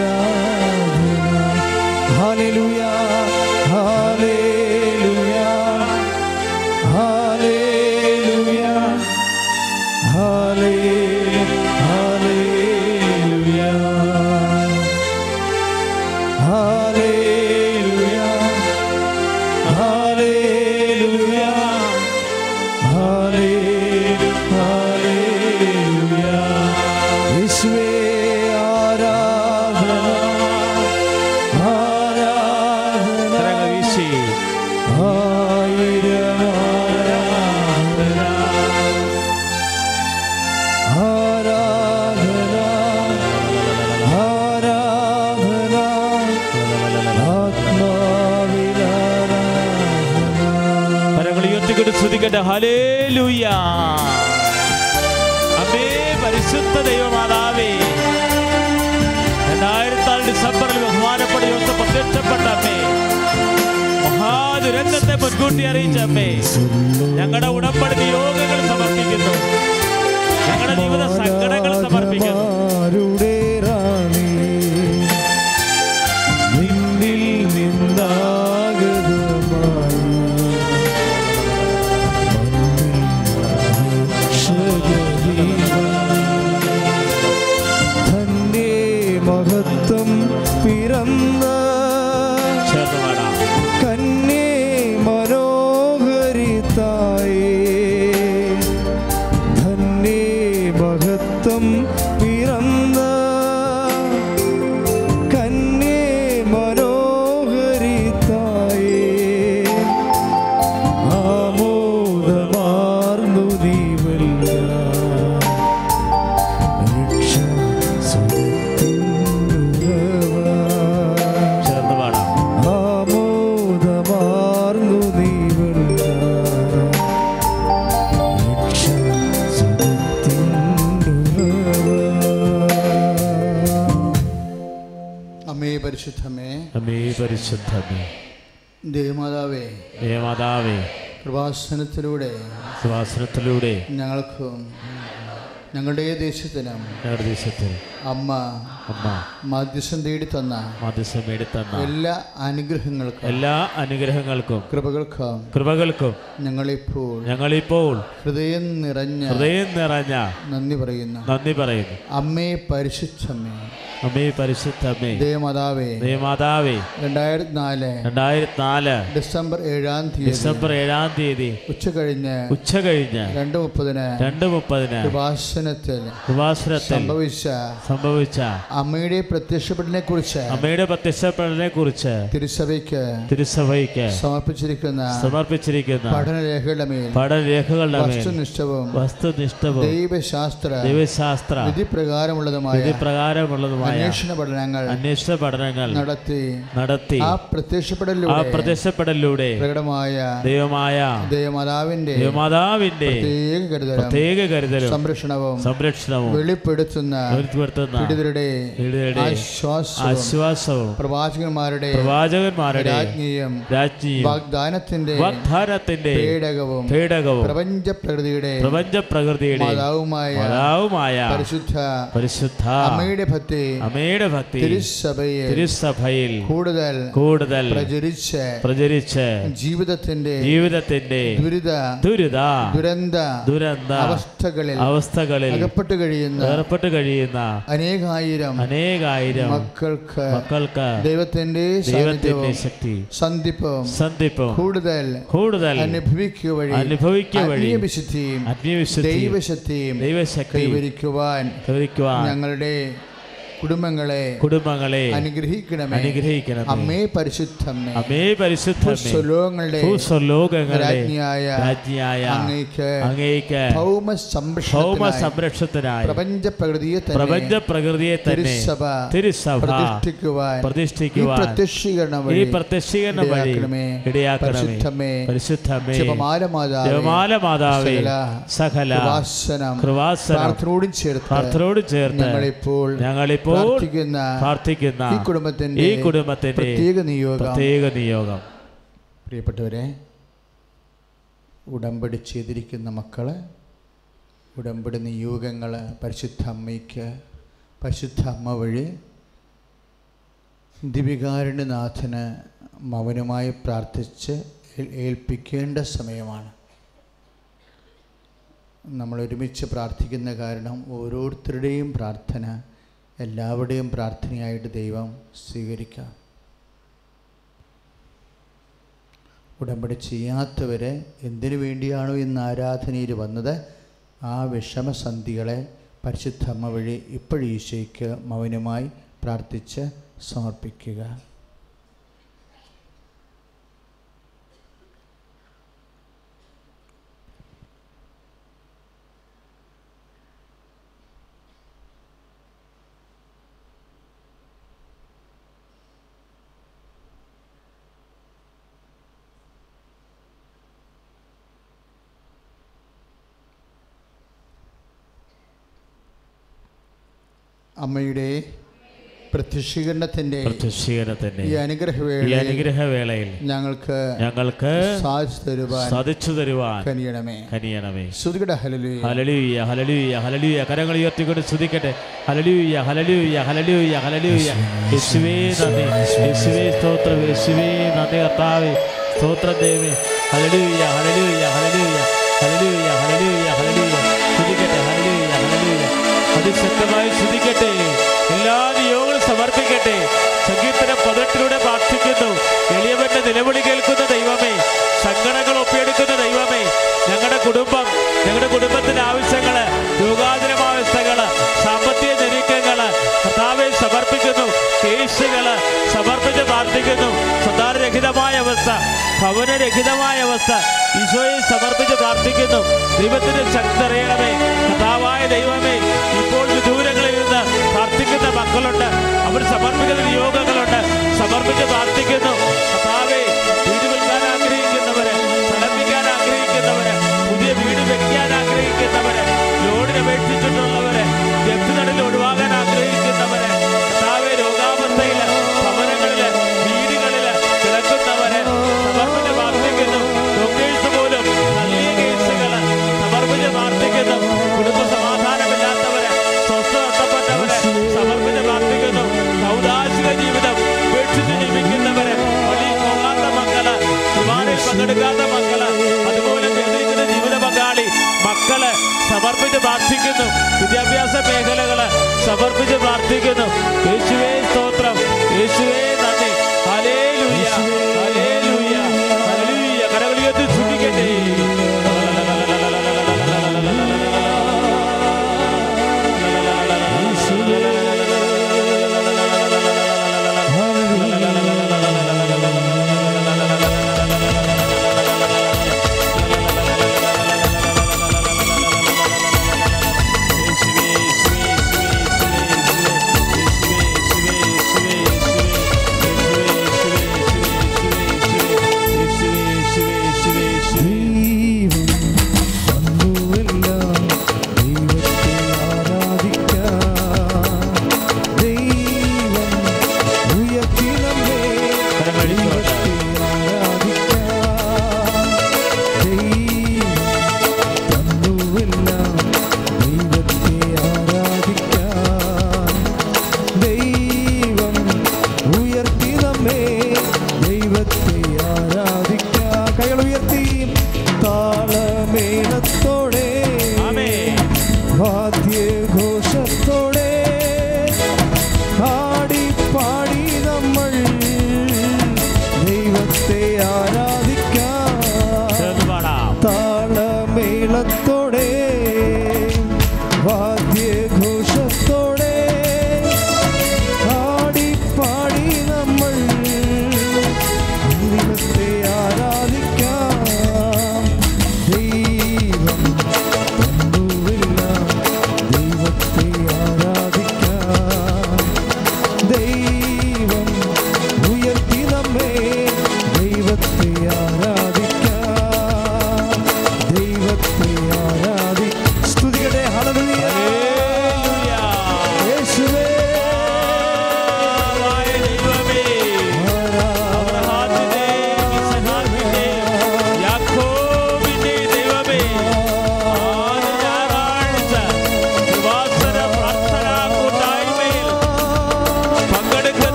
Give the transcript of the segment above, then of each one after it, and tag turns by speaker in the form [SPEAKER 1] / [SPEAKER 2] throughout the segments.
[SPEAKER 1] ആത്മാവിനാരാധന ഹല്ലേലൂയ ഹല്ലേലൂയ ഹല്ലേലൂയ ഹല്ലേലൂയ ഹല്ലേലൂയ ഹല്ലേലൂയ ഹല്ലേലൂയ ഹല്ലേലൂയ ഹല്ലേലൂയ യേശുവേ ആരാധന ആരാധന
[SPEAKER 2] കരങ്ങൾ വീശി
[SPEAKER 1] ആയിരം ആരാധന ആരാധന ആരാധന ആത്മാവിലാരാധന
[SPEAKER 2] കരങ്ങൾ ഉയർത്തിക്കൊണ്ട് സ്തുതിക്കട്ടെ ഹലേലൂയ അമ്മേ പരിശുദ്ധ ദൈവമാതാവേ രണ്ടായിരത്തി ആറ് ഡിസംബറിൽ ബഹുമാനപ്പെട്ട ദിവസം പ്രത്യക്ഷപ്പെട്ട അമ്മേ മഹാദുരന്തത്തെ മുൻകൂട്ടി അറിയിച്ച അമ്മേ ഞങ്ങളുടെ ഉടമ്പടി നിയോഗങ്ങൾ സമർപ്പിക്കുന്നു ഞങ്ങളുടെ ജീവിത സങ്കടങ്ങൾ സമർപ്പിക്കുന്നു
[SPEAKER 1] മാനവന്മാരുടെ റാണി, നിന്നിൽ നിന്നാഗതമായി മനുഷ്യജീവൻ. തന്റെ മഹത്വം പിറന്ന
[SPEAKER 2] ചേർന്ന് പാടാം
[SPEAKER 1] കന്നെ മനോഹരി തായേ ധന്യേ മഹത്വം പിറന്ന കന്നേ മനോഹരി തായേ ആമോദമാർന്നു നീവല്ല രക്ഷ സുരത്തിനുറവാ
[SPEAKER 2] ചേർന്ന് പാടാം
[SPEAKER 1] ആമോദമാർന്നു നീവല്ല രക്ഷ സുഖത്തിനുറവ.
[SPEAKER 3] അമ്മേ പരിശുദ്ധമേ
[SPEAKER 2] അമ്മേ പരിശുദ്ധമേ
[SPEAKER 3] ദേവമാതാവേ
[SPEAKER 2] ദേവമാതാവേ
[SPEAKER 3] കൃപാസനത്തിലൂടെ
[SPEAKER 2] സുവാസനത്തിലൂടെ
[SPEAKER 3] ഞങ്ങൾക്കും ഞങ്ങളുടെ ദേശത്തിനും
[SPEAKER 2] ഞങ്ങളുടെ ദേശത്തിൽ
[SPEAKER 3] അമ്മ
[SPEAKER 2] അമ്മ
[SPEAKER 3] മധ്യസ്ഥം തേടി തന്ന
[SPEAKER 2] മധ്യസ്ഥം എടുത്തന്ന
[SPEAKER 3] എല്ലാ അനുഗ്രഹങ്ങൾക്കും
[SPEAKER 2] എല്ലാ അനുഗ്രഹങ്ങൾക്കും
[SPEAKER 3] കൃപകൾക്കും
[SPEAKER 2] കൃപകൾക്കും
[SPEAKER 3] ഞങ്ങളിപ്പോൾ
[SPEAKER 2] ഞങ്ങളിപ്പോൾ
[SPEAKER 3] ഹൃദയം നിറഞ്ഞ
[SPEAKER 2] ഹൃദയം നിറഞ്ഞ
[SPEAKER 3] നന്ദി പറയുന്നു
[SPEAKER 2] നന്ദി പറയുന്നു
[SPEAKER 3] അമ്മേ പരിശുദ്ധമേ
[SPEAKER 2] അമ്മേ പരിശുദ്ധമ്മേ
[SPEAKER 3] ദേവമാതാവേ
[SPEAKER 2] ദേവമാതാവേ
[SPEAKER 3] രണ്ടായിരത്തി നാല്
[SPEAKER 2] രണ്ടായിരത്തി നാല്
[SPEAKER 3] ഡിസംബർ ഏഴാം തീയതി
[SPEAKER 2] ഡിസംബർ ഏഴാം തീയതി
[SPEAKER 3] ഉച്ച കഴിഞ്ഞ്
[SPEAKER 2] ഉച്ച കഴിഞ്ഞ്
[SPEAKER 3] രണ്ട് മുപ്പതിന്
[SPEAKER 2] രണ്ട് മുപ്പതിന്
[SPEAKER 3] കൃപാസനത്തിൽ
[SPEAKER 2] സുഭാഷണത്തിൽ
[SPEAKER 3] സംഭവിച്ച
[SPEAKER 2] സംഭവിച്ച
[SPEAKER 3] അമ്മയുടെ പ്രത്യക്ഷപ്പെടലിനെ കുറിച്ച്
[SPEAKER 2] അമ്മയുടെ പ്രത്യക്ഷപ്പെടലിനെ കുറിച്ച്
[SPEAKER 3] തിരുസഭയ്ക്ക്
[SPEAKER 2] തിരുസഭയ്ക്ക്
[SPEAKER 3] സമർപ്പിച്ചിരിക്കുന്ന
[SPEAKER 2] സമർപ്പിച്ചിരിക്കുന്ന
[SPEAKER 3] പഠനരേഖകളുടെ മേൽ
[SPEAKER 2] പഠനരേഖകളുടെ മേൽ
[SPEAKER 3] വസ്തുനിഷ്ഠവും
[SPEAKER 2] വസ്തുനിഷ്ഠവും
[SPEAKER 3] ദൈവശാസ്ത്ര
[SPEAKER 2] ദൈവശാസ്ത്ര
[SPEAKER 3] വിധിപ്രകാരമുള്ളതുമായ
[SPEAKER 2] വിധിപ്രകാരമുള്ളതുമായ
[SPEAKER 3] അന്വേഷണ പഠനങ്ങൾ
[SPEAKER 2] അന്വേഷണ പഠനങ്ങൾ
[SPEAKER 3] നടത്തി
[SPEAKER 2] നടത്തി
[SPEAKER 3] ആ
[SPEAKER 2] ആ
[SPEAKER 3] പ്രത്യക്ഷപ്പെടലിലൂടെ
[SPEAKER 2] പ്രത്യക്ഷപ്പെടലിലൂടെ
[SPEAKER 3] പ്രകടമായ
[SPEAKER 2] ദൈവമായ
[SPEAKER 3] ദേവമാതാവിന്റെ
[SPEAKER 2] ദൈവമാതാവിന്റെ
[SPEAKER 3] പ്രത്യേക കരുതലും
[SPEAKER 2] പ്രത്യേക കരുതലും
[SPEAKER 3] സംരക്ഷണവും
[SPEAKER 2] സംരക്ഷണവും
[SPEAKER 3] വെളിപ്പെടുത്തുന്ന
[SPEAKER 2] ഉയർത്തിപ്പെടുത്തുന്ന
[SPEAKER 3] പീഡിതരുടെ
[SPEAKER 2] പീഡിതരുടെ
[SPEAKER 3] ആശ്വാസവും
[SPEAKER 2] ആശ്വാസവും
[SPEAKER 3] പ്രവാചകന്മാരുടെ
[SPEAKER 2] പ്രവാചകന്മാരുടെ
[SPEAKER 3] രാജ്ഞിയും
[SPEAKER 2] രാജ്ഞിയും
[SPEAKER 3] വാഗ്ദാനത്തിന്റെ
[SPEAKER 2] വാഗ്ദാനത്തിന്റെ
[SPEAKER 3] പേടകവും
[SPEAKER 2] പേടകവും
[SPEAKER 3] പ്രപഞ്ച പ്രകൃതിയുടെ
[SPEAKER 2] പ്രപഞ്ച പ്രകൃതിയുടെ
[SPEAKER 3] മാതാവുമായ
[SPEAKER 2] മാതാവുമായ
[SPEAKER 3] പരിശുദ്ധ
[SPEAKER 2] പരിശുദ്ധ
[SPEAKER 3] അമ്മയുടെ ഭക്തി
[SPEAKER 2] അമ്മയുടെ ഭക്തി
[SPEAKER 3] തിരുസഭയിൽ
[SPEAKER 2] തിരുസഭയിൽ
[SPEAKER 3] കൂടുതൽ
[SPEAKER 2] കൂടുതൽ
[SPEAKER 3] പ്രചരിച്ച്
[SPEAKER 2] പ്രചരിച്ച്
[SPEAKER 3] ജീവിതത്തിന്റെ
[SPEAKER 2] ജീവിതത്തിന്റെ
[SPEAKER 3] ദുരിത
[SPEAKER 2] ദുരിത
[SPEAKER 3] ദുരന്ത
[SPEAKER 2] ദുരന്ത
[SPEAKER 3] അവസ്ഥകളിൽ
[SPEAKER 2] അവസ്ഥകളിൽ
[SPEAKER 3] അകപ്പെട്ട് കഴിയുന്ന
[SPEAKER 2] ഏർപ്പെട്ട് കഴിയുന്ന
[SPEAKER 3] അനേകായിരം
[SPEAKER 2] അനേകായിരം
[SPEAKER 3] മക്കൾക്ക്
[SPEAKER 2] മക്കൾക്ക്
[SPEAKER 3] ദൈവത്തിന്റെ
[SPEAKER 2] ദൈവത്തിന്റെ
[SPEAKER 3] സാന്നിധ്യവും
[SPEAKER 2] ശക്തി
[SPEAKER 3] സന്ധിപ്പും
[SPEAKER 2] സന്ധിപ്പും
[SPEAKER 3] കൂടുതൽ
[SPEAKER 2] കൂടുതൽ
[SPEAKER 3] അനുഭവിക്കുക വഴി
[SPEAKER 2] അനുഭവിക്കുക വഴി
[SPEAKER 3] ആത്മീയവിശുദ്ധിയും
[SPEAKER 2] അന്യവിശുദ്ധിയും
[SPEAKER 3] ദൈവശക്തിയും
[SPEAKER 2] ദൈവശക്തി
[SPEAKER 3] കൈവരിക്കുവാൻ
[SPEAKER 2] കൈവരിക്കുവാൻ
[SPEAKER 3] ഞങ്ങളുടെ കുടുംബങ്ങളെ
[SPEAKER 2] കുടുംബങ്ങളെ
[SPEAKER 3] അനുഗ്രഹിക്കണമേ
[SPEAKER 2] അനുഗ്രഹിക്കണമേ
[SPEAKER 3] അമ്മേ പരിശുദ്ധമേ
[SPEAKER 2] അമ്മേ പരിശുദ്ധമേ
[SPEAKER 3] സ്വലോകങ്ങളുടെ
[SPEAKER 2] ഭൂസ്വലോകങ്ങളുടെ
[SPEAKER 3] രാജ്ഞിയായ
[SPEAKER 2] രാജ്ഞിയായ
[SPEAKER 3] അങ്ങേക്ക്
[SPEAKER 2] അങ്ങേക്ക്
[SPEAKER 3] ഭൗമ
[SPEAKER 2] ഭൗമ
[SPEAKER 3] സംരക്ഷണ
[SPEAKER 2] സംരക്ഷണത്തിനായി
[SPEAKER 3] പ്രപഞ്ച പ്രകൃതിയെ
[SPEAKER 2] പ്രപഞ്ച
[SPEAKER 3] തന്നെ
[SPEAKER 2] പ്രകൃതിയെ തന്നെ
[SPEAKER 3] തിരുസഭ
[SPEAKER 2] തിരുസഭ
[SPEAKER 3] പ്രതിഷ്ഠിക്കുവാൻ ഈ
[SPEAKER 2] പ്രതിഷ്ഠിക്കുവാൻ
[SPEAKER 3] പ്രത്യക്ഷീകരണം
[SPEAKER 2] ഈ
[SPEAKER 3] വഴി
[SPEAKER 2] പ്രത്യക്ഷീകരണം വഴി
[SPEAKER 3] ഇടയാക്കണമേ.
[SPEAKER 2] ഇടയാക്കണമേ
[SPEAKER 3] പരിശുദ്ധമേ.
[SPEAKER 2] പരിശുദ്ധമേ
[SPEAKER 3] ജപമാല മാതാവേ,
[SPEAKER 2] ജപമാല മാതാവേ
[SPEAKER 3] സകല
[SPEAKER 2] സകല
[SPEAKER 3] കൃപാസനം
[SPEAKER 2] കൃപാസനം
[SPEAKER 3] പ്രാർത്ഥനയോടും ചേർത്ത്
[SPEAKER 2] പ്രാർത്ഥനയോട് ചേർന്ന്
[SPEAKER 3] ഞങ്ങളിപ്പോൾ
[SPEAKER 2] ഞങ്ങളിപ്പോൾ
[SPEAKER 3] പ്രാർത്ഥിക്കുന്ന
[SPEAKER 2] പ്രാർത്ഥിക്കുന്ന
[SPEAKER 3] ഈ കുടുംബത്തിന്റെ
[SPEAKER 2] ഈ കുടുംബത്തിന്റെ
[SPEAKER 3] പ്രത്യേക നിയോഗം
[SPEAKER 2] പ്രത്യേക നിയോഗം
[SPEAKER 3] പ്രിയപ്പെട്ടവരെ ഉടമ്പടി ചെയ്തിരിക്കുന്ന മക്കള് ഉടമ്പടി നിയോഗങ്ങൾ പരിശുദ്ധ അമ്മയ്ക്ക്
[SPEAKER 1] പരിശുദ്ധ അമ്മ വഴി ദിവികാരുണ്യനാഥന് മൗനമായി പ്രാർത്ഥിച്ച് ഏൽ- ഏൽപ്പിക്കേണ്ട സമയമാണ് നമ്മൾ ഒരുമിച്ച് പ്രാർത്ഥിക്കുന്ന കാരണം ഓരോരുത്തരുടെയും പ്രാർത്ഥന എല്ലാവരുടെയും പ്രാർത്ഥനയായിട്ട് ദൈവം സ്വീകരിക്കാം ഉടമ്പടി ചെയ്യാത്തവരെ എന്തിനു വേണ്ടിയാണോ ഇന്ന് ആരാധനയിൽ വന്നത് ആ വിഷമസന്ധികളെ പരിശുദ്ധമ്മ വഴി ഇപ്പോഴീശോയ്ക്ക് മൗനമായി പ്രാർത്ഥിച്ച് സമർപ്പിക്കുക അമ്മയുടെ പ്രത്യക്ഷീകരണത്തിൻ്റെ
[SPEAKER 2] പ്രത്യക്ഷീകരണത്തിന്റെ
[SPEAKER 1] ഈ
[SPEAKER 2] ഈ
[SPEAKER 1] അനുഗ്രഹവേളയിൽ
[SPEAKER 2] അനുഗ്രഹവേളയിൽ
[SPEAKER 1] ഞങ്ങൾക്ക്
[SPEAKER 2] ഞങ്ങൾക്ക്
[SPEAKER 1] സാധിച്ചു തരുവാൻ
[SPEAKER 2] സതിച്ചു തരുവാൻ
[SPEAKER 1] കനിയണമേ
[SPEAKER 2] കനിയണമേ
[SPEAKER 1] ശ്രുതികട ഹലലുയ
[SPEAKER 2] ഹലലൂയ ഹലലൂയ ഹലലൂയ കരങ്ങൾ ഉയർത്തിക്കൊണ്ട് സ്തുതിക്കട്ടെ ഹലലൂയ ഹലലൂയ ഹലലൂയ ഹലലൂയ യേശുവേ നന്ദി യേശുവേ സ്തോത്രം യേശുവേ നന്ദി കർത്താവേ സ്തോത്രം ദേവി ഹലലൂയ ഹലലൂയ ഹലലൂയ ഹലലൂയ ഹലലൂയ ഹലലൂയ സ്തുതിക്കട്ടെ ഹലലൂയ ഹലലൂയ അതിശക്തമായി സ്തുതിക്കട്ടെ എല്ലാ നിയോഗങ്ങളും സമർപ്പിക്കട്ടെ സങ്കീർത്തനം പതിനെട്ടിലൂടെ പ്രാർത്ഥിക്കുന്നു എളിയവന്റെ നിലവിളി കേൾക്കുന്ന ദൈവമേ സങ്കടങ്ങൾ ഒപ്പിയെടുക്കുന്ന ദൈവമേ ഞങ്ങളുടെ കുടുംബം ഞങ്ങളുടെ കുടുംബത്തിന്റെ ആവശ്യങ്ങള് രോഗാതിരമാവസ്ഥകള് സാമ്പത്തിക നിരീക്ഷങ്ങള് കർത്താവെ സമർപ്പിക്കുന്നു കേസുകള് സമർപ്പിച്ച് പ്രാർത്ഥിക്കുന്നു സദാരഹിതമായ അവസ്ഥ ഭവനരഹിതമായ അവസ്ഥ ഈശോയെ സമർപ്പിച്ച് പ്രാർത്ഥിക്കുന്നു ദൈവത്തിന്റെ ശക്തി അറിയണമേ കഥാവായ ദൈവമേ ഇപ്പോൾ വിദൂരങ്ങളിൽ നിന്ന് പ്രാർത്ഥിക്കുന്ന മക്കളുണ്ട് അവർ സമർപ്പിക്കുന്ന യോഗങ്ങളുണ്ട് സമർപ്പിച്ച് പ്രാർത്ഥിക്കുന്നു കഥാവേ വീട് വിൽക്കാൻ ആഗ്രഹിക്കുന്നവര് സ്ഥലം വിൽക്കാൻ ആഗ്രഹിക്കുന്നവര് പുതിയ വീട് വെക്കാൻ ആഗ്രഹിക്കുന്നവര് ലോണിന് അപേക്ഷിച്ചിട്ടുള്ളവര് ജപ്തിനടൽ ഒഴിവാകാൻ ആഗ്രഹിക്കുന്നവര് കർത്താവേ രോഗാവസ്ഥയില് ഭവനങ്ങളില് വീടുകളില് കിടക്കുന്നവര് സമർപ്പിച്ച് പ്രാർത്ഥിക്കുന്നു ഡോക്ടേഴ്സ് പോലും നല്ല കേസുകള് സമർപ്പിച്ച് പ്രാർത്ഥിക്കുന്നു കുടുംബ സമാധാനമില്ലാത്തവര് സ്വസ്ഥ നഷ്ടപ്പെട്ടവര് സമർപ്പിച്ച് പ്രാർത്ഥിക്കുന്നു ഔദാശിക ജീവിതം ഉപേക്ഷിച്ച് ജീവിക്കുന്നവര് വലിയ പോകാത്ത മക്കള് കുർബാനയിൽ പങ്കെടുക്കാത്ത മക്കള് അതുപോലെ വേദനിക്കുന്ന ജീവിത പങ്കാളി മക്കള് സമർപ്പിച്ച് പ്രാർത്ഥിക്കുന്നു വിദ്യാഭ്യാസ മേഖലകള് സമർപ്പിച്ച് പ്രാർത്ഥിക്കുന്നു യേശുവേ സ്തോത്രം യേശുവേ നന്ദി ഹല്ലേലൂയ ഹല്ലേലൂയ ഹല്ലേലൂയ കരങ്ങൾ ഉയർത്തി ചുറ്റിക്കട്ടെ യേശുവേ യേശുവേ യേശുവേ യേശുവേ യേശുവേ യേശുവേ യേശുവേ യേശുവേ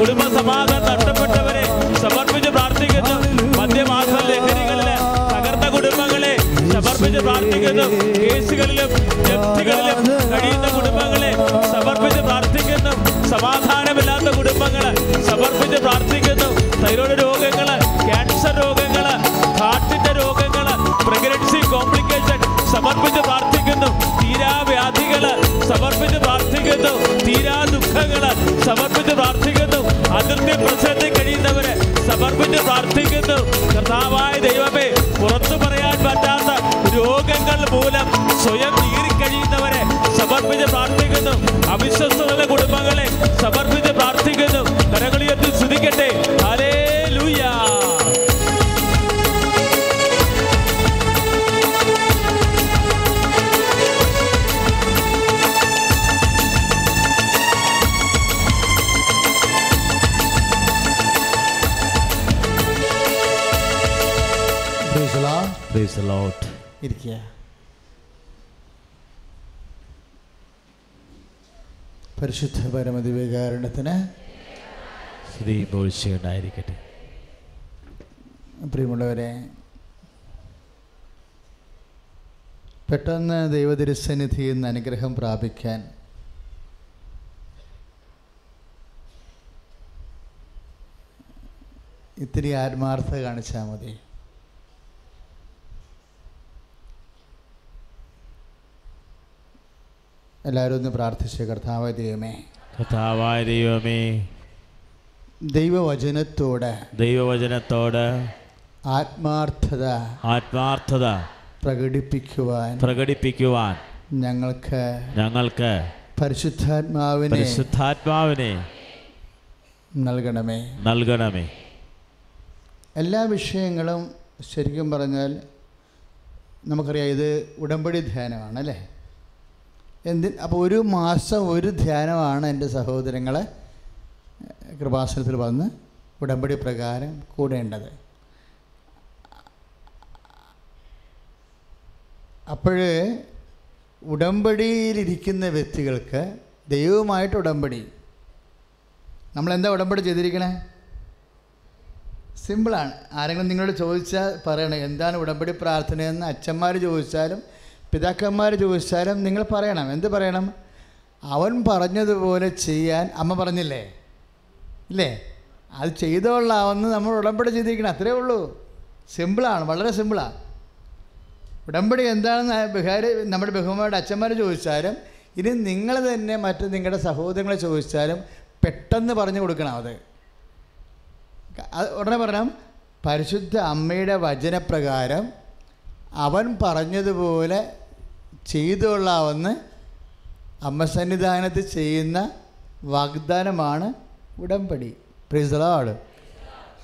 [SPEAKER 2] വിശ്വാസമാകാൻ നഷ്ടപ്പെട്ടവരെ സമർപ്പിച്ച് പ്രാർത്ഥിക്കുന്നു മദ്യമാസ ലഹരികളിലെ തകർത്ത കുടുംബങ്ങളെ സമർപ്പിച്ച് പ്രാർത്ഥിക്കുന്നു കേസുകളിലും ജപ്തികളിലും കഴിയുന്ന കുടുംബങ്ങളെ സമർപ്പിച്ച് പ്രാർത്ഥിക്കുന്നു സമാധാനമില്ലാത്ത കുടുംബങ്ങളെ സമർപ്പിച്ച് പ്രാർത്ഥിക്കുന്നു തൈറോയ്ഡ് രോഗങ്ങള് ക്യാൻസർ രോഗങ്ങള് ഹാർട്ടിന്റെ രോഗങ്ങള് പ്രഗ്നൻസി കോംപ്ലിക്കേഷൻ സമർപ്പിച്ച് പ്രാർത്ഥിക്കുന്നു തീരാവ്യാധികള് സമർപ്പിച്ച് പ്രാർത്ഥിക്കുന്നു തീരാ ദുഃഖങ്ങള് സമർപ്പിച്ച് പ്രാർത്ഥിക്കുന്നു അതിർത്തി പ്രശ്നത്തിൽ കഴിയുന്നവരെ സമർപ്പിച്ച് പ്രാർത്ഥിക്കുന്നു കർത്താവായ ദൈവമേ പുറത്തു പറയാൻ പറ്റാത്ത രോഗങ്ങൾ മൂലം സ്വയം നീറിക്കഴിയുന്നവരെ സമർപ്പിച്ച് പ്രാർത്ഥിക്കുന്നു അവിശ്വസ്തരുടെ കുടുംബങ്ങളെ സമർപ്പിച്ച് പ്രാർത്ഥിക്കുന്നു കരകളിയത്തിൽ സ്തുതിക്കട്ടെ ഹല്ലേലൂയ Praise the Lord.
[SPEAKER 3] ഇരിക്കുക പരിശുദ്ധ പരമദിവ്യകാരണത്തിന്
[SPEAKER 2] ശ്രീ ബോഴ്ചയുണ്ടായിരിക്കട്ടെ
[SPEAKER 3] പ്രിയമുള്ളവരെ പെട്ടെന്ന് ദൈവതിരുസന്നിധിയിൽ നിന്ന് അനുഗ്രഹം പ്രാപിക്കാൻ ഇത്തിരി ആത്മാർത്ഥത കാണിച്ചാൽ മതി എല്ലാവരും ഒന്ന് പ്രാർത്ഥിച്ച് കർത്താവ് ദൈവമേ
[SPEAKER 2] കഥാവായ ദൈവമേ
[SPEAKER 3] ദൈവവചനത്തോട്
[SPEAKER 2] ദൈവവചനത്തോട്
[SPEAKER 3] ആത്മാർത്ഥത
[SPEAKER 2] ആത്മാർത്ഥത
[SPEAKER 3] പ്രകടിപ്പിക്കുവാൻ
[SPEAKER 2] പ്രകടിപ്പിക്കുവാൻ
[SPEAKER 3] ഞങ്ങൾക്ക്
[SPEAKER 2] ഞങ്ങൾക്ക്
[SPEAKER 3] പരിശുദ്ധാത്മാവിനെ
[SPEAKER 2] പരിശുദ്ധാത്മാവിനെ
[SPEAKER 3] നൽകണമേ
[SPEAKER 2] നൽകണമേ
[SPEAKER 3] എല്ലാ വിഷയങ്ങളും ശരിക്കും പറഞ്ഞാൽ നമുക്കറിയാം ഇത് ഉടമ്പടി ധ്യാനമാണ് അല്ലേ എന്തി അപ്പോൾ ഒരു മാസം ഒരു ധ്യാനമാണ് എൻ്റെ സഹോദരങ്ങൾ കൃപാസനത്തിൽ വന്ന് ഉടമ്പടി പ്രകാരം കൂടേണ്ടത് അപ്പോഴ് ഉടമ്പടിയിലിരിക്കുന്ന വ്യക്തികൾക്ക് ദൈവവുമായിട്ട് ഉടമ്പടി നമ്മളെന്താ ഉടമ്പടി ചെയ്തിരിക്കണേ സിമ്പിളാണ് ആരെങ്കിലും നിങ്ങളോട് ചോദിച്ചാൽ പറയണം എന്താണ് ഉടമ്പടി പ്രാർത്ഥനയെന്ന് അച്ഛന്മാർ ചോദിച്ചാലും പിതാക്കന്മാർ ചോദിച്ചാലും നിങ്ങൾ പറയണം എന്ത് പറയണം അവൻ പറഞ്ഞതുപോലെ ചെയ്യാൻ അമ്മ പറഞ്ഞില്ലേ ഇല്ലേ അത് ചെയ്തോളാമെന്ന് നമ്മൾ ഉടമ്പടി ചെയ്തിരിക്കണം അത്രേ ഉള്ളൂ സിമ്പിളാണ് വളരെ സിമ്പിളാണ് ഉടമ്പടി എന്താണെന്ന് ബിഹാരി നമ്മുടെ ബഹുമാരുടെ അച്ഛന്മാർ ചോദിച്ചാലും ഇനി നിങ്ങൾ തന്നെ മറ്റ് നിങ്ങളുടെ സഹോദരങ്ങളെ ചോദിച്ചാലും പെട്ടെന്ന് പറഞ്ഞു കൊടുക്കണം അത് അത് ഉടനെ പറയാം പരിശുദ്ധ അമ്മയുടെ വചനപ്രകാരം അവൻ പറഞ്ഞതുപോലെ ചെയ്തുകൊള്ളാവെന്ന് അമ്മ സന്നിധാനത്ത് ചെയ്യുന്ന വാഗ്ദാനമാണ് ഉടമ്പടി പ്രിസലാട്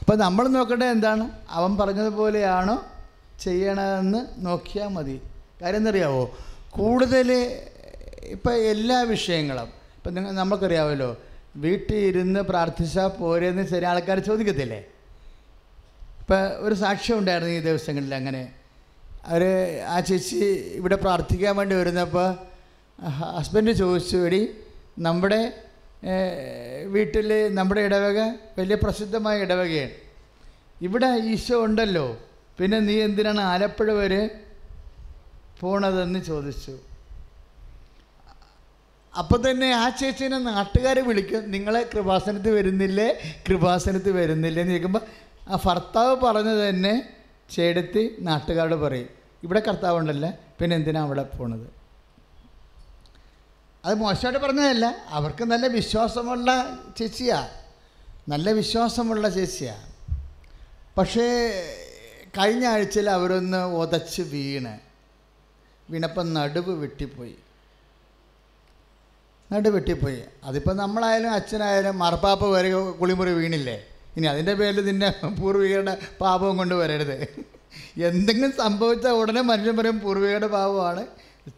[SPEAKER 3] അപ്പം നമ്മൾ നോക്കേണ്ടത് എന്താണ് അവൻ പറഞ്ഞതുപോലെയാണോ ചെയ്യണമെന്ന് നോക്കിയാൽ മതി കാര്യം എന്നറിയാവോ കൂടുതൽ ഇപ്പം എല്ലാ വിഷയങ്ങളും ഇപ്പം നിങ്ങൾ നമുക്കറിയാമല്ലോ വീട്ടിൽ ഇരുന്ന് പ്രാർത്ഥിച്ചാൽ പോരെന്ന് ചില ആൾക്കാർ ചോദിക്കത്തില്ലേ ഇപ്പം ഒരു സാക്ഷ്യം ഉണ്ടായിരുന്നു ഈ ദിവസങ്ങളിൽ അങ്ങനെ അവർ ആ ചേച്ചി ഇവിടെ പ്രാർത്ഥിക്കാൻ വേണ്ടി വരുന്നപ്പോൾ ഹസ്ബൻഡ് ചോദിച്ചു എടി നമ്മുടെ വീട്ടിൽ നമ്മുടെ ഇടവക വലിയ പ്രസിദ്ധമായ ഇടവകയാണ് ഇവിടെ ഈശോ ഉണ്ടല്ലോ പിന്നെ നീ എന്തിനാണ് ആലപ്പുഴ വരെ പോണതെന്ന് ചോദിച്ചു അപ്പോൾ തന്നെ ആ ചേച്ചീനെ നാട്ടുകാർ വിളിക്കും നിങ്ങളെ കൃപാസനത്തിൽ വരുന്നില്ലേ കൃപാസനത്തിൽ വരുന്നില്ലേ എന്ന് ചോദിക്കുമ്പോൾ ആ ഭർത്താവ് പറഞ്ഞത് തന്നെ ചേടത്തി നാട്ടുകാരോട് പറയും ഇവിടെ കർത്താവുണ്ടല്ലേ പിന്നെ എന്തിനാ അവിടെ പോണത് അത് മോശമായിട്ട് പറഞ്ഞതല്ല അവർക്ക് നല്ല വിശ്വാസമുള്ള ചേച്ചിയാ നല്ല വിശ്വാസമുള്ള ചേച്ചിയാ പക്ഷേ കഴിഞ്ഞ ആഴ്ചയിൽ അവരൊന്ന് ഒതച്ച് വീണ് വീണപ്പം നടുവ് വെട്ടിപ്പോയി എന്നിട്ട് വെട്ടിപ്പോയി അതിപ്പോൾ നമ്മളായാലും അച്ഛനായാലും മറപ്പാപ്പ വരെ കുളിമുറി വീണില്ലേ ഇനി അതിൻ്റെ പേരിൽ നിന്നെ പൂർവികരുടെ പാപവും കൊണ്ട് വരരുത് എന്തെങ്കിലും സംഭവിച്ചാൽ ഉടനെ മനുഷ്യൻ പറയും പൂർവികരുടെ പാപമാണ്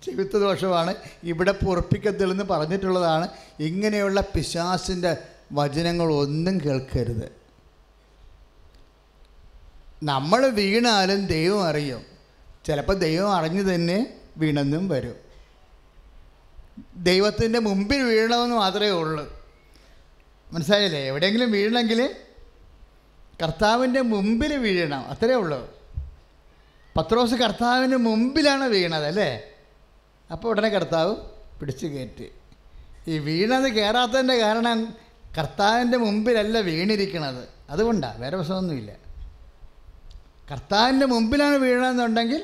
[SPEAKER 3] ചെവിത്ത ദോഷമാണ് ഇവിടെ പൊറപ്പിക്കത്തില്ലെന്ന് പറഞ്ഞിട്ടുള്ളതാണ് ഇങ്ങനെയുള്ള പിശാസിൻ്റെ വചനങ്ങളൊന്നും കേൾക്കരുത് നമ്മൾ വീണാലും ദൈവം അറിയും ചിലപ്പോൾ ദൈവം അറിഞ്ഞു തന്നെ വീണെന്നും വരും ദൈവത്തിൻ്റെ മുമ്പിൽ വീഴണമെന്ന് മാത്രമേ ഉള്ളൂ മനസ്സിലായില്ലേ എവിടെയെങ്കിലും വീഴണമെങ്കിൽ കർത്താവിൻ്റെ മുമ്പിൽ വീഴണം അത്രേ ഉള്ളൂ പത്രോസ് കർത്താവിൻ്റെ മുമ്പിലാണ് വീണത് അല്ലേ അപ്പോൾ ഉടനെ കർത്താവ് പിടിച്ചു കയറ്റി ഈ വീണത് കയറാത്തതിൻ്റെ കാരണം കർത്താവിൻ്റെ മുമ്പിലല്ല വീണിരിക്കണത് അതുകൊണ്ടാണ് വേറെ പ്രശ്നമൊന്നുമില്ല കർത്താവിൻ്റെ മുമ്പിലാണ് വീഴണമെന്നുണ്ടെങ്കിൽ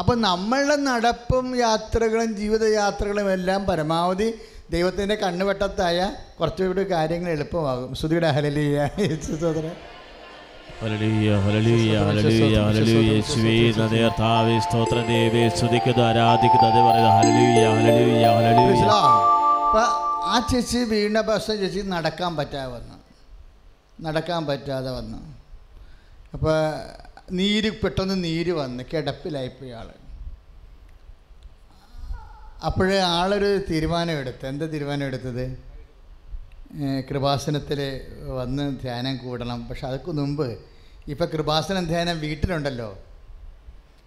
[SPEAKER 3] അപ്പം നമ്മളുടെ നടപ്പും യാത്രകളും ജീവിതയാത്രകളും എല്ലാം പരമാവധി ദൈവത്തിൻ്റെ കണ്ണുവെട്ടത്തായ കുറച്ചുകൂടി കാര്യങ്ങൾ എളുപ്പമാകും ശ്രുതിയുടെ ഹലലിയ സഹോദരൻ
[SPEAKER 2] ഹല്ലേലൂയ, ഹല്ലേലൂയ, ഹല്ലേലൂയ, ഹല്ലേലൂയ. യേശുവേ, നന്ദി കർത്താവേ, സ്തോത്രം ദൈവമേ, സ്തുതിക്കുന്നു, ആരാധിക്കുന്നു, നന്ദി പറയുന്നു. ഹല്ലേലൂയ, ഹല്ലേലൂയ, ഹല്ലേലൂയ.
[SPEAKER 3] മനസ്സിലോ അപ്പം ആ ചേച്ചി വീണ ബസ് ചേച്ചി നടക്കാൻ പറ്റാതെ വന്നു നടക്കാൻ പറ്റാതെ വന്നു അപ്പോൾ നീര് പെട്ടെന്ന് നീര് വന്ന് കിടപ്പിലായിപ്പോയി ആൾ അപ്പോഴേ ആളൊരു തീരുമാനമെടുത്ത് എന്താ തീരുമാനമെടുത്തത് ഏഹ് കൃപാസനത്തിൽ വന്ന് ധ്യാനം കൂടണം പക്ഷെ അതൊക്കെ മുമ്പ് ഇപ്പോൾ കൃപാസനം ധ്യാനം വീട്ടിലുണ്ടല്ലോ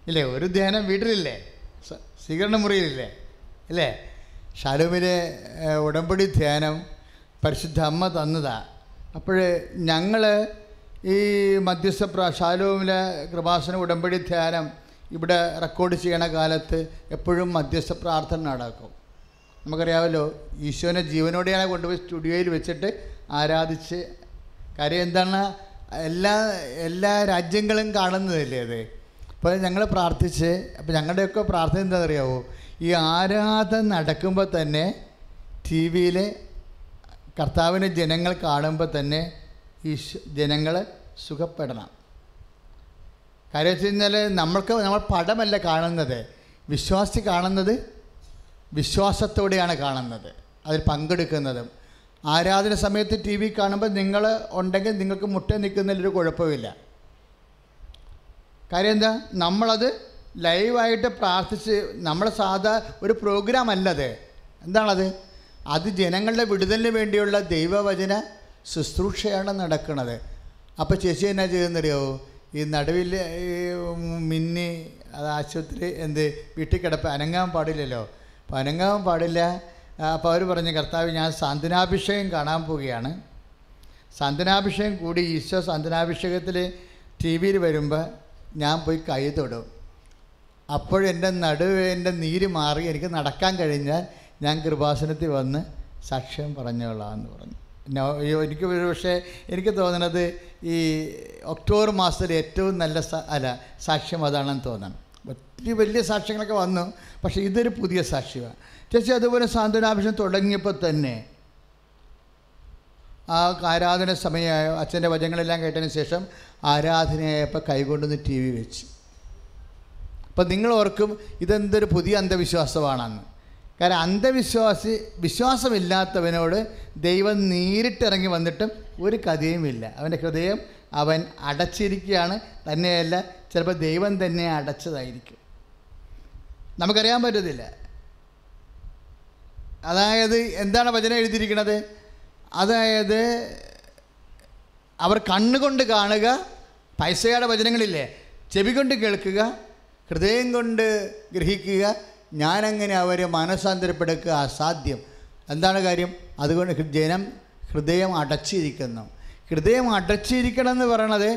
[SPEAKER 3] ഇല്ലേ ഒരു ധ്യാനം വീട്ടിലില്ലേ സ- സ്വീകരണ മുറിയിലില്ലേ ഇല്ലേ ഷാലൂമിലെ ഏഹ്, ഉടമ്പടി ധ്യാനം പരിശുദ്ധ അമ്മ തന്നതാ അപ്പോൾ ഞങ്ങൾ ഈ മധ്യസ്ഥ പ്ര ഷാലൂമിലെ കൃപാസന ഉടമ്പടി ധ്യാനം ഇവിടെ റെക്കോർഡ് ചെയ്യണ കാലത്ത് എപ്പോഴും മധ്യസ്ഥ പ്രാർത്ഥന നടക്കും നമുക്കറിയാമല്ലോ ഈശോനെ ജീവനോടെയാണ് കൊണ്ടുപോയി സ്റ്റുഡിയോയിൽ വെച്ചിട്ട് ആരാധിച്ച് കാര്യം എന്താണ് എല്ലാ എല്ലാ രാജ്യങ്ങളും കാണുന്നതല്ലേ അത് അപ്പോൾ ഞങ്ങൾ പ്രാർത്ഥിച്ച് അപ്പോൾ ഞങ്ങളുടെയൊക്കെ പ്രാർത്ഥന എന്താണെന്ന് അറിയാവോ ഈ ആരാധന നടക്കുമ്പോൾ തന്നെ ടി വിയിൽ കർത്താവിനെ ജനങ്ങൾ കാണുമ്പോൾ തന്നെ ഈശോ ജനങ്ങൾ സുഖപ്പെടണം കാര്യം വെച്ച് കഴിഞ്ഞാൽ നമ്മൾക്ക് നമ്മൾ പടമല്ല കാണുന്നത് വിശ്വാസി കാണുന്നത് വിശ്വാസത്തോടെയാണ് കാണുന്നത് അതിൽ പങ്കെടുക്കുന്നതും ആരാധന സമയത്ത് ടി വി കാണുമ്പോൾ നിങ്ങൾ ഉണ്ടെങ്കിൽ നിങ്ങൾക്ക് മുട്ട നിൽക്കുന്നതിലൊരു കുഴപ്പമില്ല കാര്യം എന്താ നമ്മളത് ലൈവായിട്ട് പ്രാർത്ഥിച്ച് നമ്മൾ സാധാ ഒരു പ്രോഗ്രാം അല്ലത് എന്താണത് അത് ജനങ്ങളുടെ വിടുതലിന് വേണ്ടിയുള്ള ദൈവവചന ശുശ്രൂഷയാണ് നടക്കുന്നത് അപ്പോൾ ചേച്ചി എന്നാ ചെയ്യുന്നറിയാവോ ഈ നടുവിൽ ഈ മിന്നി അത് ആശുപത്രി എന്ത് വീട്ടിൽ കിടപ്പ് അനങ്ങാൻ പാടില്ലല്ലോ അപ്പോൾ അനങ്ങാൻ പാടില്ല അപ്പോൾ അവർ പറഞ്ഞു കർത്താവ് ഞാൻ സാന്ത്വനാഭിഷേകം കാണാൻ പോവുകയാണ് സാന്ത്വനാഭിഷേകം കൂടി ഈശോ സാന്ത്വനാഭിഷേകത്തിൽ ടി വിയിൽ വരുമ്പോൾ ഞാൻ പോയി കൈ തൊടും അപ്പോഴെൻ്റെ നടുവേൻ്റെ നീര് മാറി എനിക്ക് നടക്കാൻ കഴിഞ്ഞാൽ ഞാൻ കൃപാസനത്തിൽ വന്ന് സാക്ഷ്യം പറഞ്ഞോളാം എന്ന് പറഞ്ഞു നോ അയ്യോ, എനിക്ക് ഒരു പക്ഷേ എനിക്ക് തോന്നണത് ഈ ഒക്ടോബർ മാസത്തിൽ ഏറ്റവും നല്ല സ- അല്ല സാക്ഷ്യം അതാണെന്ന് തോന്നണം ഒത്തിരി വലിയ സാക്ഷ്യങ്ങളൊക്കെ വന്നു പക്ഷേ ഇതൊരു പുതിയ സാക്ഷ്യമാണ് ചേച്ചി അതുപോലെ സാന്ത്വനാഭിഷേകം തുടങ്ങിയപ്പോൾ തന്നെ ആ ആരാധന സമയമായ അച്ഛൻ്റെ വചനങ്ങളെല്ലാം കേട്ടതിന് ശേഷം ആരാധനയായപ്പോൾ കൈകൊണ്ടുവന്ന് ടി വി വെച്ച് അപ്പം നിങ്ങൾ ഓർക്കും ഇതെന്തൊരു പുതിയ അന്ധവിശ്വാസമാണെന്ന് കാരണം അന്ധവിശ്വാസി വിശ്വാസമില്ലാത്തവനോട് ദൈവം നേരിട്ടിറങ്ങി വന്നിട്ടും ഒരു കഥയുമില്ല അവൻ്റെ ഹൃദയം അവൻ അടച്ചിരിക്കുകയാണ് തന്നെയല്ല ചിലപ്പോൾ ദൈവം തന്നെ അടച്ചതായിരിക്കും നമുക്കറിയാൻ പറ്റത്തില്ല അതായത് എന്താണ് വചനം എഴുതിയിരിക്കുന്നത് അതായത് അവർ കണ്ണുകൊണ്ട് കാണുക പൈസയുടെ വചനങ്ങളില്ലേ ചെവി കൊണ്ട് കേൾക്കുക ഹൃദയം കൊണ്ട് ഗ്രഹിക്കുക ഞാനങ്ങനെ അവരെ മനസ്സാന്തരപ്പെടുക്കുക അസാധ്യം എന്താണ് കാര്യം അതുകൊണ്ട് ഹൃ- ജനം ഹൃദയം അടച്ചിരിക്കുന്നു ഹൃദയം അടച്ചിരിക്കണം എന്ന് പറയണത്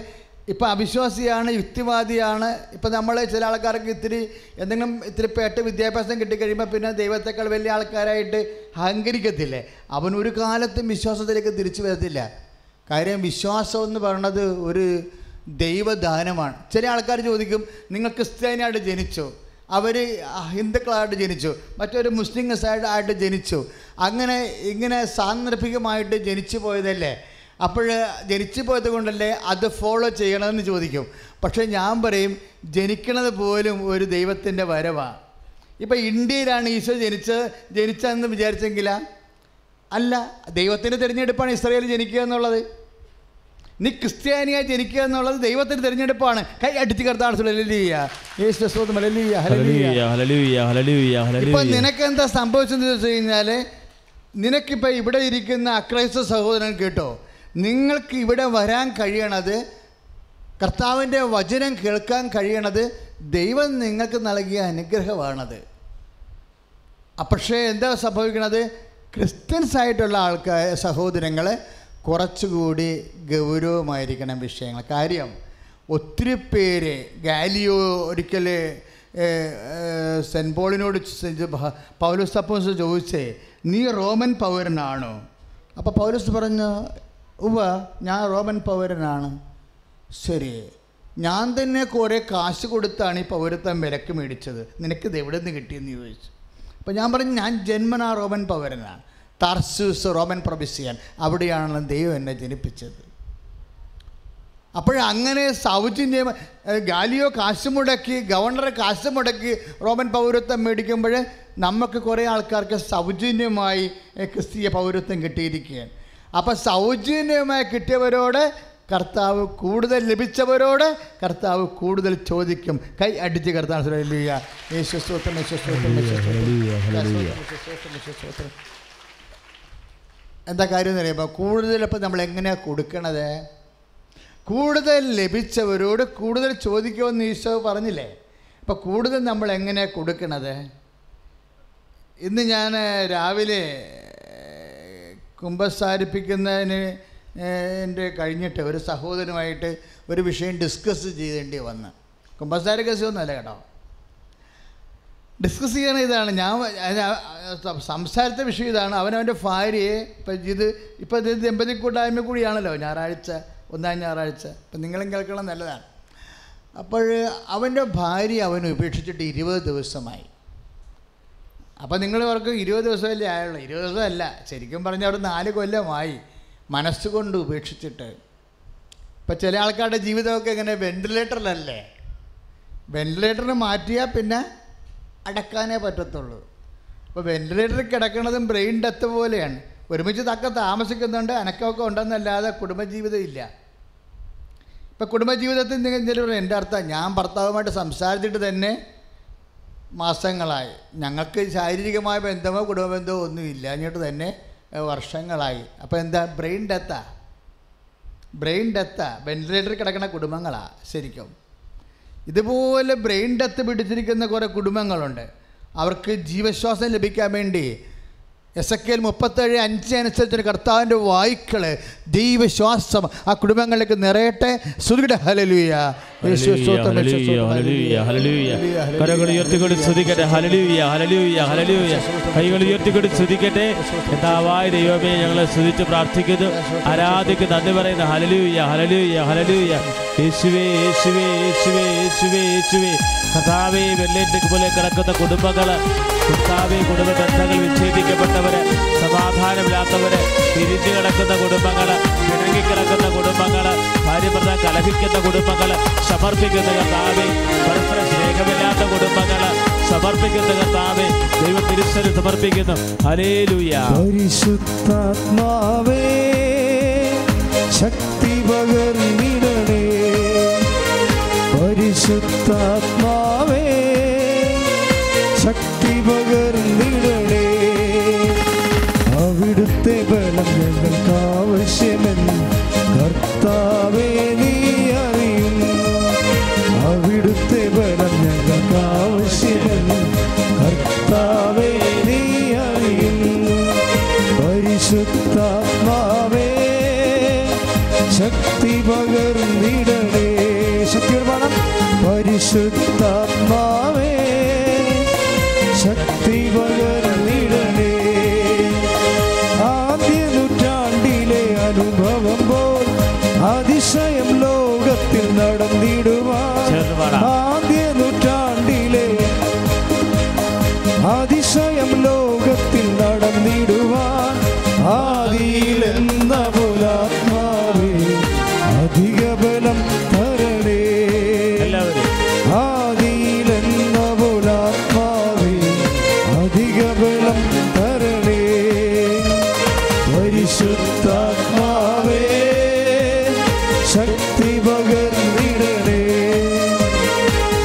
[SPEAKER 3] ഇപ്പം അവിശ്വാസിയാണ് യുക്തിവാദിയാണ് ഇപ്പം നമ്മൾ ചില ആൾക്കാർക്ക് ഇത്തിരി എന്തെങ്കിലും ഇത്തിരി പേട്ട് വിദ്യാഭ്യാസം കിട്ടിക്കഴിയുമ്പോൾ പിന്നെ ദൈവത്തെക്കാൾ വലിയ ആൾക്കാരായിട്ട് അഹങ്കരിക്കത്തില്ലേ അവൻ ഒരു കാലത്തും വിശ്വാസത്തിലേക്ക് തിരിച്ചു വരത്തില്ല കാര്യം വിശ്വാസം എന്ന് പറയുന്നത് ഒരു ദൈവദാനമാണ് ചില ആൾക്കാർ ചോദിക്കും നിങ്ങൾ ക്രിസ്ത്യാനിയായിട്ട് ജനിച്ചു അവർ ഹിന്ദുക്കളായിട്ട് ജനിച്ചു മറ്റൊരു മുസ്ലിം സൈഡ് ആയിട്ട് ജനിച്ചു അങ്ങനെ ഇങ്ങനെ സാന്ദർഭികമായിട്ട് ജനിച്ചു പോയതല്ലേ അപ്പോൾ ജനിച്ചു പോയത് കൊണ്ടല്ലേ അത് ഫോളോ ചെയ്യണമെന്ന് ചോദിക്കും പക്ഷേ ഞാൻ പറയും ജനിക്കണത് പോലും ഒരു ദൈവത്തിൻ്റെ വരവാണ് ഇപ്പം ഇന്ത്യയിലാണ് ഈശോ ജനിച്ച ജനിച്ചതെന്ന് വിചാരിച്ചെങ്കിലാ അല്ല ദൈവത്തിൻ്റെ തിരഞ്ഞെടുപ്പാണ് ഇസ്രായേൽ ജനിക്കുക എന്നുള്ളത് നീ ക്രിസ്ത്യാനിയായി ജനിക്കുക എന്നുള്ളത് ദൈവത്തിൻ്റെ തിരഞ്ഞെടുപ്പാണ് കൈ അടിച്ച് കർത്താണ്
[SPEAKER 2] ഹല്ലേലൂയ, ഹല്ലേലൂയ, ഹല്ലേലൂയ,
[SPEAKER 3] ഇപ്പൊ
[SPEAKER 2] ഹല്ലേലൂയ.
[SPEAKER 3] നിനക്ക് എന്താ സംഭവിച്ചെന്ന് ചോദിച്ചു കഴിഞ്ഞാല് നിനക്കിപ്പോ ഇവിടെ ഇരിക്കുന്ന അക്രൈസ്ത സഹോദരൻ കേട്ടോ നിങ്ങൾക്ക് ഇവിടെ വരാൻ കഴിയണത് കർത്താവിൻ്റെ വചനം കേൾക്കാൻ കഴിയണത് ദൈവം നിങ്ങൾക്ക് നൽകിയ അനുഗ്രഹമാണത് ആ, പക്ഷേ എന്താ സംഭവിക്കണത് ക്രിസ്ത്യൻസ് ആയിട്ടുള്ള ആൾക്കാർ സഹോദരങ്ങൾ കുറച്ചുകൂടി ഗൗരവമായിരിക്കണം വിഷയങ്ങൾ കാര്യം ഒത്തിരി പേര് ഗാലിയോ ഒരിക്കൽ സെൻറ്റ് പോളിനോട് ചെ- ഭ- പൗലോസ് അപ്പോസ് ചോദിച്ചേ നീ റോമൻ പൗരനാണോ അപ്പോൾ പൗലോസ് പറഞ്ഞു ഉവ ഞാൻ റോമൻ പൗരനാണ് ശരി ഞാൻ തന്നെ കുറേ കാശ് കൊടുത്താണ് ഈ പൗരത്വം വിലക്ക് മേടിച്ചത് നിനക്കിത് എവിടെ നിന്ന് കിട്ടിയെന്ന് ചോദിച്ചു അപ്പോൾ ഞാൻ പറഞ്ഞു ഞാൻ ജന്മനാ റോമൻ പൗരനാണ് താർസൂസ് റോമൻ പ്രൊബിസിയൻ അവിടെയാണ് ദൈവം എന്നെ ജനിപ്പിച്ചത് അപ്പോഴങ്ങനെ സൗജന്യം ഏഹ്, ഗാലിയോ കാശ് മുടക്കി ഗവർണർ കാശ് മുടക്കി റോമൻ പൗരത്വം മേടിക്കുമ്പോൾ നമുക്ക് കുറേ ആൾക്കാർക്ക് സൗജന്യമായി ഏഹ്, ക്രിസ്തീയ പൗരത്വം കിട്ടിയിരിക്കുകയാണ് അപ്പം സൗജന്യമായി കിട്ടിയവരോട് കർത്താവ് കൂടുതൽ ലഭിച്ചവരോട് കർത്താവ് കൂടുതൽ ചോദിക്കും കൈ അടിച്ച് കർത്താൻ ശ്രമിക്കുക യേശു സ്തോത്രം യേശു സ്തോത്രം യേശു സ്തോത്രം.
[SPEAKER 2] ഹല്ലേലൂയ, ഹല്ലേലൂയ.
[SPEAKER 3] യേശു സ്തോത്രം യേശു സ്തോത്രം എന്താ കാര്യം എന്ന് പറയുമ്പോൾ കൂടുതലിപ്പോൾ നമ്മൾ എങ്ങനെയാണ് കൊടുക്കണത് കൂടുതൽ ലഭിച്ചവരോട് കൂടുതൽ ചോദിക്കുമെന്ന് ഈശോ പറഞ്ഞില്ലേ അപ്പോൾ കൂടുതൽ നമ്മൾ എങ്ങനെയാണ് കൊടുക്കണത് ഇന്ന് ഞാൻ രാവിലെ ഏഹ്, കുമ്പസാരിപ്പിക്കുന്നതിന് എൻ്റെ കഴിഞ്ഞിട്ട് ഒരു സഹോദരനുമായിട്ട് ഒരു വിഷയം ഡിസ്കസ് ചെയ്യേണ്ടി വന്ന് കുമ്പസാരിക്കസ് ഒന്നല്ല കേട്ടോ ഡിസ്കസ് ചെയ്യണ ഇതാണ് ഞാൻ അത് ആ സംസാരത്തെ വിഷയം ഇതാണ് അവനവൻ്റെ ഭാര്യയെ ഇപ്പം ഇത് ഇപ്പം ഇത് ദമ്പതി കൂട്ടായ്മ കൂടിയാണല്ലോ ഞായറാഴ്ച ഒന്നാം ഞായറാഴ്ച അപ്പം നിങ്ങളും കേൾക്കണം നല്ലതാണ് അപ്പോൾ അവൻ്റെ ഭാര്യ അവനെ ഉപേക്ഷിച്ചിട്ട് ഇരുപത് ദിവസമായി അപ്പം നിങ്ങൾ അവർക്ക് ഇരുപത് ദിവസമല്ലേ ആയുള്ളൂ ഇരുപത് ദിവസമല്ല ശരിക്കും പറഞ്ഞാൽ അവിടെ നാല് കൊല്ലമായി മനസ്സുകൊണ്ട് ഉപേക്ഷിച്ചിട്ട് ഇപ്പം ചില ആൾക്കാരുടെ ജീവിതമൊക്കെ ഇങ്ങനെ വെന്റിലേറ്ററിലല്ലേ വെന്റിലേറ്റർ മാറ്റിയാൽ പിന്നെ അടക്കാനേ പറ്റത്തുള്ളൂ അപ്പോൾ വെന്റിലേറ്ററിൽ കിടക്കുന്നതും ബ്രെയിൻ ഡെത്ത് പോലെയാണ് ഒരുമിച്ച് തക്ക താമസിക്കുന്നുണ്ട് അനക്കമൊക്കെ ഉണ്ടെന്നല്ലാതെ കുടുംബജീവിതം ഇല്ല ഇപ്പം കുടുംബജീവിതത്തിൽ നിങ്ങൾ എന്തെങ്കിലും പറയും, എൻ്റെ അർത്ഥം ഞാൻ ഭർത്താവുമായിട്ട് സംസാരിച്ചിട്ട് തന്നെ മാസങ്ങളായി ഞങ്ങൾക്ക് ശാരീരികമായ ബന്ധമോ കുടുംബ ബന്ധമോ ഒന്നും ഇല്ലാഞ്ഞിട്ട് തന്നെ ഏ, വർഷങ്ങളായി അപ്പോൾ എന്താ ബ്രെയിൻ ഡെത്താ ബ്രെയിൻ ഡെത്താ വെന്റിലേറ്ററിൽ കിടക്കുന്ന കുടുംബങ്ങളാണ് ശരിക്കും ഇതുപോലെ ബ്രെയിൻ ഡെത്ത് പിടിച്ചിരിക്കുന്ന കുറേ കുടുംബങ്ങളുണ്ട് അവർക്ക് ജീവശ്വാസം ലഭിക്കാൻ വേണ്ടി എസ് എ കെൽ മുപ്പത്തേഴ് അഞ്ച് അനുസരിച്ചൊരു കർത്താവിൻ്റെ വായ്ക്കൾ ദൈവശ്വാസം ആ കുടുംബങ്ങളിലേക്ക് നിറയട്ടെ സുധിയുടെ ഹലലുയ
[SPEAKER 2] കരകൾ ഉയർത്തിക്കൊണ്ട് ശ്രദ്ധിക്കട്ടെ ഹലലൂയ ഹലലൂയ ഹലലൂയ കൈകൾ ഉയർത്തിക്കൊണ്ട് ശ്രദ്ധിക്കട്ടെ കഥാവായ ദൈവമേ ഞങ്ങളെ സ്തുതിച്ച് പ്രാർത്ഥിക്കുന്നു ആരാധിക്ക് നന്ദി പറയുന്നു ഹലലൂയ ഹലലൂയ ഹലലൂയ യേശുവേ യേശുവേ യേശുവേ യേശുവേ യേശുവേ കഥാവേ വെള്ളേറ്റക്ക് പോലെ കിടക്കുന്ന കുടുംബങ്ങള് കർത്താവേ കുടുംബ ബന്ധങ്ങൾ വിച്ഛേദിക്കപ്പെട്ടവര് സമാധാനമില്ലാത്തവര് തിരിഞ്ഞു കിടക്കുന്ന കുടുംബങ്ങള് ഇണങ്ങിക്കിടക്കുന്ന കുടുംബങ്ങള് ഭാര്യപ്രദ കലഹിക്കുന്ന കുടുംബങ്ങള് സമർപ്പിക്കുന്ന കർത്താവേ പരസ്പര സ്നേഹമില്ലാത്ത കുടുംബങ്ങള് സമർപ്പിക്കുന്ന കർത്താവേ ദൈവ തിരുസന് സമർപ്പിക്കുന്നു ഹലേലുയ
[SPEAKER 1] പരിശുദ്ധാത്മാവേ ശക്തി പകർന്നിടണേ പരിശുദ്ധാത്മാവേ ശക്തി പകർന്നിടണേ അവിടുത്തെ ബലം ഞങ്ങൾക്ക് ആവശ്യമെന്ന് കർത്താവേ നീ അറിയും അവിടുത്തെ ബലം ഞങ്ങൾക്ക് ആവശ്യമെന്ന് കർത്താവേ നീ അറിയുന്നു പരിശുദ്ധാത്മാവേ ശക്തി പകർന്നിടണേ ശക്തി പണം പരിശുദ്ധാത്മാവേ ശക്തി പകർന്നിടണേ ആദ്യ നൂറ്റാണ്ടിലെ അനുഭവം പോൽ അതിശയം ലോകത്തിൽ നടന്നിടുവാൻ
[SPEAKER 2] ചേർന്ന് പാടാം.
[SPEAKER 1] ആദ്യ നൂറ്റാണ്ടിലെ അതിശയം ലോകത്തിൽ നടന്നിടുവാൻ ആദിയിലെന്ന പോലാത്മാവേ അധിക ബലം തരണേ
[SPEAKER 2] എല്ലാവരും
[SPEAKER 1] ആദിയിലെന്ന പോലാത്മാവേ അധിക ബലം തരണേ പരിശുദ്ധാത്മാവേ ശക്തി പകർന്നിടണേ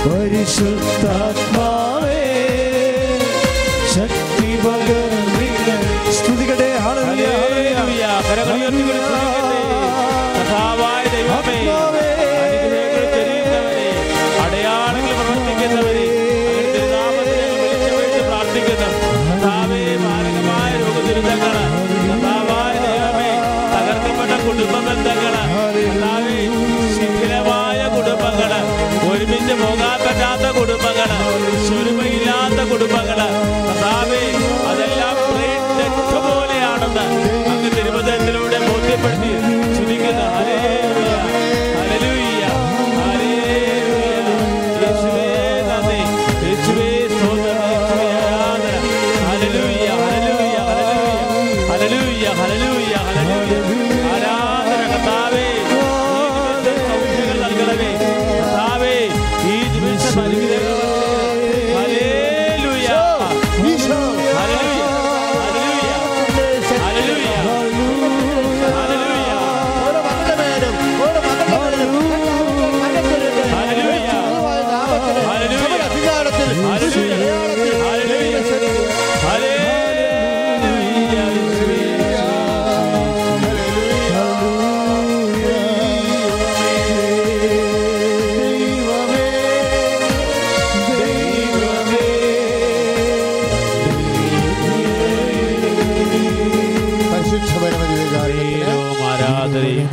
[SPEAKER 1] പരിശുദ്ധാത്മാവേ ശക്തി പകർന്നിടണേ സ്തുതികട്ടെ ആളുകളെ
[SPEAKER 2] ഹല്ലേലൂയ. കര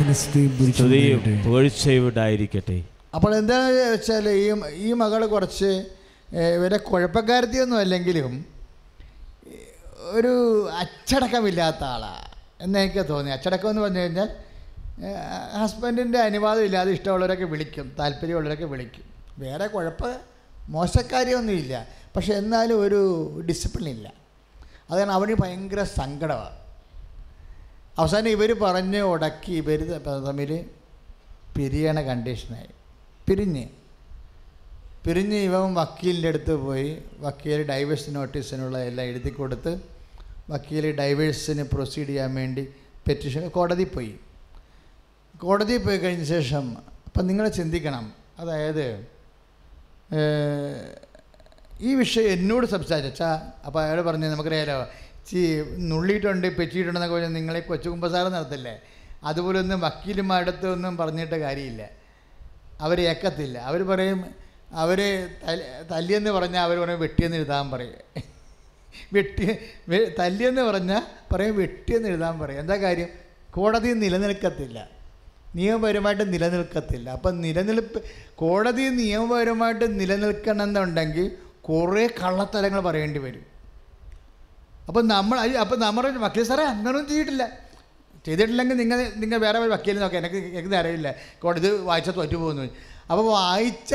[SPEAKER 1] മനസ്സത്തെയും
[SPEAKER 2] സ്തുതിയും
[SPEAKER 1] പുരിച്ചു
[SPEAKER 2] പുകഴ്ചയും ഉണ്ടായിരിക്കട്ടെ
[SPEAKER 3] അപ്പോൾ എന്താണെന്ന് വെച്ചാൽ ഈ ഈ മകൾ കുറച്ച് ഏഹ്, ഇവരെ കുഴപ്പക്കാരത്തിയൊന്നും അല്ലെങ്കിലും ഏഹ്, ഒരു അച്ചടക്കമില്ലാത്ത ആളാണ് എന്ന് എനിക്ക് തോന്നി അച്ചടക്കം എന്ന് പറഞ്ഞു കഴിഞ്ഞാൽ ഹസ്ബൻഡിൻ്റെ അനുവാദം ഇല്ലാതെ ഇഷ്ടമുള്ളവരൊക്കെ വിളിക്കും താല്പര്യമുള്ളവരൊക്കെ വിളിക്കും വേറെ കുഴപ്പ മോശക്കാരിയൊന്നുമില്ല പക്ഷെ എന്നാലും ഒരു ഡിസിപ്ലിൻ ഇല്ല അതാണ് അവന് ഭയങ്കര സങ്കടമാണ് അവസാനം ഇവർ പറഞ്ഞ് ഉടക്കി ഇവർ തമ്മിൽ പിരിയണ കണ്ടീഷനായി പിരിഞ്ഞ് പിരിഞ്ഞ് ഇവൻ വക്കീലിൻ്റെ അടുത്ത് പോയി വക്കീൽ ഡൈവേഴ്സ് നോട്ടീസിനുള്ള എല്ലാം എഴുതി കൊടുത്ത് വക്കീൽ ഡൈവേഴ്സിന് പ്രൊസീഡ് ചെയ്യാൻ വേണ്ടി പെറ്റീഷൻ കോടതി പോയി കോടതി പോയി കഴിഞ്ഞ ശേഷം അപ്പം നിങ്ങൾ ചിന്തിക്കണം അതായത് ഏഹ്, ഈ വിഷയം എന്നോട് സംസാരിച്ച അപ്പോൾ അയാൾ പറഞ്ഞു നമുക്കറിയാലോ ചീ നുള്ളിയിട്ടുണ്ട് പെച്ചിട്ടുണ്ടെന്നൊക്കെ പറഞ്ഞാൽ നിങ്ങളെ കൊച്ചുകുമ്പസാരം നടത്തില്ലേ അതുപോലെ ഒന്നും വക്കീലുമാരുടെ ഒന്നും പറഞ്ഞിട്ട് കാര്യമില്ല അവർ ഏക്കത്തില്ല അവർ പറയും അവർ തല്ലിയെന്ന് പറഞ്ഞാൽ അവർ പറയും വെട്ടിയെന്ന് എഴുതാൻ പറയും വെട്ടി വെ- തല്ലിയെന്ന് പറഞ്ഞാൽ പറയും വെട്ടിയെന്ന് എഴുതാൻ പറയും എന്താ കാര്യം കോടതി നിലനിൽക്കത്തില്ല നിയമപരമായിട്ട് നിലനിൽക്കത്തില്ല അപ്പം നിലനിൽപ്പ് കോടതി നിയമപരമായിട്ട് നിലനിൽക്കണം എന്നുണ്ടെങ്കിൽ കുറേ കള്ളത്തരങ്ങൾ പറയേണ്ടി വരും അപ്പം നമ്മൾ അയ്യ, അപ്പം നമ്മുടെ വക്കീൽ സാറേ അങ്ങനൊന്നും ചെയ്തിട്ടില്ല ചെയ്തിട്ടില്ലെങ്കിൽ നിങ്ങൾ നിങ്ങൾ വേറെ ഒരു വക്കീലിനെ നോക്കാം എനിക്ക് എനിക്ക് അറിയില്ല കോടതി വായിച്ചാൽ തോറ്റുപോകുന്നു അപ്പോൾ വായിച്ച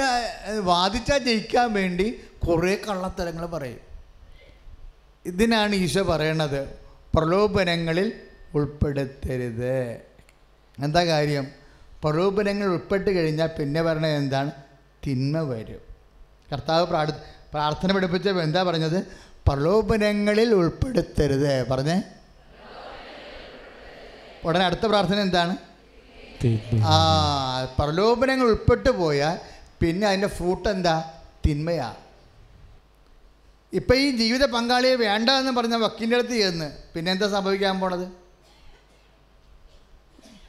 [SPEAKER 3] വാദിച്ചാൽ ജയിക്കാൻ വേണ്ടി കുറേ കള്ളത്തരങ്ങൾ പറയും ഇതിനാണ് ഈശോ പറയണത് പ്രലോഭനങ്ങളിൽ ഉൾപ്പെടുത്തരുത് എന്താ കാര്യം പ്രലോഭനങ്ങൾ ഉൾപ്പെട്ട് കഴിഞ്ഞാൽ പിന്നെ പറഞ്ഞത് എന്താണ് തിന്മ വരും കർത്താവ് പ്രാർ പ്രാർത്ഥന പഠിപ്പിച്ച എന്താ പറഞ്ഞത് പ്രലോഭനങ്ങളിൽ ഉൾപ്പെടുത്തരുത് പറഞ്ഞേ ഉടനെ അടുത്ത പ്രാർത്ഥന എന്താണ് ആ പ്രലോഭനങ്ങൾ ഉൾപ്പെട്ട് പോയാൽ പിന്നെ അതിൻ്റെ ഫ്രൂട്ട് എന്താ തിന്മയാണ് ഇപ്പം ഈ ജീവിത പങ്കാളിയെ വേണ്ട എന്ന് പറഞ്ഞ വക്കീലിൻ്റെ അടുത്ത് ചെന്ന് പിന്നെ എന്താ സംഭവിക്കാൻ പോണത്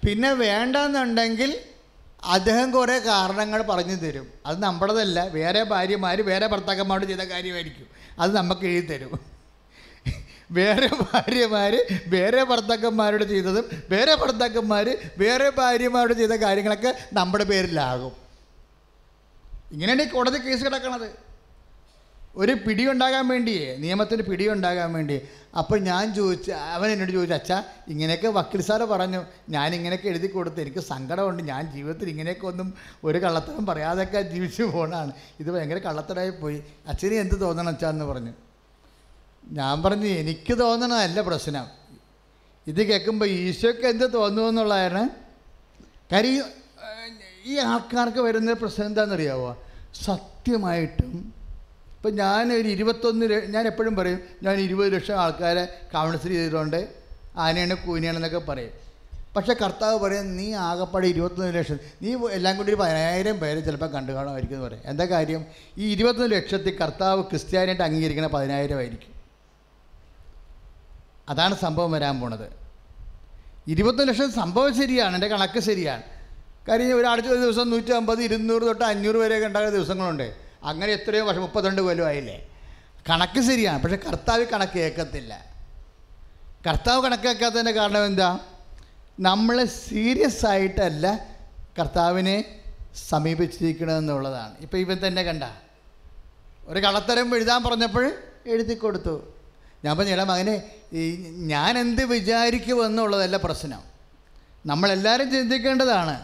[SPEAKER 3] പിന്നെ വേണ്ടെന്നുണ്ടെങ്കിൽ അദ്ദേഹം കുറേ കാരണങ്ങൾ പറഞ്ഞു തരും അത് നമ്മുടേതല്ല വേറെ ഭാര്യമാർ വേറെ ഭർത്താക്കന്മാരോട് ചെയ്ത കാര്യമായിരിക്കും അത് നമുക്ക് എഴുതി തരും വേറെ ഭാര്യമാർ വേറെ ഭർത്താക്കന്മാരോട് ചെയ്തതും വേറെ ഭർത്താക്കന്മാർ വേറെ ഭാര്യമാരോട് ചെയ്ത കാര്യങ്ങളൊക്കെ നമ്മുടെ പേരിലാകും ഇങ്ങനെയാണ് ഈ കോടതി കേസ് കിടക്കണത് ഒരു പിടിയുണ്ടാകാൻ വേണ്ടിയേ നിയമത്തിന് പിടിയുണ്ടാകാൻ വേണ്ടി അപ്പോൾ ഞാൻ ചോദിച്ചു അവൻ എന്നോട് ചോദിച്ചു അച്ഛാ ഇങ്ങനെയൊക്കെ വക്കീൽ സാറ് പറഞ്ഞു ഞാൻ ഇങ്ങനെയൊക്കെ എഴുതി കൊടുത്ത് എനിക്ക് സങ്കടമുണ്ട് ഞാൻ ജീവിതത്തിൽ ഇങ്ങനെയൊക്കെ ഒന്നും ഒരു കള്ളത്തരം പറയാതൊക്കെ ജീവിച്ചു പോണാണ് ഇത് ഭയങ്കര കള്ളത്തരമായി പോയി അച്ഛന് എന്ത് തോന്നണം അച്ഛാ എന്ന് പറഞ്ഞു ഞാൻ പറഞ്ഞു എനിക്ക് തോന്നണതല്ല പ്രശ്നം ഇത് കേൾക്കുമ്പോൾ ഈശോയ്ക്ക് എന്ത് തോന്നുമെന്നുള്ളതാണ് കാര്യം ഈ- ഈ ആൾക്കാർക്ക് വരുന്ന പ്രശ്നം എന്താണെന്നറിയാവോ സത്യമായിട്ടും ഇപ്പം ഞാനൊരു ഇരുപത്തൊന്ന് ല- ഞാൻ എപ്പോഴും പറയും ഞാൻ ഇരുപത് ലക്ഷം ആൾക്കാരെ കൗൺസിൽ ചെയ്തിട്ടുണ്ട് ആനയാണ് കൂനയാണെന്നൊക്കെ പറയും പക്ഷേ കർത്താവ് പറയും നീ ആകപ്പാടെ ഇരുപത്തൊന്ന് ലക്ഷം നീ എല്ലാം കൂടി ഒരു പതിനായിരം പേര് ചിലപ്പോൾ കണ്ടു കാണുമായിരിക്കും എന്ന് പറയും എന്താ കാര്യം ഈ ഇരുപത്തൊന്ന് ലക്ഷത്തിൽ കർത്താവ് ക്രിസ്ത്യാനിയായിട്ട് അംഗീകരിക്കുന്ന പതിനായിരം ആയിരിക്കും അതാണ് സംഭവം വരാൻ പോണത് ഇരുപത്തൊന്ന് ലക്ഷം സംഭവം ശരിയാണ് എൻ്റെ കണക്ക് ശരിയാണ് കാര്യം ഒരാഴ്ച ഒരു ദിവസം നൂറ്റി അമ്പത് ഇരുന്നൂറ് തൊട്ട് അഞ്ഞൂറ് വരെയൊക്കെ ഉണ്ടാകുന്ന ദിവസങ്ങളുണ്ട് അങ്ങനെ എത്രയോ വർഷം മുപ്പത്തിരണ്ട് കൊല്ലം ആയില്ലേ കണക്ക് ശരിയാണ് പക്ഷെ കർത്താവ് കണക്ക് കേൾക്കത്തില്ല കർത്താവ് കണക്കാക്കാത്തതിൻ്റെ കാരണം എന്താ നമ്മൾ സീരിയസ് ആയിട്ടല്ല കർത്താവിനെ സമീപിച്ചിരിക്കണമെന്നുള്ളതാണ് ഇപ്പോൾ ഇവൻ തന്നെ കണ്ട ഒരു കള്ളത്തരം എഴുതാൻ പറഞ്ഞപ്പോൾ എഴുതി കൊടുത്തു ഞാൻ പറഞ്ഞ ഇള മകനെ ഈ ഞാൻ എന്ത് വിചാരിക്കുമെന്നുള്ളതല്ല പ്രശ്നം നമ്മളെല്ലാവരും ചിന്തിക്കേണ്ടതാണ്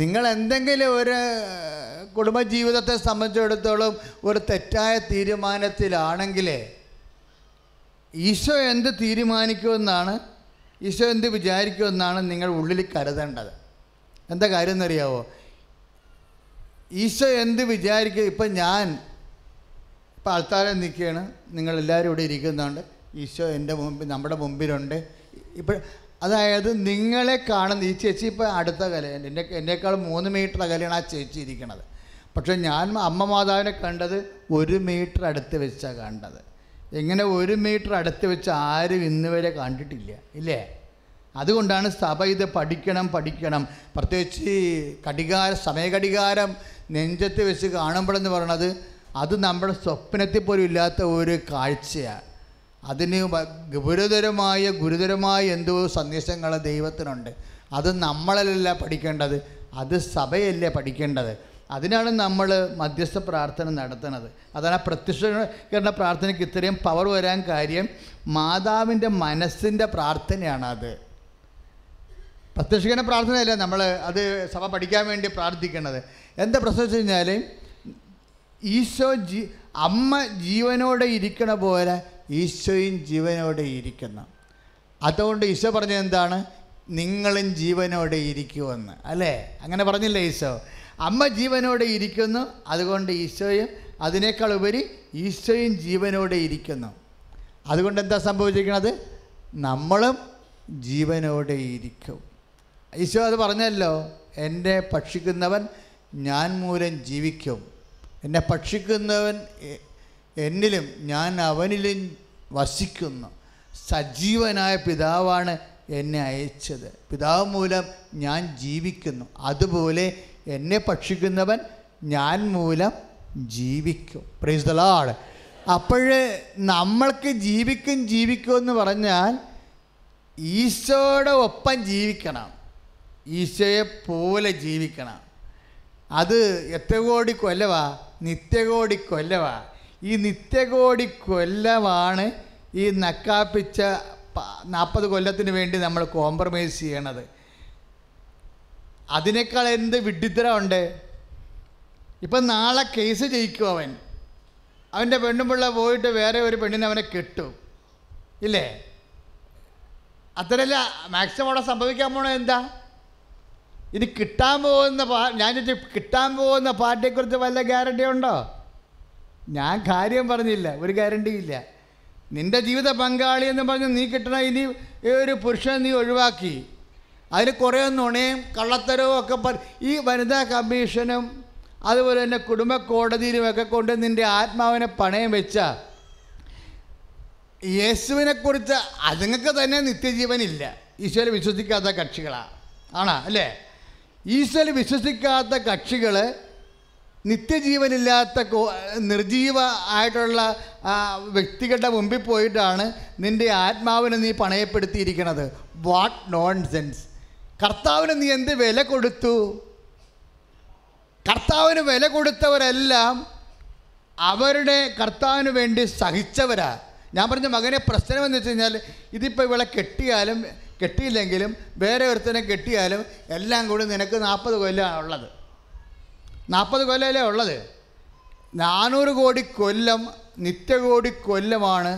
[SPEAKER 3] നിങ്ങൾ എന്തെങ്കിലും ഒരു ഏഹ്, കുടുംബജീവിതത്തെ സംബന്ധിച്ചിടത്തോളം ഒരു തെറ്റായ തീരുമാനത്തിലാണെങ്കിൽ ഈശോ എന്ത് തീരുമാനിക്കുമെന്നാണ് ഈശോ എന്ത് വിചാരിക്കുമെന്നാണ് നിങ്ങൾ ഉള്ളിൽ കരുതേണ്ടത് എന്താ കാര്യം എന്നറിയാവോ ഈശോ എന്ത് വിചാരിക്കും ഇപ്പം ഞാൻ ഇപ്പം ആൾക്കാരെ നിൽക്കുകയാണ് നിങ്ങളെല്ലാവരും ഇവിടെ ഇരിക്കുന്നുണ്ട് ഈശോ എൻ്റെ മുമ്പിൽ നമ്മുടെ മുമ്പിലുണ്ട് ഇപ്പോൾ അതായത് നിങ്ങളെ കാണുന്ന ഈ ചേച്ചി ഇപ്പോൾ അടുത്ത കല എൻ്റെ എന്നേക്കാൾ മൂന്ന് മീറ്റർ അകലെയാണ് ആ ചേച്ചി ഇരിക്കണത് പക്ഷേ ഞാൻ അമ്മ മാതാവിനെ കണ്ടത് ഒരു മീറ്റർ അടുത്ത് വെച്ചാണ് കണ്ടത് ഇങ്ങനെ ഒരു മീറ്റർ അടുത്ത് വെച്ച് ആരും ഇന്ന് വരെ കണ്ടിട്ടില്ല ഇല്ലേ അതുകൊണ്ടാണ് സഭ ഇത് പഠിക്കണം പഠിക്കണം പ്രത്യേകിച്ച് ഈ കടികാര സമയഘടികാരം നെഞ്ചത്ത് വെച്ച് കാണുമ്പോഴെന്ന് പറയണത് അത് നമ്മുടെ സ്വപ്നത്തിൽ പോലും ഇല്ലാത്ത ഒരു കാഴ്ചയാണ് അതിന് വ- ഗുരുതരമായ ഗുരുതരമായ എന്തോ സന്ദേശങ്ങൾ ദൈവത്തിനുണ്ട് അത് നമ്മളല്ല പഠിക്കേണ്ടത് അത് സഭയല്ലേ പഠിക്കേണ്ടത് അതിനാണ് നമ്മൾ മധ്യസ്ഥ പ്രാർത്ഥന നടത്തുന്നത് അതാണ് ആ പ്രത്യക്ഷീകരണ പ്രാർത്ഥനയ്ക്ക് ഇത്രയും പവർ വരാൻ കാര്യം മാതാവിൻ്റെ മനസ്സിൻ്റെ പ്രാർത്ഥനയാണത് പ്രത്യക്ഷീകരണ പ്രാർത്ഥനയല്ല നമ്മൾ അത് സഭ പഠിക്കാൻ വേണ്ടി പ്രാർത്ഥിക്കുന്നത് എന്താ പ്രശ്നം വെച്ച് കഴിഞ്ഞാൽ ഈശോ ജീ അമ്മ ജീവനോടെ ഇരിക്കണ പോലെ ഈശോയും ജീവനോടെ ഇരിക്കുന്നു അതുകൊണ്ട് ഈശോ പറഞ്ഞത് എന്താണ് നിങ്ങളും ജീവനോടെ ഇരിക്കുമെന്ന് അല്ലേ അങ്ങനെ പറഞ്ഞില്ലേ ഈശോ അമ്മ ജീവനോടെ ഇരിക്കുന്നു അതുകൊണ്ട് ഈശോയും അതിനേക്കാൾ ഉപരി ഈശോയും ജീവനോടെ ഇരിക്കുന്നു അതുകൊണ്ട് എന്താ സംഭവിച്ചിരിക്കുന്നത് നമ്മളും ജീവനോടെ ഇരിക്കും ഈശോ അത് പറഞ്ഞല്ലോ എന്നെ ഭക്ഷിക്കുന്നവൻ ഞാൻ മൂലം ജീവിക്കും എന്നെ ഭക്ഷിക്കുന്നവൻ എ- എന്നിലും ഞാൻ അവനിലും വസിക്കുന്നു സജീവനായ പിതാവാണ് എന്നെ അയച്ചത് പിതാവ് മൂലം ഞാൻ ജീവിക്കുന്നു അതുപോലെ എന്നെ ഭക്ഷിക്കുന്നവൻ ഞാൻ മൂലം ജീവിക്കും പ്രൈസ് ദ ലോർഡ് അപ്പോഴ് നമ്മൾക്ക് ജീവിക്കും ജീവിക്കും എന്ന് പറഞ്ഞാൽ ഈശോയുടെ ഒപ്പം ജീവിക്കണം ഈശോയെ പോലെ ജീവിക്കണം അത് എത്രകോടി കൊല്ലവാ നിത്യകോടി കൊല്ലവാ ഈ നിത്യകോടി കൊല്ലമാണ് ഈ നക്കാപ്പിച്ച നാൽപ്പത് കൊല്ലത്തിന് വേണ്ടി നമ്മൾ കോംപ്രമൈസ് ചെയ്യണത് അതിനേക്കാൾ എന്ത് വിഡ്ഢിത്തരമുണ്ട് ഇപ്പം നാളെ കേസ് ജയിക്കും അവൻ അവൻ്റെ പെണ്ണുപിള്ള പോയിട്ട് വേറെ ഒരു പെണ്ണിനെ അവനെ കെട്ടും ഇല്ലേ അത്രയല്ല മാക്സിമം അവിടെ സംഭവിക്കാൻ പോണത് എന്താ ഇനി കിട്ടാൻ പോകുന്ന പാ ഞാൻ ചോദിച്ചു, കിട്ടാൻ പോകുന്ന പാർട്ടിയെക്കുറിച്ച് വല്ല ഗ്യാരണ്ടി ഉണ്ടോ ഞാൻ കാര്യം പറഞ്ഞില്ല ഒരു ഗ്യാരണ്ടിയില്ല നിന്റെ ജീവിത പങ്കാളി എന്ന് പറഞ്ഞ് നീ കിട്ടണ ഇനി ഈ ഒരു പുരുഷൻ നീ ഒഴിവാക്കി അതിന് കുറേ നുണയും കള്ളത്തരവും ഒക്കെ പറ- ഈ വനിതാ കമ്മീഷനും അതുപോലെ തന്നെ കുടുംബ കോടതിയിലുമൊക്കെ കൊണ്ട് നിന്റെ ആത്മാവിനെ പണയം വെച്ച യേശുവിനെക്കുറിച്ച് അതുങ്ങൾക്ക് തന്നെ നിത്യജീവനില്ല ഈശോയിൽ വിശ്വസിക്കാത്ത കക്ഷികളാണ് ആണാ അല്ലേ ഈശോയിൽ വിശ്വസിക്കാത്ത കക്ഷികൾ നിത്യജീവനില്ലാത്ത കോ- നിർജീവ ആയിട്ടുള്ള ആ, വ്യക്തികളുടെ മുമ്പിൽ പോയിട്ടാണ് നിൻ്റെ ആത്മാവിനെ നീ പണയപ്പെടുത്തിയിരിക്കുന്നത് വാട്ട് നോൺ സെൻസ് കർത്താവിന് നീ എന്ത് വില കൊടുത്തു കർത്താവിന് വില കൊടുത്തവരെല്ലാം അവരുടെ കർത്താവിന് വേണ്ടി സഹിച്ചവരാ ഞാൻ പറഞ്ഞ മകനെ പ്രശ്നമെന്ന് വെച്ച് കഴിഞ്ഞാൽ ഇതിപ്പോൾ ഇവളെ കെട്ടിയാലും കെട്ടിയില്ലെങ്കിലും വേറെ ഒരുത്തനെ കെട്ടിയാലും എല്ലാം കൂടി നിനക്ക് നാൽപ്പത് കൊല്ലമാണ് ഉള്ളത് നാൽപ്പത് കൊല്ലമല്ലേ ഉള്ളത് നാനൂറ് കോടി കൊല്ലം നിത്യകോടി കൊല്ലമാണ്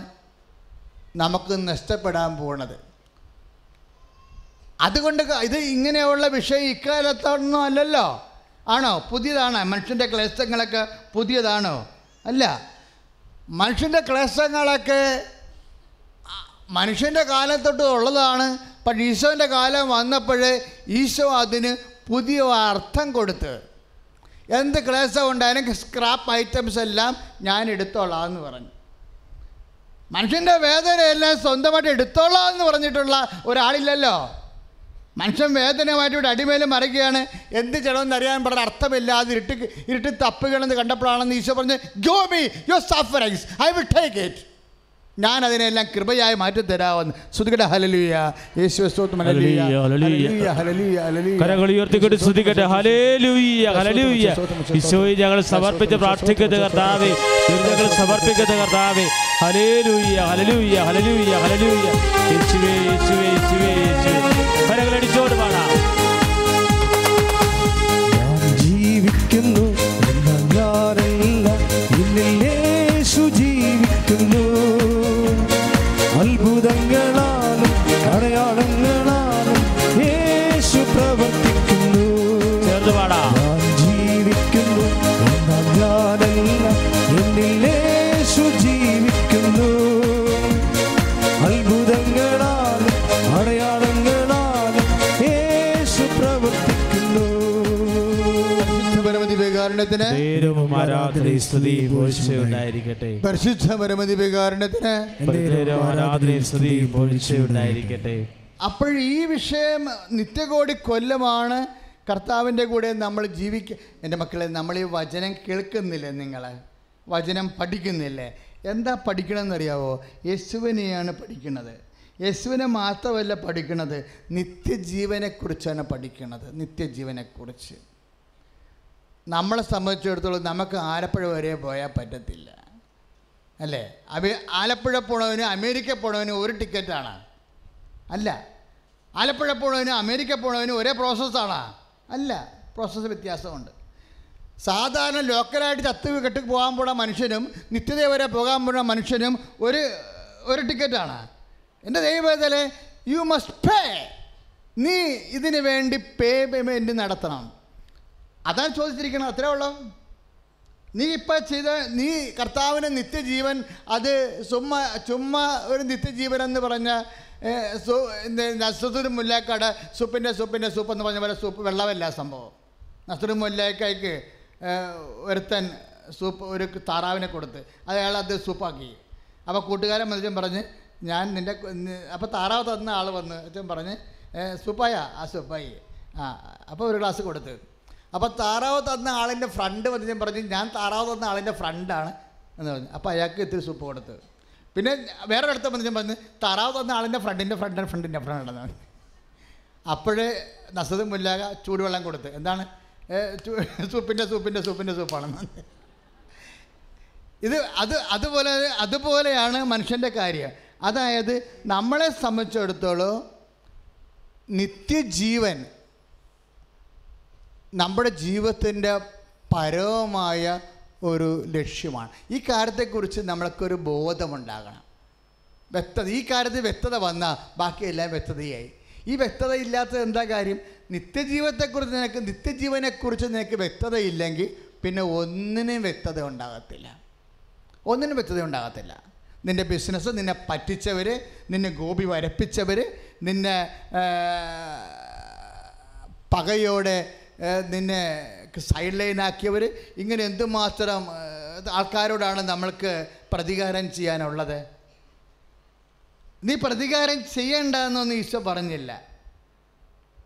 [SPEAKER 3] നമുക്ക് നഷ്ടപ്പെടാൻ പോണത് അതുകൊണ്ട് ക- ഇത് ഇങ്ങനെയുള്ള വിഷയം ഇക്കാലത്തൊന്നും അല്ലല്ലോ ആണോ പുതിയതാണോ മനുഷ്യൻ്റെ ക്ലേശങ്ങളൊക്കെ പുതിയതാണോ അല്ല മനുഷ്യൻ്റെ ക്ലേശങ്ങളൊക്കെ അ- മനുഷ്യൻ്റെ കാലം തൊട്ട് ഉള്ളതാണ് പക്ഷേ ഈശോൻ്റെ കാലം വന്നപ്പോഴേ ഈശോ അതിന് പുതിയ അർത്ഥം കൊടുത്ത് എന്ത് ക്ലേശം ഉണ്ടായാലും സ്ക്രാപ്പ് ഐറ്റംസ് എല്ലാം ഞാൻ എടുത്തോളാം എന്ന് പറഞ്ഞു മനുഷ്യൻ്റെ വേദനയെല്ലാം സ്വന്തമായിട്ട് എടുത്തോളാം എന്ന് പറഞ്ഞിട്ടുള്ള ഒരാളില്ലല്ലോ മനുഷ്യൻ വേദനയുമായിട്ട് ഇവിടെ അടിമേലും മറിയുകയാണ് എന്ത് ചെയ്യണമെന്ന് അറിയാൻ പറഞ്ഞ അർത്ഥമില്ലാതെ ഇരുട്ടി ഇരുട്ടി തപ്പുകയാണെന്ന് കണ്ടപ്പോഴാണെന്ന് ഈശോ പറഞ്ഞ് go me your സഫറൈസ് I will take it ഞാൻ അതിനെല്ലാം കൃപയായി മാറ്റിത്തരാമെന്ന് ശ്രുതികട ഹലലിയ യേശു സ്തോത്രം ഹല്ലേലൂയ.
[SPEAKER 2] ഹല്ലേലൂയ, ഹല്ലേലൂയ.
[SPEAKER 3] ഹല്ലേലൂയ, ഹല്ലേലൂയ, ഹല്ലേലൂയ.
[SPEAKER 2] കരങ്ങൾ ഉയർത്തിക്കൊണ്ട് സ്തുതിക്കട്ടെ ഹലേലുയ്യ ഹലേലുയ്യ ഈശോയെ ഞങ്ങൾ സമർപ്പിച്ച് പ്രാർത്ഥിക്കുന്ന കർത്താവേ ഞങ്ങൾ സമർപ്പിക്കുന്ന കർത്താവേ ഹലേലുയ്യ ഹലേലുയ്യ ഹലേലുയ്യ ഹലേലുയ്യ യേശുവേ യേശുവേ യേശുവേ യേശുവേ കരങ്ങളടിച്ചോട് പാടാം
[SPEAKER 1] ഞാൻ ജീവിക്കുന്നു എന്നാൽ ഞാനല്ല എന്നിൽ യേശു ജീവിക്കുന്നു അത്ഭുതങ്ങളാലും അടയാളങ്ങളാലും യേശു പ്രവർത്തിക്കുന്നു
[SPEAKER 2] ചേർന്ന് പാടാം
[SPEAKER 1] ഞാൻ ജീവിക്കുന്നു എന്നാൽ ഞാനല്ല എന്നിൽ യേശു ജീവിക്കുന്നു അത്ഭുതങ്ങളാലും അടയാളങ്ങളാലും യേശു പ്രവർത്തിക്കുന്നു
[SPEAKER 3] പരിശുദ്ധ പരമതി വികാരണത്തിന്
[SPEAKER 2] പേരും ആരാധനയും സ്തുതിയും ഉണ്ടായിരിക്കട്ടെ
[SPEAKER 3] പരിശുദ്ധ പരമതി വികാരണത്തിന്
[SPEAKER 2] പേരും ആരാധനയും സ്തുതിയും ഉണ്ടായിരിക്കട്ടെ
[SPEAKER 3] അപ്പോൾ ഈ വിഷയം നിത്യകോടി കൊല്ലമാണ് കർത്താവിൻ്റെ കൂടെ നമ്മൾ ജീവിക്ക എൻ്റെ മക്കളെ നമ്മൾ ഈ വചനം കേൾക്കുന്നില്ലേ നിങ്ങൾ വചനം പഠിക്കുന്നില്ലേ എന്താ പഠിക്കണമെന്നറിയാവോ യേശുവിനെയാണ് പഠിക്കുന്നത് യേശുവിനെ മാത്രമല്ല പഠിക്കുന്നത് നിത്യജീവനെക്കുറിച്ചാണ് പഠിക്കുന്നത് നിത്യജീവനെക്കുറിച്ച് നമ്മളെ സംബന്ധിച്ചിടത്തോളം നമുക്ക് ആലപ്പുഴ വരെ പോയാൽ പറ്റത്തില്ല അല്ലേ അമേ ആലപ്പുഴ പോണവന് അമേരിക്ക പോണവന് ഒരു ടിക്കറ്റാണ് അല്ല ആലപ്പുഴ പോണവന് അമേരിക്ക പോണവന് ഒരേ പ്രോസസ്സാണ് അല്ല പ്രോസസ്സ് വ്യത്യാസമുണ്ട് സാധാരണ ലോക്കലായിട്ട് ചത്ത് കെട്ടി പോകാൻ പോണ മനുഷ്യനും നിത്യത വരെ പോകാൻ പോണ മനുഷ്യനും ഒരു ഒരു ടിക്കറ്റാണ് എൻ്റെ ദൈവത്തിലെ യു മസ്റ്റ് പേ നീ ഇതിന് വേണ്ടി പേ പേയ്മെൻറ്റ് നടത്തണം അതാണ് ചോദിച്ചിരിക്കണം അത്രേ ഉള്ളൂ നീ ഇപ്പം ചെയ്ത നീ കർത്താവിന് നിത്യജീവൻ അത് ചുമ്മാ ചുമ്മാ ഒരു നിത്യജീവൻ എന്ന് പറഞ്ഞ ഏഹ്, സു നസ്രത്തുൽ മുല്ലാക്കാട് സൂപ്പിൻ്റെ സൂപ്പിൻ്റെ സൂപ്പ് എന്ന് പറഞ്ഞ പോലെ സൂപ്പ് വെള്ളമല്ല സംഭവം നസ്രുൽ മുല്ലാക്കായ്ക്ക് ഏഹ്, ഒരുത്തൻ സൂപ്പ് ഒരു താറാവിനെ കൊടുത്ത് അത് അയാൾ അത് സൂപ്പാക്കി അപ്പോൾ കൂട്ടുകാരൻ മനുഷ്യൻ പറഞ്ഞ് ഞാൻ നിൻ്റെ അപ്പോൾ താറാവ് തന്ന ആൾ വന്ന് അച്ഛൻ പറഞ്ഞ് "ഏഹ്, സൂപ്പായ ആ സൂപ്പായി ആ അപ്പോൾ ഒരു ഗ്ലാസ് കൊടുത്ത് അപ്പോൾ താറാവ് തന്ന ആളിൻ്റെ ഫ്രണ്ട് വന്ന് ഞാൻ പറഞ്ഞു ഞാൻ താറാവ് തന്ന ആളിൻ്റെ ഫ്രണ്ടാണ് എന്ന് പറഞ്ഞു അപ്പോൾ അയാൾക്ക് ഇത്തിരി സൂപ്പ് കൊടുത്ത് പിന്നെ വേറെ അടുത്ത വന്ന് ഞാൻ പറഞ്ഞു താറാവ് തന്ന ആളിൻ്റെ ഫ്രണ്ടിൻ്റെ ഫ്രണ്ടിൻ്റെ ഫ്രണ്ടിൻ്റെ ഫ്രണ്ടാണെന്ന് പറഞ്ഞു അപ്പോഴേ നസത് മുല്ലാക ചൂടുവെള്ളം കൊടുത്ത് എന്താണ് ഏ, ചൂ- സൂപ്പിൻ്റെ സൂപ്പിൻ്റെ സൂപ്പിൻ്റെ സൂപ്പാണെന്ന് പറഞ്ഞു. ഇത് അത് അതുപോലെ അതുപോലെയാണ് മനുഷ്യൻ്റെ കാര്യം അതായത് നമ്മളെ സംബന്ധിച്ചിടത്തോളം നിത്യജീവൻ നമ്മുടെ ജീവിതത്തിൻ്റെ പരമമായ ഒരു ലക്ഷ്യമാണ് ഈ കാര്യത്തെക്കുറിച്ച് നമ്മൾക്കൊരു ബോധമുണ്ടാകണം വ്യക്തത ഈ കാര്യത്തിൽ വ്യക്തത വന്നാൽ ബാക്കിയെല്ലാം വ്യക്തതയായി ഈ വ്യക്തത ഇല്ലാത്തത് എന്താ കാര്യം നിത്യജീവിതത്തെക്കുറിച്ച് നിനക്ക് നിത്യജീവനെക്കുറിച്ച് നിനക്ക് വ്യക്തതയില്ലെങ്കിൽ പിന്നെ ഒന്നിനും വ്യക്തത ഉണ്ടാകത്തില്ല ഒന്നിനും വ്യക്തത ഉണ്ടാകത്തില്ല നിൻ്റെ ബിസിനസ് നിന്നെ പറ്റിച്ചവർ നിന്നെ ഗോപി വരപ്പിച്ചവർ നിന്നെ ആ, പകയോടെ ആ, നിന്നെ സൈഡ് ലൈനാക്കിയവർ ഇങ്ങനെ എന്തുമാത്രം ആ, ആൾക്കാരോടാണ് നമ്മൾക്ക് പ്രതികാരം ചെയ്യാനുള്ളത് നീ പ്രതികാരം ചെയ്യേണ്ടെന്നൊന്നും ഈശോ പറഞ്ഞില്ല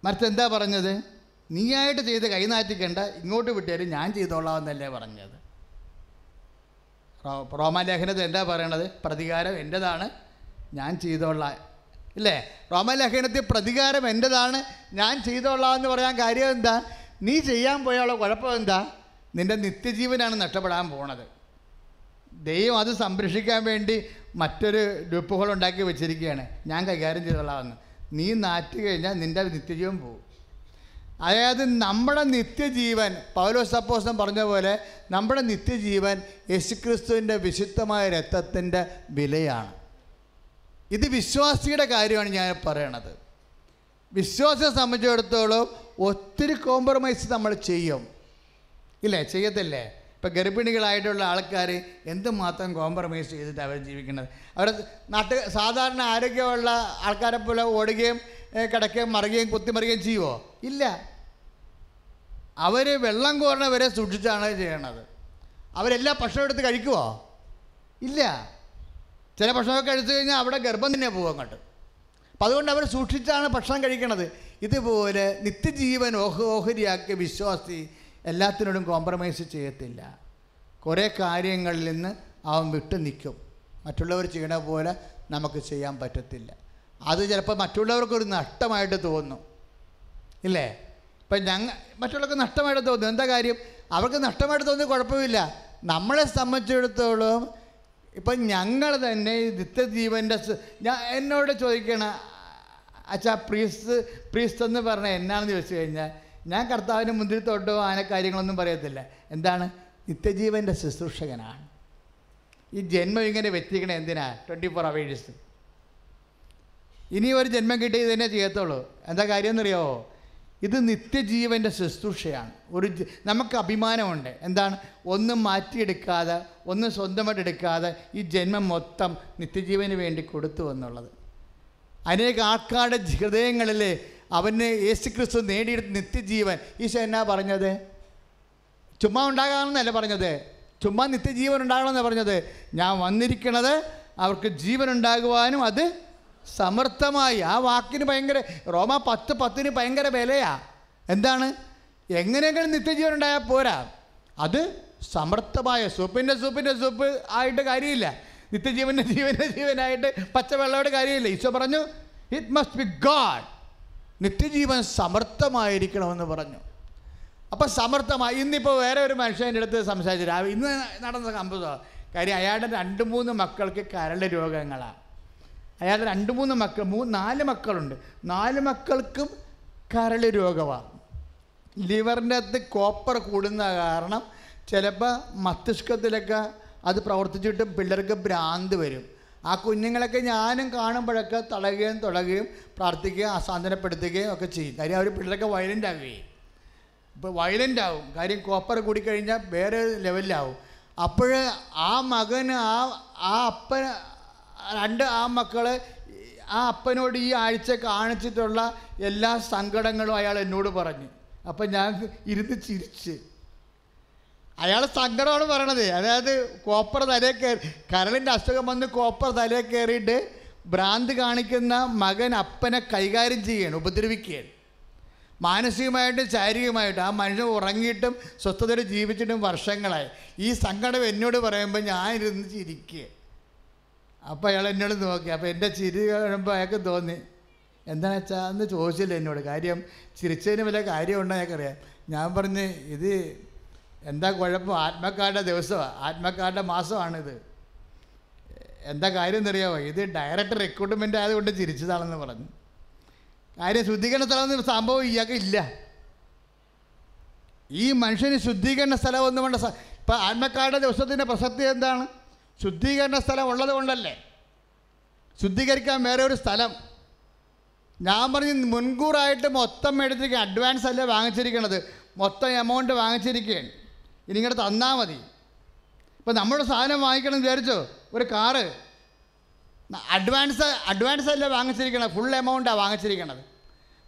[SPEAKER 3] മറ്റെന്താ പറഞ്ഞത് നീയായിട്ട് ചെയ്ത് കൈനാറ്റിക്കണ്ട ഇങ്ങോട്ട് വിട്ടേരും ഞാൻ ചെയ്തോളാം എന്നല്ലേ പറഞ്ഞത് റോ- റോമാലേഖനത്തിൽ എന്താ പറയണത് പ്രതികാരം എൻ്റെതാണ് ഞാൻ ചെയ്തോളാം ഇല്ലേ റോമാലേഖനത്തിൽ പ്രതികാരം എൻ്റെതാണ് ഞാൻ ചെയ്തോളാം എന്ന് പറയാൻ കാര്യം എന്താ നീ ചെയ്യാൻ പോയുള്ള കുഴപ്പം എന്താ നിൻ്റെ നിത്യജീവനാണ് നഷ്ടപ്പെടാൻ പോണത് ദൈവം അത് സംരക്ഷിക്കാൻ വേണ്ടി മറ്റൊരു ഗ്രൂപ്പുകൾ ഉണ്ടാക്കി വെച്ചിരിക്കുകയാണ് ഞാൻ കൈകാര്യം ചെയ്തോളാമെന്ന് നീ നാറ്റ് കഴിഞ്ഞാൽ നിൻ്റെ നിത്യജീവൻ പോകും അതായത് നമ്മുടെ നിത്യജീവൻ പൗലോസ് സപ്പോസം പറഞ്ഞ പോലെ നമ്മുടെ നിത്യജീവൻ യേശുക്രിസ്തുവിൻ്റെ വിശുദ്ധമായ രക്തത്തിൻ്റെ വിലയാണ് ഇത് വിശ്വാസിയുടെ കാര്യമാണ് ഞാൻ പറയണത് വിശ്വാസിയെ സംബന്ധിച്ചിടത്തോളം ഒത്തിരി കോംപ്രമൈസ് നമ്മൾ ചെയ്യും ഇല്ലേ ചെയ്യത്തില്ലേ ഇപ്പം ഗർഭിണികളായിട്ടുള്ള ആൾക്കാർ എന്തുമാത്രം കോംപ്രമൈസ് ചെയ്തിട്ട് അവർ ജീവിക്കുന്നത് അവർ നാട്ട് സാധാരണ ആരോഗ്യമുള്ള ആൾക്കാരെ പോലെ ഓടുകയും ഏഹ് കിടക്കുകയും മറുകയും കുത്തിമറിയുകയും ചെയ്യുമോ ഇല്ല അവർ വെള്ളം കോരണ വരെ സൂക്ഷിച്ചാണ് ചെയ്യണത് അവരെല്ലാ ഭക്ഷണം എടുത്ത് കഴിക്കുമോ ഇല്ല ചില ഭക്ഷണമൊക്കെ കഴിച്ചു കഴിഞ്ഞാൽ അവിടെ ഗർഭം തന്നെ പോകും അങ്ങോട്ട് അപ്പം അതുകൊണ്ട് അവർ സൂക്ഷിച്ചാണ് ഭക്ഷണം കഴിക്കണത് ഇതുപോലെ നിത്യജീവൻ ഓഹ ഓഹരിയാക്കിയ വിശ്വാസി എല്ലാത്തിനോടും കോംപ്രമൈസ് ചെയ്യത്തില്ല കുറേ കാര്യങ്ങളിൽ നിന്ന് അവൻ വിട്ടു നിൽക്കും മറ്റുള്ളവർ ചെയ്യണ പോലെ നമുക്ക് ചെയ്യാൻ പറ്റത്തില്ല അത് ചിലപ്പോൾ മറ്റുള്ളവർക്കൊരു നഷ്ടമായിട്ട് തോന്നും ഇല്ലേ ഇപ്പം ഞങ്ങൾ മറ്റുള്ളവർക്ക് നഷ്ടമായിട്ട് തോന്നും എന്താ കാര്യം അവർക്ക് നഷ്ടമായിട്ട് തോന്നിയ കുഴപ്പമില്ല നമ്മളെ സംബന്ധിച്ചിടത്തോളം ഇപ്പം ഞങ്ങൾ തന്നെ ഈ നിത്യജീവൻ്റെ സ്- ഞാൻ എന്നോട് ചോദിക്കണ അച്ഛാ പ്രീസ് പ്രീസ് എന്ന് പറഞ്ഞ എന്നാണെന്ന് ചോദിച്ചു കഴിഞ്ഞാൽ ഞാൻ കർത്താവിന് മുന്തിരിത്തോട്ടോ ആന കാര്യങ്ങളൊന്നും പറയത്തില്ല എന്താണ് നിത്യജീവൻ്റെ ശുശ്രൂഷകനാണ് ഈ ജന്മം ഇങ്ങനെ വെച്ചിരിക്കണേ എന്തിനാ ട്വൻറ്റി ഫോർ അവേഴ്സ് ഇനി ഒരു ജന്മം കിട്ടി ഇത് തന്നെ ചെയ്യത്തുള്ളൂ എന്താ കാര്യം എന്നറിയാവോ ഇത് നിത്യജീവൻ്റെ ശുശ്രൂഷയാണ് ഒരു ജ- നമുക്ക് അഭിമാനമുണ്ട് എന്താണ് ഒന്നും മാറ്റിയെടുക്കാതെ ഒന്നും സ്വന്തമായിട്ട് എടുക്കാതെ ഈ ജന്മം മൊത്തം നിത്യജീവന് വേണ്ടി കൊടുത്തു എന്നുള്ളത് അനേക ആൾക്കാരുടെ ഹൃദയങ്ങളിൽ അവന് യേശു ക്രിസ്തു നേടിയെടുത്ത നിത്യജീവൻ ഈശോ എന്നാ പറഞ്ഞത് ചുമ്മാ ഉണ്ടാകാമെന്നല്ല പറഞ്ഞത് ചുമ്മാ നിത്യജീവൻ ഉണ്ടാകണമെന്നല്ല പറഞ്ഞത് ഞാൻ വന്നിരിക്കണത് അവർക്ക് ജീവൻ ഉണ്ടാകുവാനും അത് സമർത്ഥമായി ആ വാക്കിന് ഭയങ്കര റോമ പത്ത് പത്തിന് ഭയങ്കര വിലയാ എന്താണ് എങ്ങനെയെങ്കിലും നിത്യജീവൻ ഉണ്ടായാൽ പോരാ അത് സമർത്ഥമായ സൂപ്പിൻ്റെ സൂപ്പിൻ്റെ സൂപ്പ് ആയിട്ട് കാര്യമില്ല നിത്യജീവൻ്റെ ജീവൻ്റെ ജീവനായിട്ട് പച്ചവെള്ളയുടെ കാര്യമില്ല ഈശോ പറഞ്ഞു ഇറ്റ് മസ്റ്റ് ബി ഗാഡ് നിത്യജീവൻ സമർത്ഥമായിരിക്കണമെന്ന് പറഞ്ഞു അപ്പം സമർത്ഥമായി ഇന്നിപ്പോൾ വേറെ ഒരു മനുഷ്യൻ്റെ അടുത്ത് സംസാരിച്ചു രാവിലെ ഇന്ന് നടന്ന സംഭവം കാര്യം അയാളുടെ രണ്ട് മൂന്ന് മക്കൾക്ക് കരൾ രോഗങ്ങളാണ് അയാളുടെ രണ്ട് മൂന്ന് മക്കൾ മൂന്ന് നാല് മക്കളുണ്ട് നാല് മക്കൾക്കും കരൾ രോഗമാണ് ലിവറിൻ്റെ അകത്ത് കോപ്പർ കൂടുന്ന കാരണം ചിലപ്പോൾ മസ്തിഷ്കത്തിലൊക്കെ അത് പ്രവർത്തിച്ചിട്ട് പിള്ളേർക്ക് ഭ്രാന്ത് വരും ആ കുഞ്ഞുങ്ങളൊക്കെ ഞാനും കാണുമ്പോഴൊക്കെ തളകുകയും തുളകുകയും പ്രാർത്ഥിക്കുകയും അസാന്തനപ്പെടുത്തുകയും ഒക്കെ ചെയ്യും കാര്യം അവർ പിള്ളേരൊക്കെ വയലൻ്റ് ആകുകയും ഇപ്പോൾ വയലൻ്റ് ആവും കാര്യം കോപ്പർ കൂടിക്കഴിഞ്ഞാൽ വേറെ ലെവലിലാവും അപ്പോൾ ആ മകന് ആ ആ അപ്പൻ രണ്ട് ആ മക്കൾ ആ അപ്പനോട് ഈ ആഴ്ച കാണിച്ചിട്ടുള്ള എല്ലാ സങ്കടങ്ങളും അയാൾ എന്നോട് പറഞ്ഞു അപ്പം ഞാൻ ഇരുന്ന് ചിരിച്ച് അയാൾ സങ്കടമാണ് പറയണത് അതായത് കോപ്പർ തലയിൽ കയറി കരളിൻ്റെ അസുഖം വന്ന് കോപ്പർ തലയിൽ കയറിയിട്ട് ഭ്രാന്ത് കാണിക്കുന്ന മകൻ അപ്പനെ കൈകാര്യം ചെയ്യുകയാണ് ഉപദ്രവിക്കുകയാണ് മാനസികമായിട്ടും ശാരീരികമായിട്ടും ആ മനുഷ്യൻ ഉറങ്ങിയിട്ടും സ്വസ്ഥതയോടെ ജീവിച്ചിട്ടും വർഷങ്ങളായി ഈ സങ്കടം എന്നോട് പറയുമ്പോൾ ഞാൻ ഇരുന്ന് ചിരിക്കുക അപ്പോൾ അയാൾ എന്നോട് നോക്കി അപ്പോൾ എൻ്റെ ചിരി കാണുമ്പോൾ അയാൾക്ക് തോന്നി എന്താണെന്ന് വെച്ചാൽ അന്ന് ചോദിച്ചില്ല എന്നോട് കാര്യം ചിരിച്ചതിന് വല്ല കാര്യമുണ്ടോ അയാൾക്കറിയാം ഞാൻ പറഞ്ഞ് ഇത് എന്താ കുഴപ്പം ആത്മക്കാരുടെ ദിവസമാണ് ആത്മക്കാരുടെ മാസമാണിത് എന്താ കാര്യം എന്നറിയാമോ ഇത് ഡയറക്റ്റ് റിക്രൂട്ട്മെൻ്റ് ആയതുകൊണ്ട് ചിരിച്ചതാണെന്ന് പറഞ്ഞു കാര്യം ശുദ്ധീകരണ സ്ഥലമൊന്നും സംഭവം ഇയാൾക്ക് ഇല്ല ഈ മനുഷ്യന് ശുദ്ധീകരണ സ്ഥലം ഒന്നും വേണ്ട സ- ഇപ്പം ആത്മക്കാരുടെ ദിവസത്തിൻ്റെ പ്രസക്തി എന്താണ് ശുദ്ധീകരണ സ്ഥലം ഉള്ളത് കൊണ്ടല്ലേ ശുദ്ധീകരിക്കാൻ വേറെ ഒരു സ്ഥലം ഞാൻ പറഞ്ഞ് മുൻകൂറായിട്ട് മൊത്തം എടുത്തിരിക്കുക അഡ്വാൻസ് അല്ല വാങ്ങിച്ചിരിക്കണത് മൊത്തം എമൗണ്ട് വാങ്ങിച്ചിരിക്കുകയാണ് ഇനി ഇങ്ങോട്ട് തന്നാൽ മതി ഇപ്പം നമ്മുടെ സാധനം വാങ്ങിക്കണം എന്ന് വിചാരിച്ചോ ഒരു കാറ് ന- അഡ്വാൻസ് അഡ്വാൻസ് അല്ല വാങ്ങിച്ചിരിക്കണത് ഫുൾ എമൗണ്ടാണ് വാങ്ങിച്ചിരിക്കണത്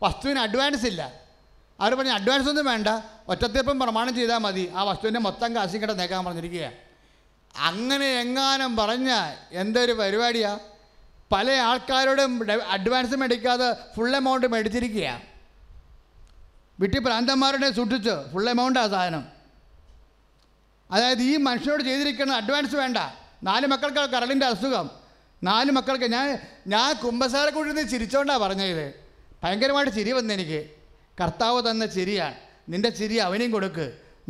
[SPEAKER 3] വസ്തുവിന് അഡ്വാൻസ് ഇല്ല അവർ പറഞ്ഞു അഡ്വാൻസ് ഒന്നും വേണ്ട ഒറ്റത്തീർപ്പം പ്രമാണം ചെയ്താൽ മതി ആ വസ്തുവിൻ്റെ മൊത്തം കാശും കിട്ട നേക്കാൻ പറഞ്ഞിരിക്കുകയാണ് അങ്ങനെ എങ്ങാനും പറഞ്ഞ എന്തൊരു പരിപാടിയാണ് പല ആൾക്കാരോടും ഡ- അഡ്വാൻസ് മേടിക്കാതെ ഫുൾ എമൗണ്ട് മേടിച്ചിരിക്കുകയാണ് വീട്ടിൽ പ്രാന്തന്മാരുടെ സൂക്ഷിച്ച് ഫുൾ എമൗണ്ടാണ് സാധനം അതായത് ഈ മനുഷ്യനോട് ചെയ്തിരിക്കുന്ന അഡ്വാൻസ് വേണ്ട നാല് മക്കൾക്ക് കരളിൻ്റെ അസുഖം നാല് മക്കൾക്ക് ഞാൻ ഞാൻ കുംഭസാരെ കൂടി ഇരുന്ന് ചിരിച്ചോണ്ടാണ് പറഞ്ഞത് ഭയങ്കരമായിട്ട് ചിരി വന്നെനിക്ക് കർത്താവ് തന്ന ചിരിയാണ് നിൻ്റെ ചിരി അവനെയും കൊടുക്ക്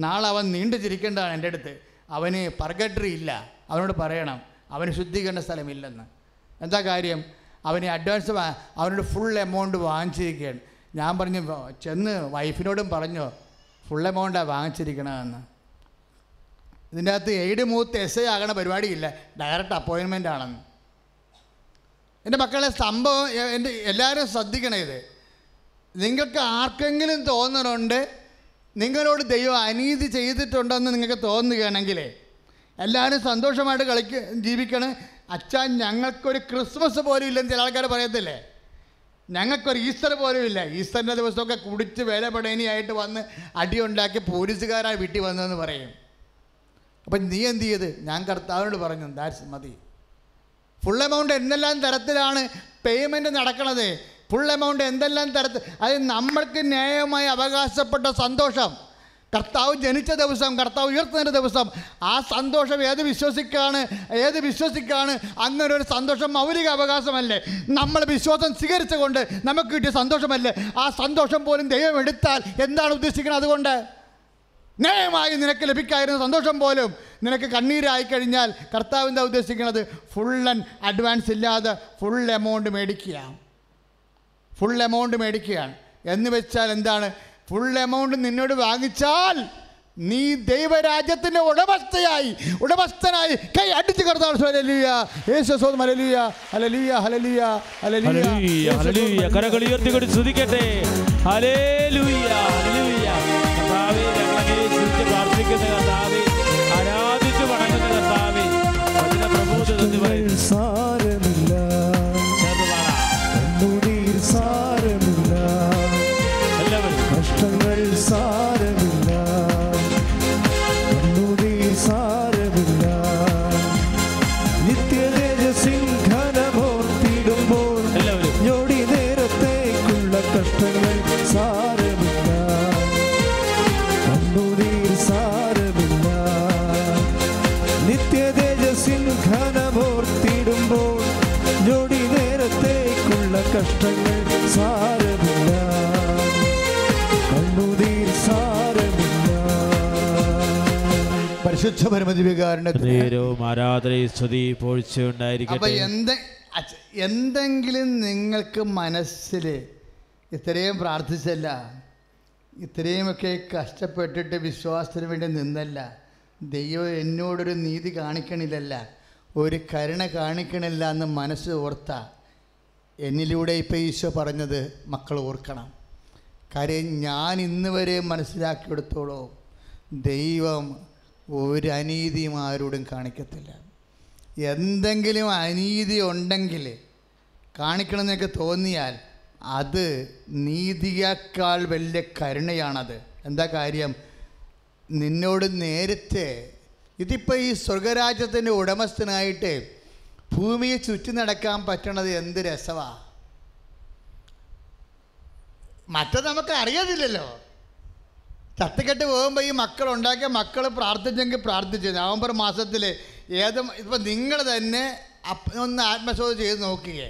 [SPEAKER 3] നാളെ അവൻ നീണ്ടു ചിരിക്കേണ്ടതാണ് എൻ്റെ അടുത്ത് അവന് പർഗട്രി ഇല്ല അവനോട് പറയണം അവന് ശുദ്ധീകരണ സ്ഥലമില്ലെന്ന് എന്താ കാര്യം അവന് അഡ്വാൻസ് വാ- അവനോട് ഫുൾ എമൗണ്ട് വാങ്ങിച്ചിരിക്കുകയാണ് ഞാൻ പറഞ്ഞു ചെന്ന് വൈഫിനോടും പറഞ്ഞു ഫുൾ എമൗണ്ടാണ് വാങ്ങിച്ചിരിക്കണമെന്ന് ഇതിൻ്റെ അകത്ത് എയ്ഡ് മൂത്ത് എസ് ഐ ആകണ പരിപാടിയില്ല ഡയറക്റ്റ് അപ്പോയിൻമെൻ്റ് ആണെന്ന് എൻ്റെ മക്കളെ സംഭവം എ- എൻ്റെ എല്ലാവരും ശ്രദ്ധിക്കണം ഇത് നിങ്ങൾക്ക് ആർക്കെങ്കിലും തോന്നണുണ്ട് നിങ്ങളോട് ദൈവം അനീതി ചെയ്തിട്ടുണ്ടെന്ന് നിങ്ങൾക്ക് തോന്നുകയാണെങ്കിൽ എല്ലാവരും സന്തോഷമായിട്ട് കളിക്ക ജീവിക്കണം അച്ഛാ ഞങ്ങൾക്കൊരു ക്രിസ്മസ് പോലും ഇല്ലെന്ന് ചില ആൾക്കാർ പറയത്തില്ലേ ഞങ്ങൾക്കൊരു ഈസ്റ്റർ പോലും ഇല്ല ഈസ്റ്ററിൻ്റെ ദിവസമൊക്കെ കുടിച്ച് വേലപ്പടേനിയായിട്ട് വന്ന് അടിയുണ്ടാക്കി പോലീസുകാരാ വീട്ടിൽ വന്നതെന്ന് പറയും അപ്പം നീ എന്ത് ചെയ്ത് ഞാൻ കർത്താവിനോട് പറഞ്ഞു ദാറ്റ്സ് മതി ഫുൾ എമൗണ്ട് എന്തെല്ലാം തരത്തിലാണ് പേയ്മെൻറ്റ് നടക്കണത് ഫുൾ എമൗണ്ട് എന്തെല്ലാം തരത്തിൽ അത് നമ്മൾക്ക് ന്യായമായി അവകാശപ്പെട്ട സന്തോഷം കർത്താവ് ജനിച്ച ദിവസം കർത്താവ് ഉയർത്തുന്ന ദിവസം ആ സന്തോഷം ഏത് വിശ്വസിക്കാണ് ഏത് വിശ്വസിക്കാണ് അങ്ങനെ ഒരു സന്തോഷം മൗലിക അവകാശമല്ലേ നമ്മൾ വിശ്വാസം സ്വീകരിച്ചുകൊണ്ട് നമുക്ക് കിട്ടിയ സന്തോഷമല്ലേ ആ സന്തോഷം പോലും ദൈവം എടുത്താൽ എന്താണ് ഉദ്ദേശിക്കുന്നത് അതുകൊണ്ട് ന്യായമായി നിനക്ക് ലഭിക്കായിരുന്ന സന്തോഷം പോലും നിനക്ക് കണ്ണീരായി കഴിഞ്ഞാൽ കർത്താവ് എന്താ ഉദ്ദേശിക്കുന്നത് ഫുൾ ആൻഡ് അഡ്വാൻസ് ഇല്ലാതെ ഫുൾ എമൗണ്ട് മേടിക്കുക ഫുൾ എമൗണ്ട് മേടിക്കുകയാണ് എന്ന് വെച്ചാൽ എന്താണ് ഫുൾ എമൗണ്ട് നിന്നോട് വാങ്ങിച്ചാൽ നീ ദൈവരാജ്യത്തിൻ്റെ ഉടമസ്ഥയായി ഉടമസ്ഥനായി കൈ അടിച്ചു കർത്താവ് ഹല്ലേലൂയ യേശു സ്വന്തം ഹല്ലേലൂയ ഹല്ലേലൂയ ഹല്ലേലൂയ ഹല്ലേലൂയ
[SPEAKER 2] ഹല്ലേലൂയ, ഹല്ലേലൂയ. കരങ്ങൾ ഉയർത്തിക്കൊണ്ട് സ്തുതിക്കട്ടെ ഹല്ലേലൂയ, ഹല്ലേലൂയ. കർത്താവേ, ഞങ്ങളെ സ്തുതിച്ച് പ്രാർത്ഥിക്കുന്ന കർത്താവേ, ആരാധിച്ച് വണങ്ങുന്ന കർത്താവേ, വചന പ്രബോധനം എന്ന് പറയുന്നു.
[SPEAKER 1] സാരമില്ല
[SPEAKER 2] ചേർന്ന് പാടാം.
[SPEAKER 1] കണ്ണുനീർ സാരമില്ല
[SPEAKER 2] എല്ലാവരും
[SPEAKER 1] കഷ്ടങ്ങൾ സാരമില്ല കണ്ണുനീർ സാരമില്ല നിത്യതേജസിംഘനമോർത്തിടുമ്പോൾ
[SPEAKER 2] എല്ലാവരും
[SPEAKER 1] ഞൊടി നേരത്തേക്കുള്ള കഷ്ടങ്ങൾ സാരമില്ല കണ്ണുനീർ സാരമില്ല നിത്യതേജസിംഘനമോർ കഷ്ടങ്ങൾ സാരമില്ല കണ്ണുനീർ സാരമില്ല
[SPEAKER 3] പരിശുദ്ധ പരമതി വികാരണത്തിന്
[SPEAKER 2] നേരവും ആരാധനയും സ്തുതി
[SPEAKER 3] അപ്പൊ
[SPEAKER 2] പോഴ്ചയുണ്ടായിരിക്കട്ടെ
[SPEAKER 3] എന്ത് അച്ഛ- എന്തെങ്കിലും നിങ്ങൾക്ക് മനസ്സിൽ ഇത്രയും പ്രാർത്ഥിച്ചല്ല ഇത്രയുമൊക്കെ കഷ്ടപ്പെട്ടിട്ട് വിശ്വാസത്തിന് വേണ്ടി നിന്നല്ല ദൈവം എന്നോടൊരു നീതി കാണിക്കണില്ലല്ല ഒരു കരുണ കാണിക്കണില്ല എന്ന് മനസ്സ് ഓർത്ത എന്നിലൂടെ ഇപ്പോൾ ഈശോ പറഞ്ഞത് മക്കൾ ഓർക്കണം കാര്യം ഞാൻ ഇന്ന് വരെ മനസ്സിലാക്കിയെടുത്തോളം ദൈവം ഒരു അനീതിയും ആരോടും കാണിക്കത്തില്ല എന്തെങ്കിലും അനീതി ഉണ്ടെങ്കിൽ കാണിക്കണമെന്നൊക്കെ തോന്നിയാൽ അത് നീതിയേക്കാൾ വലിയ കരുണയാണത് എന്താ കാര്യം നിന്നോട് നേരത്തെ ഇതിപ്പോൾ ഈ സ്വർഗരാജ്യത്തിൻ്റെ ഉടമസ്ഥനായിട്ട് ഭൂമിയെ ചുറ്റി നടക്കാൻ പറ്റണത് എന്ത് രസമാണ് മറ്റത് നമുക്ക് അറിയത്തില്ലല്ലോ ചത്തക്കെട്ട് പോകുമ്പോൾ ഈ മക്കൾ ഉണ്ടാക്കിയ മക്കൾ പ്രാർത്ഥിച്ചെങ്കിൽ പ്രാർത്ഥിച്ചു നവംബർ മാസത്തിൽ ഏത് ഇപ്പം നിങ്ങൾ തന്നെ അപ്പ ഒന്ന് ആത്മശോധന ചെയ്ത് നോക്കിയേ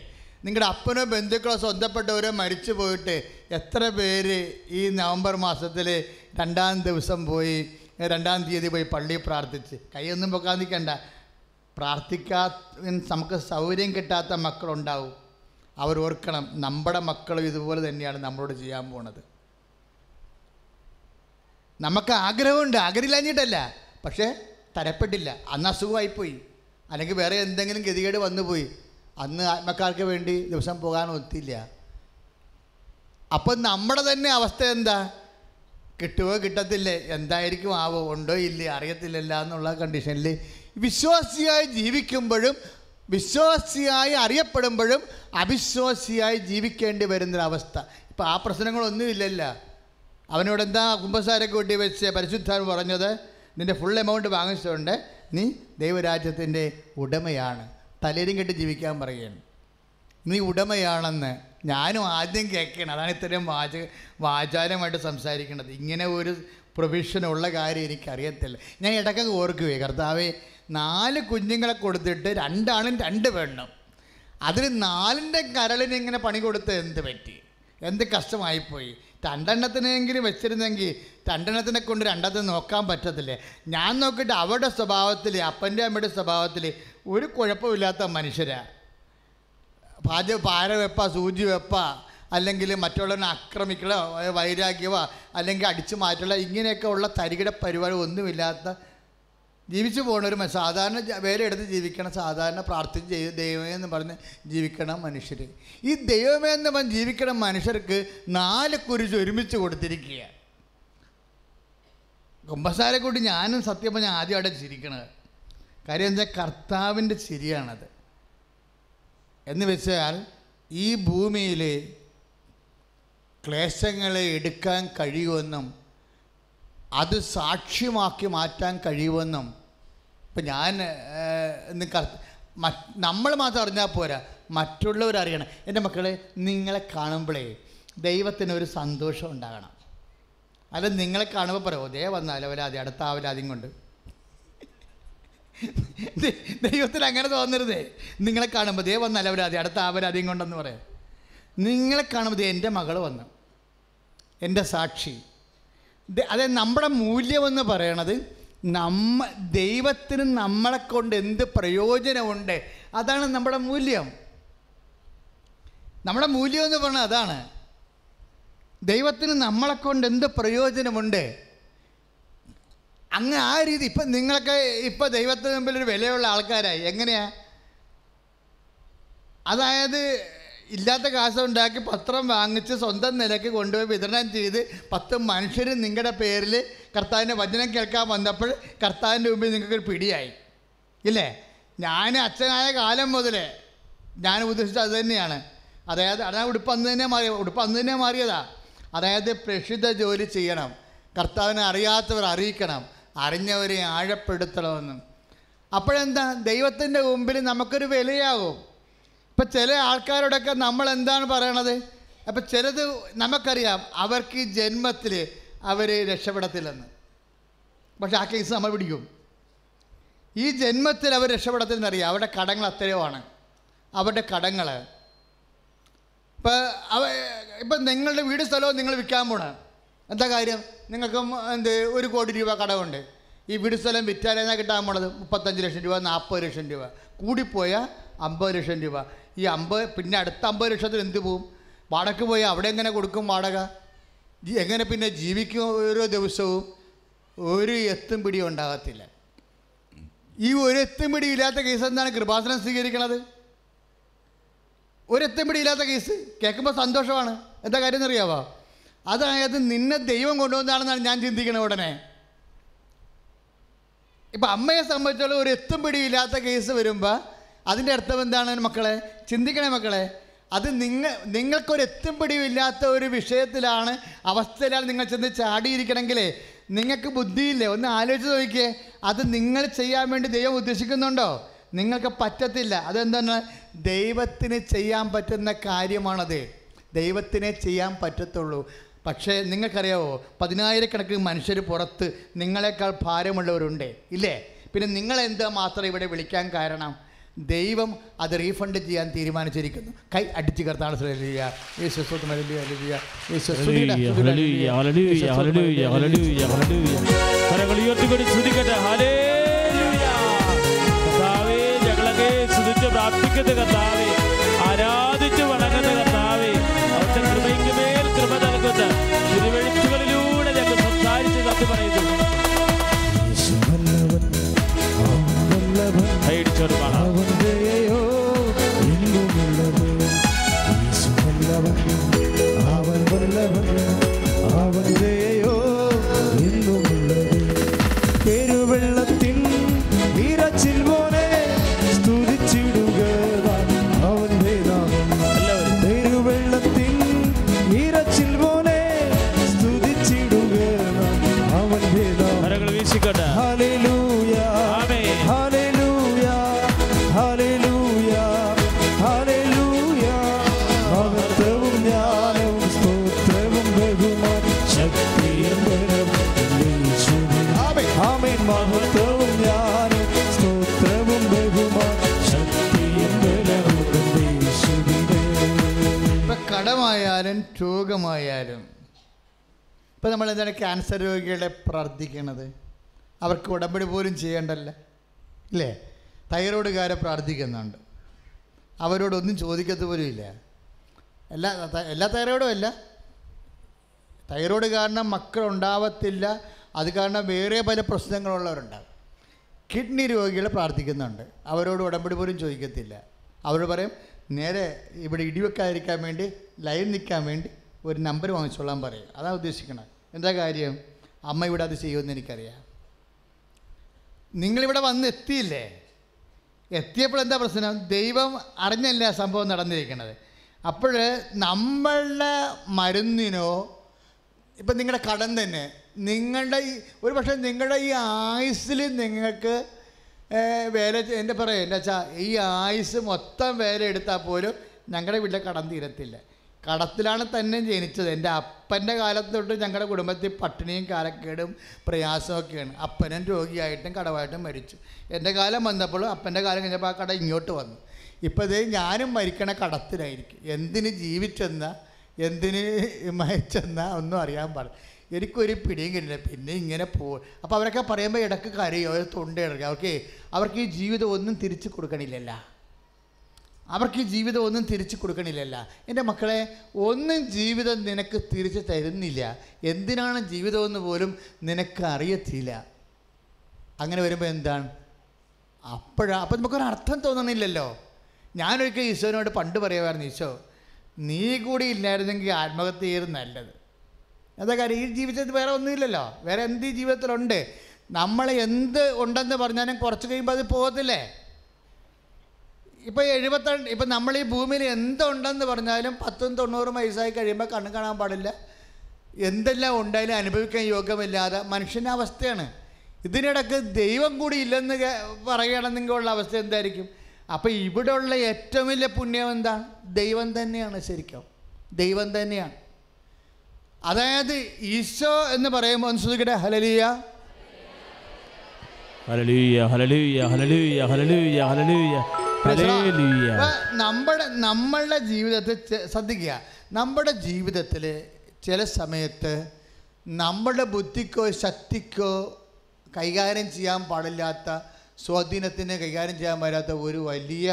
[SPEAKER 3] നിങ്ങളുടെ അപ്പനോ ബന്ധുക്കളോ സ്വന്തപ്പെട്ടവരോ മരിച്ചു പോയിട്ട് എത്ര പേര് ഈ നവംബർ മാസത്തിൽ രണ്ടാം ദിവസം പോയി രണ്ടാം തീയതി പോയി പള്ളിയിൽ പ്രാർത്ഥിച്ച് കൈയൊന്നും പൊക്കാൻ നിൽക്കണ്ട പ്രാർത്ഥിക്കാ മീൻസ് നമുക്ക് സൗകര്യം കിട്ടാത്ത മക്കളുണ്ടാവും അവർ ഓർക്കണം നമ്മുടെ മക്കളും ഇതുപോലെ തന്നെയാണ് നമ്മളോട് ചെയ്യാൻ പോണത് നമുക്ക് ആഗ്രഹമുണ്ട് ആഗ്രഹമില്ലാഞ്ഞിട്ടല്ല പക്ഷേ തരപ്പെട്ടില്ല അന്ന് അസുഖമായിപ്പോയി അല്ലെങ്കിൽ വേറെ എന്തെങ്കിലും ഗതികേട് വന്നുപോയി അന്ന് ആത്മക്കാർക്ക് വേണ്ടി ദിവസം പോകാൻ ഒത്തില്ല അപ്പം നമ്മുടെ തന്നെ അവസ്ഥ എന്താ കിട്ടുമോ കിട്ടത്തില്ലേ എന്തായിരിക്കും ആവോ ഉണ്ടോ ഇല്ലേ അറിയത്തില്ലല്ല എന്നുള്ള കണ്ടീഷനിൽ വിശ്വാസിയായി ജീവിക്കുമ്പോഴും വിശ്വാസിയായി അറിയപ്പെടുമ്പോഴും അവിശ്വാസിയായി ജീവിക്കേണ്ടി വരുന്നൊരവസ്ഥ ഇപ്പം ആ പ്രശ്നങ്ങളൊന്നുമില്ലല്ല അവനോട് എന്താ കുമ്പസാരൊക്കെ കൂട്ടി വെച്ച് പരിശുദ്ധാൻ പറഞ്ഞത് നിൻ്റെ ഫുൾ എമൗണ്ട് വാങ്ങിച്ചുകൊണ്ട് നീ ദൈവരാജ്യത്തിൻ്റെ ഉടമയാണ് തലേരും കെട്ടി ജീവിക്കാൻ പറയുകയാണ് നീ ഉടമയാണെന്ന് ഞാനും ആദ്യം കേൾക്കണം അതാണ് ഇത്രയും വാച വാചാരമായിട്ട് സംസാരിക്കുന്നത് ഇങ്ങനെ ഒരു പ്രൊവിഷൻ ഉള്ള കാര്യം എനിക്കറിയത്തില്ല ഞാൻ ഇടയ്ക്കൊക്കെ ഓർക്കുവേ കർത്താവേ നാല് കുഞ്ഞുങ്ങളെ കൊടുത്തിട്ട് രണ്ടാണും രണ്ട് പെണ്ണും അതിൽ നാലിൻ്റെ കരളിന് ഇങ്ങനെ പണി കൊടുത്ത് എന്ത് പറ്റി എന്ത് കഷ്ടമായിപ്പോയി രണ്ടെണ്ണത്തിനെങ്കിലും വെച്ചിരുന്നെങ്കിൽ രണ്ടെണ്ണത്തിനെ കൊണ്ട് രണ്ടത്തെ നോക്കാൻ പറ്റത്തില്ലേ ഞാൻ നോക്കിയിട്ട് അവരുടെ സ്വഭാവത്തിൽ അപ്പൻ്റെ അമ്മയുടെ സ്വഭാവത്തിൽ ഒരു കുഴപ്പമില്ലാത്ത മനുഷ്യരാണ് പാച പാര വെപ്പ സൂചി വെപ്പ അല്ലെങ്കിൽ മറ്റുള്ളവനെ ആക്രമിക്കലോ ഏ, വൈരാഗ്യമോ അല്ലെങ്കിൽ അടിച്ചു മാറ്റലോ ഇങ്ങനെയൊക്കെ ഉള്ള തരികിട പരിപാടി ഒന്നുമില്ലാത്ത ജീവിച്ചു പോകണ ഒരു മനുഷ്യ സാധാരണ ജ- വേറെ എടുത്ത് ജീവിക്കണം സാധാരണ പ്രാർത്ഥിച്ച് ചെയ്ത് ദൈവമേ എന്ന് പറഞ്ഞ് ജീവിക്കണം മനുഷ്യർ ഈ ദൈവമേ എന്ന് പറഞ്ഞ് ജീവിക്കണ മനുഷ്യർക്ക് നാല് കുരിശ് ഒരുമിച്ച് കൊടുത്തിരിക്കുകയാണ് കുമ്പസാരെ കൂടി ഞാനും സത്യം പറഞ്ഞാൽ ആദ്യമായിട്ട് ചിരിക്കണത് കാര്യം എന്താ കർത്താവിൻ്റെ ചിരിയാണത് എന്ന് വെച്ചാൽ ഈ ഭൂമിയിൽ ക്ലേശങ്ങളെ എടുക്കാൻ കഴിയുമെന്നും അത് സാക്ഷ്യമാക്കി മാറ്റാൻ കഴിയുമെന്നും ഇപ്പം ഞാൻ ഏഹ്, ഇന്ന് കർ- മറ്റ് നമ്മൾ മാത്രം അറിഞ്ഞാൽ പോരാ മറ്റുള്ളവർ അറിയണം എൻ്റെ മക്കളെ നിങ്ങളെ കാണുമ്പോഴേ ദൈവത്തിന് ഒരു സന്തോഷം ഉണ്ടാകണം അല്ല നിങ്ങളെ കാണുമ്പോൾ പറയുമോ ദേ വന്നാലോ വരാതെ അടുത്ത ആവലാതിയും കൊണ്ട് ദൈ- ദൈവത്തിന് അങ്ങനെ തോന്നരുതേ നിങ്ങളെ കാണുമ്പോൾ ദേ വന്ന അലപരാതി അടുത്ത അപരാധിയും കൊണ്ടെന്ന് പറയാം നിങ്ങളെ കാണുമ്പോൾ ദേ എൻ്റെ മകൾ വന്നു എൻ്റെ സാക്ഷി ദ- അതായത് നമ്മുടെ മൂല്യമെന്ന് പറയണത് നമ്മ ദൈവത്തിന് നമ്മളെ കൊണ്ട് എന്ത് പ്രയോജനമുണ്ട് അതാണ് നമ്മുടെ മൂല്യം നമ്മുടെ മൂല്യം എന്ന് പറഞ്ഞാൽ അതാണ് ദൈവത്തിന് നമ്മളെ കൊണ്ട് എന്ത് പ്രയോജനമുണ്ട് അങ്ങ് ആ രീതി ഇപ്പം നിങ്ങളൊക്കെ ഇപ്പം ദൈവത്തിന് മുമ്പിൽ ഒരു വിലയുള്ള ആൾക്കാരായി എങ്ങനെയാ അതായത് ഇല്ലാത്ത കാശ് ഉണ്ടാക്കി പത്രം വാങ്ങിച്ച് സ്വന്തം നിലയ്ക്ക് കൊണ്ടുപോയി വിതരണം ചെയ്ത് പത്ത് മനുഷ്യർ നിങ്ങളുടെ പേരിൽ കർത്താവിൻ്റെ വചനം കേൾക്കാൻ വന്നപ്പോൾ കർത്താവിൻ്റെ മുമ്പിൽ നിങ്ങൾക്കൊരു പിടിയായി ഇല്ലേ ഞാൻ അച്ഛനായ കാലം മുതലേ ഞാൻ ഉദ്ദേശിച്ചത് അത് തന്നെയാണ് അതായത് അതാ ഉടുപ്പ് അന്ന് തന്നെ മാറിയ ഉടുപ്പ് അന്ന് തന്നെ മാറിയതാ അതായത് പ്രക്ഷിത ജോലി ചെയ്യണം കർത്താവിനെ അറിയാത്തവർ അറിയിക്കണം അറിഞ്ഞവരെ ആഴപ്പെടുത്തണമെന്നും അപ്പോഴെന്താ ദൈവത്തിൻ്റെ മുമ്പിൽ നമുക്കൊരു വിലയാകും ഇപ്പം ചില ആൾക്കാരോടൊക്കെ നമ്മൾ എന്താണ് പറയണത് അപ്പം ചിലത് നമുക്കറിയാം അവർക്ക് ഈ ജന്മത്തിൽ അവർ രക്ഷപ്പെടത്തില്ലെന്ന് പക്ഷെ ആ കേസ് നമ്മൾ പിടിക്കും ഈ ജന്മത്തിൽ അവർ രക്ഷപ്പെടത്തില്ലെന്നറിയാം അവരുടെ കടങ്ങൾ അത്രയുമാണ് അവരുടെ കടങ്ങൾ ഇപ്പം അവ ഇപ്പം നിങ്ങളുടെ വീട് സ്ഥലവും നിങ്ങൾ വിൽക്കാൻ പോണ എന്താ കാര്യം നിങ്ങൾക്ക് മ- എന്ത് ഒരു കോടി രൂപ കടമുണ്ട് ഈ വീട് സ്ഥലം വിറ്റാലേന്നാ കിട്ടാൻ പോണത് മുപ്പത്തഞ്ച് ലക്ഷം രൂപ നാൽപ്പത് ലക്ഷം രൂപ കൂടിപ്പോയാൽ അമ്പത് ലക്ഷം രൂപ ഈ അമ്പത് പിന്നെ അടുത്ത അമ്പത് ലക്ഷത്തിന് എന്ത് പോവും വാടകയ്ക്ക് പോയി അവിടെ എങ്ങനെ കൊടുക്കും വാടക ജി- എങ്ങനെ പിന്നെ ജീവിക്കും ഓരോ ദിവസവും ഒരു എത്തും പിടിയും ഉണ്ടാകത്തില്ല ഈ ഒരു എത്തും പിടിയും ഇല്ലാത്ത കേസ് എന്താണ് കൃപാസനം സ്വീകരിക്കണത് ഒരെത്തും പിടിയില്ലാത്ത കേസ് കേൾക്കുമ്പോൾ സന്തോഷമാണ് എന്താ കാര്യം എന്നറിയാവോ അതായത് നിന്നെ ദൈവം കൊണ്ടുവന്നാണെന്നാണ് ഞാൻ ചിന്തിക്കുന്നത് ഉടനെ ഇപ്പം അമ്മയെ സംബന്ധിച്ചോളം ഒരു എത്തും പിടിയില്ലാത്ത കേസ് വരുമ്പോൾ അതിൻ്റെ അർത്ഥം എന്താണ് മക്കളെ ചിന്തിക്കണേ മക്കളെ അത് നിങ്ങൾ നിങ്ങൾക്കൊരു എത്തും പിടിയില്ലാത്ത ഒരു വിഷയത്തിലാണ് അവസ്ഥയിലാണ് നിങ്ങൾ ചെന്ന് ചാടിയിരിക്കണമെങ്കിലേ നിങ്ങൾക്ക് ബുദ്ധിയില്ലേ ഒന്ന് ആലോചിച്ച് നോക്കിയേ അത് നിങ്ങൾ ചെയ്യാൻ വേണ്ടി ദൈവം ഉദ്ദേശിക്കുന്നുണ്ടോ നിങ്ങൾക്ക് പറ്റത്തില്ല അതെന്താണ് ദൈവത്തിന് ചെയ്യാൻ പറ്റുന്ന കാര്യമാണത് ദൈവത്തിനെ ചെയ്യാൻ പറ്റത്തുള്ളൂ പക്ഷേ നിങ്ങൾക്കറിയാവോ പതിനായിരക്കണക്കിന് മനുഷ്യർ പുറത്ത് നിങ്ങളെക്കാൾ ഭാരമുള്ളവരുണ്ട് ഇല്ലേ പിന്നെ നിങ്ങളെന്താ മാത്രം ഇവിടെ വിളിക്കാൻ കാരണം ദൈവം അത് റീഫണ്ട് ചെയ്യാൻ തീരുമാനിച്ചിരിക്കുന്നു കൈ അടിച്ചു കർത്താണ് ശ്രദ്ധിക്കുക യേശുസ്വത്ത് മരലിയ അലിയ
[SPEAKER 2] ഹല്ലേലൂയ, ഹല്ലേലൂയ, ഹല്ലേലൂയ, ഹല്ലേലൂയ, ഹല്ലേലൂയ, ഹല്ലേലൂയ. കരങ്ങൾ ഉയർത്തിക്കൊണ്ട് സ്തുതിക്കട്ടെ. ഹല്ലേലൂയ. കർത്താവേ, ഞങ്ങളൊക്കെ സ്തുതിച്ച് പ്രാർത്ഥിക്കുന്ന കർത്താവേ, ആരാധിച്ച് വണങ്ങുന്ന കർത്താവേ, അവിടുത്തെ കൃപയ്ക്ക് മേൽ കൃപ നൽകുന്ന തിരുവെഴുത്തുകളിലൂടെ ഞങ്ങൾ സംസാരിച്ച് നന്ദി പറയുന്നു.
[SPEAKER 1] വല്ലവൻ അവൻ വല്ലവൻ
[SPEAKER 2] കൈയടിച്ചോട് പാടാം.
[SPEAKER 1] അവൻ ദയയോ ഇന്നുമുള്ളത് യേശു വല്ലവൻ അവൻ വല്ലവൻ അവൻ ദയയോ ഇന്നുമുള്ളത് പെരുവെള്ളത്തിൻ നിറച്ചിൽ പോലെ സ്തുതിച്ചിടുക അവൻ വേദാമം
[SPEAKER 2] എല്ലാവരും
[SPEAKER 1] പെരുവെള്ളത്തിൻ നിറച്ചിൽ പോലെ സ്തുതിച്ചിടുക അവൻ വേദാമം
[SPEAKER 2] കരങ്ങൾ വീശിക്കട്ടെ.
[SPEAKER 1] ഹല്ലേലൂയ
[SPEAKER 2] ആമേൻ.
[SPEAKER 1] ഹല്ലേലൂയ ഹല്ലേലൂയ ഹല്ലേലൂയ മഹത്വവും ജ്ഞാനവും സ്തോത്രവും ബഹുമാനം ശക്തിയും ബലവും യേശുവേ. ആമേൻ മഹത്വവും ജ്ഞാനവും സ്തോത്രവും ബഹുമാനം ശക്തിയും ബലവും യേശുവേ.
[SPEAKER 3] ഇപ്പം കടമായാലും രോഗമായാലും ഇപ്പം നമ്മൾ എന്താണ് ക്യാൻസർ രോഗികളെ പ്രാർത്ഥിക്കണത് അവർക്ക് ഉടമ്പടി പോലും ചെയ്യേണ്ടല്ല ഇല്ലേ തൈറോയ്ഡുകാരെ പ്രാർത്ഥിക്കുന്നുണ്ട് അവരോടൊന്നും ചോദിക്കത്ത് പോലും ഇല്ല എല്ലാ ത- എല്ലാ തൈറോയ്ഡും അല്ല തൈറോയ്ഡ് കാരണം മക്കൾ ഉണ്ടാവത്തില്ല അത് കാരണം വേറെ പല പ്രശ്നങ്ങളുള്ളവരുണ്ടാവും കിഡ്നി രോഗികളെ പ്രാർത്ഥിക്കുന്നുണ്ട് അവരോട് ഉടമ്പടി പോലും ചോദിക്കത്തില്ല അവർ പറയും നേരെ ഇവിടെ ഇടിവെക്കാതിരിക്കാൻ വേണ്ടി ലൈൻ നിൽക്കാൻ വേണ്ടി ഒരു നമ്പർ വാങ്ങിച്ചോളാൻ പറയും അതാ ഉദ്ദേശിക്കണത് എന്താ കാര്യം അമ്മ ഇവിടെ അത് ചെയ്യുമെന്ന് എനിക്കറിയാം നിങ്ങളിവിടെ വന്ന് എത്തിയില്ലേ എത്തിയപ്പോൾ എന്താ പ്രശ്നം ദൈവം അറിഞ്ഞല്ല ആ സംഭവം നടന്നിരിക്കുന്നത് അപ്പോൾ നമ്മളുടെ മരുന്നിനോ ഇപ്പം നിങ്ങളുടെ കടം തന്നെ നിങ്ങളുടെ ഈ ഒരു പക്ഷേ നിങ്ങളുടെ ഈ ആയുസ്സിൽ നിങ്ങൾക്ക് ഏ, വേല ചെ- എൻ്റെ പറയാം എൻ്റെ അച്ഛാ ഈ ആയുസ് മൊത്തം വേല എടുത്താൽ പോലും ഞങ്ങളുടെ വീട്ടിലെ കടം തീരത്തില്ല കടത്തിലാണ് തന്നെ ജനിച്ചത് എൻ്റെ അപ്പൻ്റെ കാലത്ത് തൊട്ട് ഞങ്ങളുടെ കുടുംബത്തിൽ പട്ടിണിയും കാലക്കേടും പ്രയാസമൊക്കെയാണ് അപ്പനും രോഗിയായിട്ടും കടമായിട്ടും മരിച്ചു എൻ്റെ കാലം വന്നപ്പോൾ അപ്പൻ്റെ കാലം കഴിഞ്ഞപ്പോൾ ആ കട ഇങ്ങോട്ട് വന്നു ഇപ്പോൾ ഇത് ഞാനും മരിക്കണ കടത്തിലായിരിക്കും എന്തിന് ജീവിച്ചെന്ന എന്തിന് മയച്ചെന്ന ഒന്നും അറിയാൻ പാടില്ല എനിക്കൊരു പിടിയും കിട്ടില്ല പിന്നെ ഇങ്ങനെ പോ അപ്പോൾ അവരൊക്കെ പറയുമ്പോൾ ഇടക്ക് കരയോ ഒരു തൊണ്ട ഇടക്കുക അവർക്ക് അവർക്ക് ഈ ജീവിതം ഒന്നും തിരിച്ചു കൊടുക്കണില്ലല്ല അവർക്ക് ഈ ജീവിതം ഒന്നും തിരിച്ചു കൊടുക്കണില്ലല്ല എൻ്റെ മക്കളെ ഒന്നും ജീവിതം നിനക്ക് തിരിച്ചു തരുന്നില്ല എന്തിനാണ് ജീവിതമെന്ന് പോലും നിനക്ക് അറിയത്തില്ല അങ്ങനെ വരുമ്പോൾ എന്താണ് അപ്പോഴാണ് അപ്പം നമുക്കൊരു അർത്ഥം തോന്നണില്ലല്ലോ ഞാനൊരിക്കൽ ഈശോനോട് പണ്ട് പറയുമായിരുന്നു ഈശോ നീ കൂടി ഇല്ലായിരുന്നെങ്കിൽ ആത്മഹത്യ ചെയ്ത് നല്ലത് എന്താ കാര്യം ഈ ജീവിതത്തിൽ വേറെ ഒന്നുമില്ലല്ലോ വേറെ എന്ത് ഈ ജീവിതത്തിലുണ്ട് നമ്മൾ എന്ത് ഉണ്ടെന്ന് പറഞ്ഞാലും കുറച്ച് കഴിയുമ്പോൾ അത് പോകത്തില്ലേ ഇപ്പോൾ എഴുപത്തിരണ്ട് ഇപ്പം നമ്മൾ ഈ ഭൂമിയിൽ എന്തുണ്ടെന്ന് പറഞ്ഞാലും പത്തും തൊണ്ണൂറും വയസ്സായി കഴിയുമ്പോൾ കണ്ണു കാണാൻ പാടില്ല എന്തെല്ലാം ഉണ്ടായാലും അനുഭവിക്കാൻ യോഗ്യമില്ലാതെ മനുഷ്യൻ്റെ അവസ്ഥയാണ് ഇതിനിടക്ക് ദൈവം കൂടി ഇല്ലെന്ന് കേ- പറയുകയാണെന്നെങ്കിൽ ഉള്ള അവസ്ഥ എന്തായിരിക്കും അപ്പോൾ ഇവിടെയുള്ള ഏറ്റവും വലിയ പുണ്യം എന്താണ് ദൈവം തന്നെയാണ് ശരിക്കും ദൈവം തന്നെയാണ് അതായത് ഈശോ എന്ന് പറയുമ്പോൾ ഒന്ന് ശ്രദ്ധിക്കട്ടെ ഹലലിയ
[SPEAKER 2] ഹല്ലേലൂയ, ഹല്ലേലൂയ, ഹല്ലേലൂയ, ഹല്ലേലൂയ, ഹല്ലേലൂയ.
[SPEAKER 3] praise the Lord.
[SPEAKER 2] Hallelujah.
[SPEAKER 3] അപ്പൊ നമ്മുടെ നമ്മളുടെ ജീവിതത്തിൽ ചെ- ശ്രദ്ധിക്കുക നമ്മുടെ ജീവിതത്തിൽ ചില സമയത്ത് നമ്മുടെ ബുദ്ധിക്കോ ശക്തിക്കോ കൈകാര്യം ചെയ്യാൻ പാടില്ലാത്ത സ്വാധീനത്തിന് കൈകാര്യം ചെയ്യാൻ വരാത്ത ഒരു വലിയ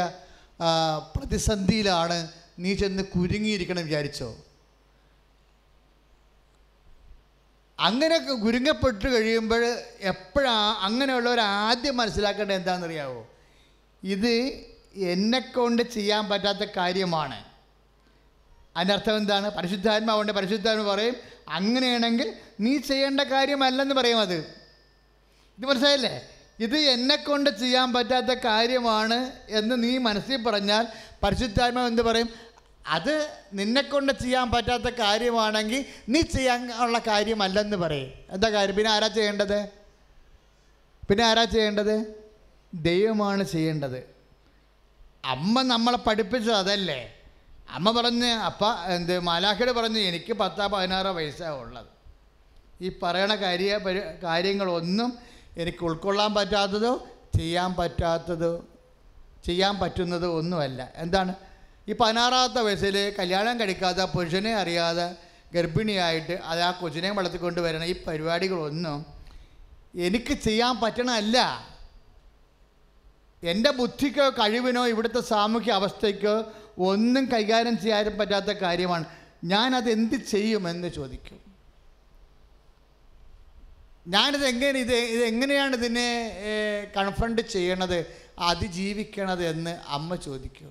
[SPEAKER 3] ആ, പ്രതിസന്ധിയിലാണ് നീ ചെന്ന് കുരുങ്ങിയിരിക്കണം വിചാരിച്ചോ അങ്ങനെ ഗുരുങ്ങപ്പെട്ട് കഴിയുമ്പോൾ എപ്പോഴാ അങ്ങനെയുള്ളവർ ആദ്യം മനസ്സിലാക്കേണ്ടത് എന്താണെന്നറിയാവോ ഇത് എന്നെക്കൊണ്ട് ചെയ്യാൻ പറ്റാത്ത കാര്യമാണ് അതിനർത്ഥം എന്താണ് പരിശുദ്ധാത്മാവുണ്ട് പരിശുദ്ധാത്മ പറയും അങ്ങനെയാണെങ്കിൽ നീ ചെയ്യേണ്ട കാര്യമല്ലെന്ന് പറയും അത് ഇത് മനസ്സിലായില്ലേ ഇത് എന്നെക്കൊണ്ട് ചെയ്യാൻ പറ്റാത്ത കാര്യമാണ് എന്ന് നീ മനസ്സിൽ പറഞ്ഞാൽ പരിശുദ്ധാത്മാവ് എന്ത് പറയും അത് നിന്നെക്കൊണ്ട് ചെയ്യാൻ പറ്റാത്ത കാര്യമാണെങ്കിൽ നീ ചെയ്യാൻ ഉള്ള കാര്യമല്ലെന്ന് പറയും എന്താ കാര്യം പിന്നെ ആരാ ചെയ്യേണ്ടത് പിന്നെ ആരാ ചെയ്യേണ്ടത് ദൈവമാണ് ചെയ്യേണ്ടത് അമ്മ നമ്മളെ പഠിപ്പിച്ചത് അതല്ലേ അമ്മ പറഞ്ഞ് അപ്പ എന്ത് മാലാഖയോട് പറഞ്ഞ് എനിക്ക് പത്താ പതിനാറോ വയസ്സാണ് ഉള്ളത് ഈ പറയണ കാര്യ പരി- കാര്യങ്ങളൊന്നും എനിക്ക് ഉൾക്കൊള്ളാൻ പറ്റാത്തതോ ചെയ്യാൻ പറ്റാത്തതോ ചെയ്യാൻ പറ്റുന്നതോ ഒന്നുമല്ല എന്താണ് ഈ പതിനാറാമത്തെ വയസ്സിൽ കല്യാണം കഴിക്കാത്ത പുരുഷനെ അറിയാതെ ഗർഭിണിയായിട്ട് അത് ആ കൊച്ചിനെ വളർത്തിക്കൊണ്ട് വരണ ഈ പരിപാടികളൊന്നും എനിക്ക് ചെയ്യാൻ പറ്റണമല്ല എൻ്റെ ബുദ്ധിക്കോ കഴിവിനോ ഇവിടുത്തെ സാമൂഹ്യ അവസ്ഥയ്ക്കോ ഒന്നും കൈകാര്യം ചെയ്യാൻ പറ്റാത്ത കാര്യമാണ് ഞാനത് എന്ത് ചെയ്യുമെന്ന് ചോദിക്കും ഞാനിത് എങ്ങനെ ഇത് ഇത് എങ്ങനെയാണ് ഇതിനെ കൺഫ്രണ്ട് ചെയ്യണത് അതിജീവിക്കണത് എന്ന് അമ്മ ചോദിക്കൂ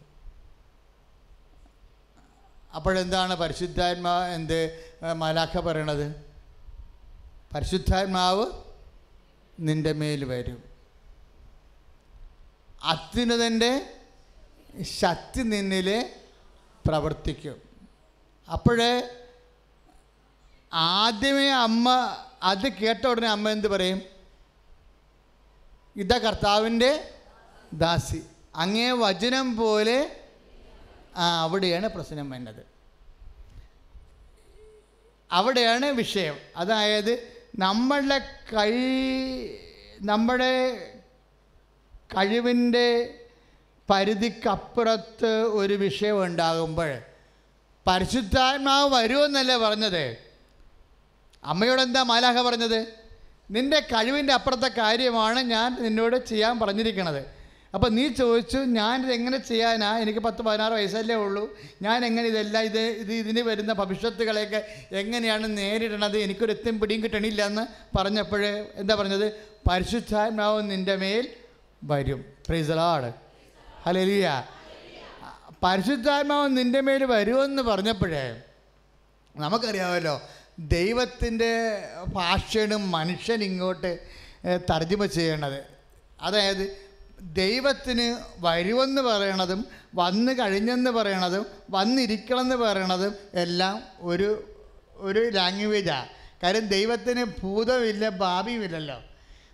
[SPEAKER 3] അപ്പോഴെന്താണ് പരിശുദ്ധാത്മാ എന്ത് ഏഹ്, മാലാഖ പറയണത് പരിശുദ്ധാത്മാവ് നിൻ്റെ മേൽ വരും അത്യുന്നതൻ്റെ ശക്തി നിന്നിൽ പ്രവർത്തിക്കും അപ്പോഴേ ആദ്യമേ അമ്മ അത് കേട്ട ഉടനെ അമ്മ എന്ത് പറയും ഇതാ കർത്താവിൻ്റെ ദാസി അങ്ങേ വചനം പോലെ ആ അവിടെയാണ് പ്രശ്നം വരുന്നത് അവിടെയാണ് വിഷയം അതായത് നമ്മളുടെ കൈ നമ്മുടെ കഴിവിൻ്റെ പരിധിക്കപ്പുറത്ത് ഒരു വിഷയം ഉണ്ടാകുമ്പോൾ പരിശുദ്ധാത്മാവ് വരുമെന്നല്ലേ പറഞ്ഞത് അമ്മയോട് എന്താ മാലാഹ പറഞ്ഞത് നിൻ്റെ കഴിവിൻ്റെ അപ്പുറത്തെ കാര്യമാണ് ഞാൻ നിന്നോട് ചെയ്യാൻ പറഞ്ഞിരിക്കണത് അപ്പം നീ ചോദിച്ചു ഞാനിത് എങ്ങനെ ചെയ്യാനാ എനിക്ക് പത്ത് പതിനാറ് വയസ്സല്ലേ ഉള്ളൂ ഞാൻ എങ്ങനെ ഇതെല്ലാം ഇത് ഇത് ഇതിന് വരുന്ന ഭവിഷ്യത്തുകളെയൊക്കെ എങ്ങനെയാണ് നേരിടണത് എനിക്കൊരു എത്തും പിടിയും കിട്ടണില്ല എന്ന് പറഞ്ഞപ്പോൾ എന്താ പറഞ്ഞത് പരിശുദ്ധാത്മാവ് നിൻ്റെ മേൽ വരും പ്രീസലാട് ഹലലിയ പരിശുദ്ധാത്മാവ് നിൻ്റെ മേൽ വരുമെന്ന് പറഞ്ഞപ്പോഴേ നമുക്കറിയാമല്ലോ ദൈവത്തിൻ്റെ ഭാഷയാണ് മനുഷ്യൻ ഇങ്ങോട്ട് ഏഹ്, തർജ്ജമ ചെയ്യണത് അതായത് ദൈവത്തിന് വരുമെന്ന് പറയണതും വന്നു കഴിഞ്ഞെന്ന് പറയണതും വന്നിരിക്കണമെന്ന് പറയണതും എല്ലാം ഒരു ഒരു ലാംഗ്വേജാണ് കാര്യം ദൈവത്തിന് ഭൂതമില്ല ഭാവിയുമില്ലല്ലോ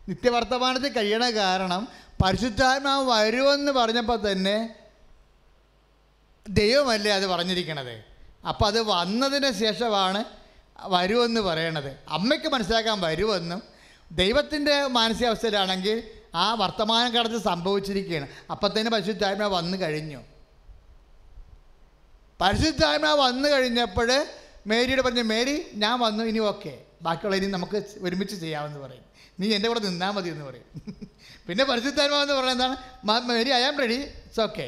[SPEAKER 3] നിത്യവർത്തമാനത്തിൽ കഴിയണ കാരണം പരിശുദ്ധാത്മാവ് വരുമെന്ന് പറഞ്ഞപ്പോൾ തന്നെ ദൈവമല്ലേ അത് പറഞ്ഞിരിക്കണത് അപ്പം അത് വന്നതിന് ശേഷമാണ് വരുമെന്ന് പറയണത് അമ്മയ്ക്ക് മനസ്സിലാക്കാൻ വരുമെന്നും ദൈവത്തിൻ്റെ മാനസികാവസ്ഥയിലാണെങ്കിൽ ആ വർത്തമാനം കടത്ത് സംഭവിച്ചിരിക്കുകയാണ് അപ്പം തന്നെ പരിശുദ്ധാത്മ വന്നു കഴിഞ്ഞു പരിശുദ്ധാത്മ വന്നു കഴിഞ്ഞപ്പോൾ മേരിയോട് പറഞ്ഞു മേരി ഞാൻ വന്നു ഇനി ഓക്കെ ബാക്കിയുള്ള ഇനി നമുക്ക് ഒരുമിച്ച് ചെയ്യാമെന്ന് പറയും നീ എൻ്റെ കൂടെ നിന്നാൽ മതി എന്ന് പറയും പിന്നെ പരിശുദ്ധാത്മ എന്ന് പറയുന്നത് എന്താണ് "മ- Mary I am ready it's okay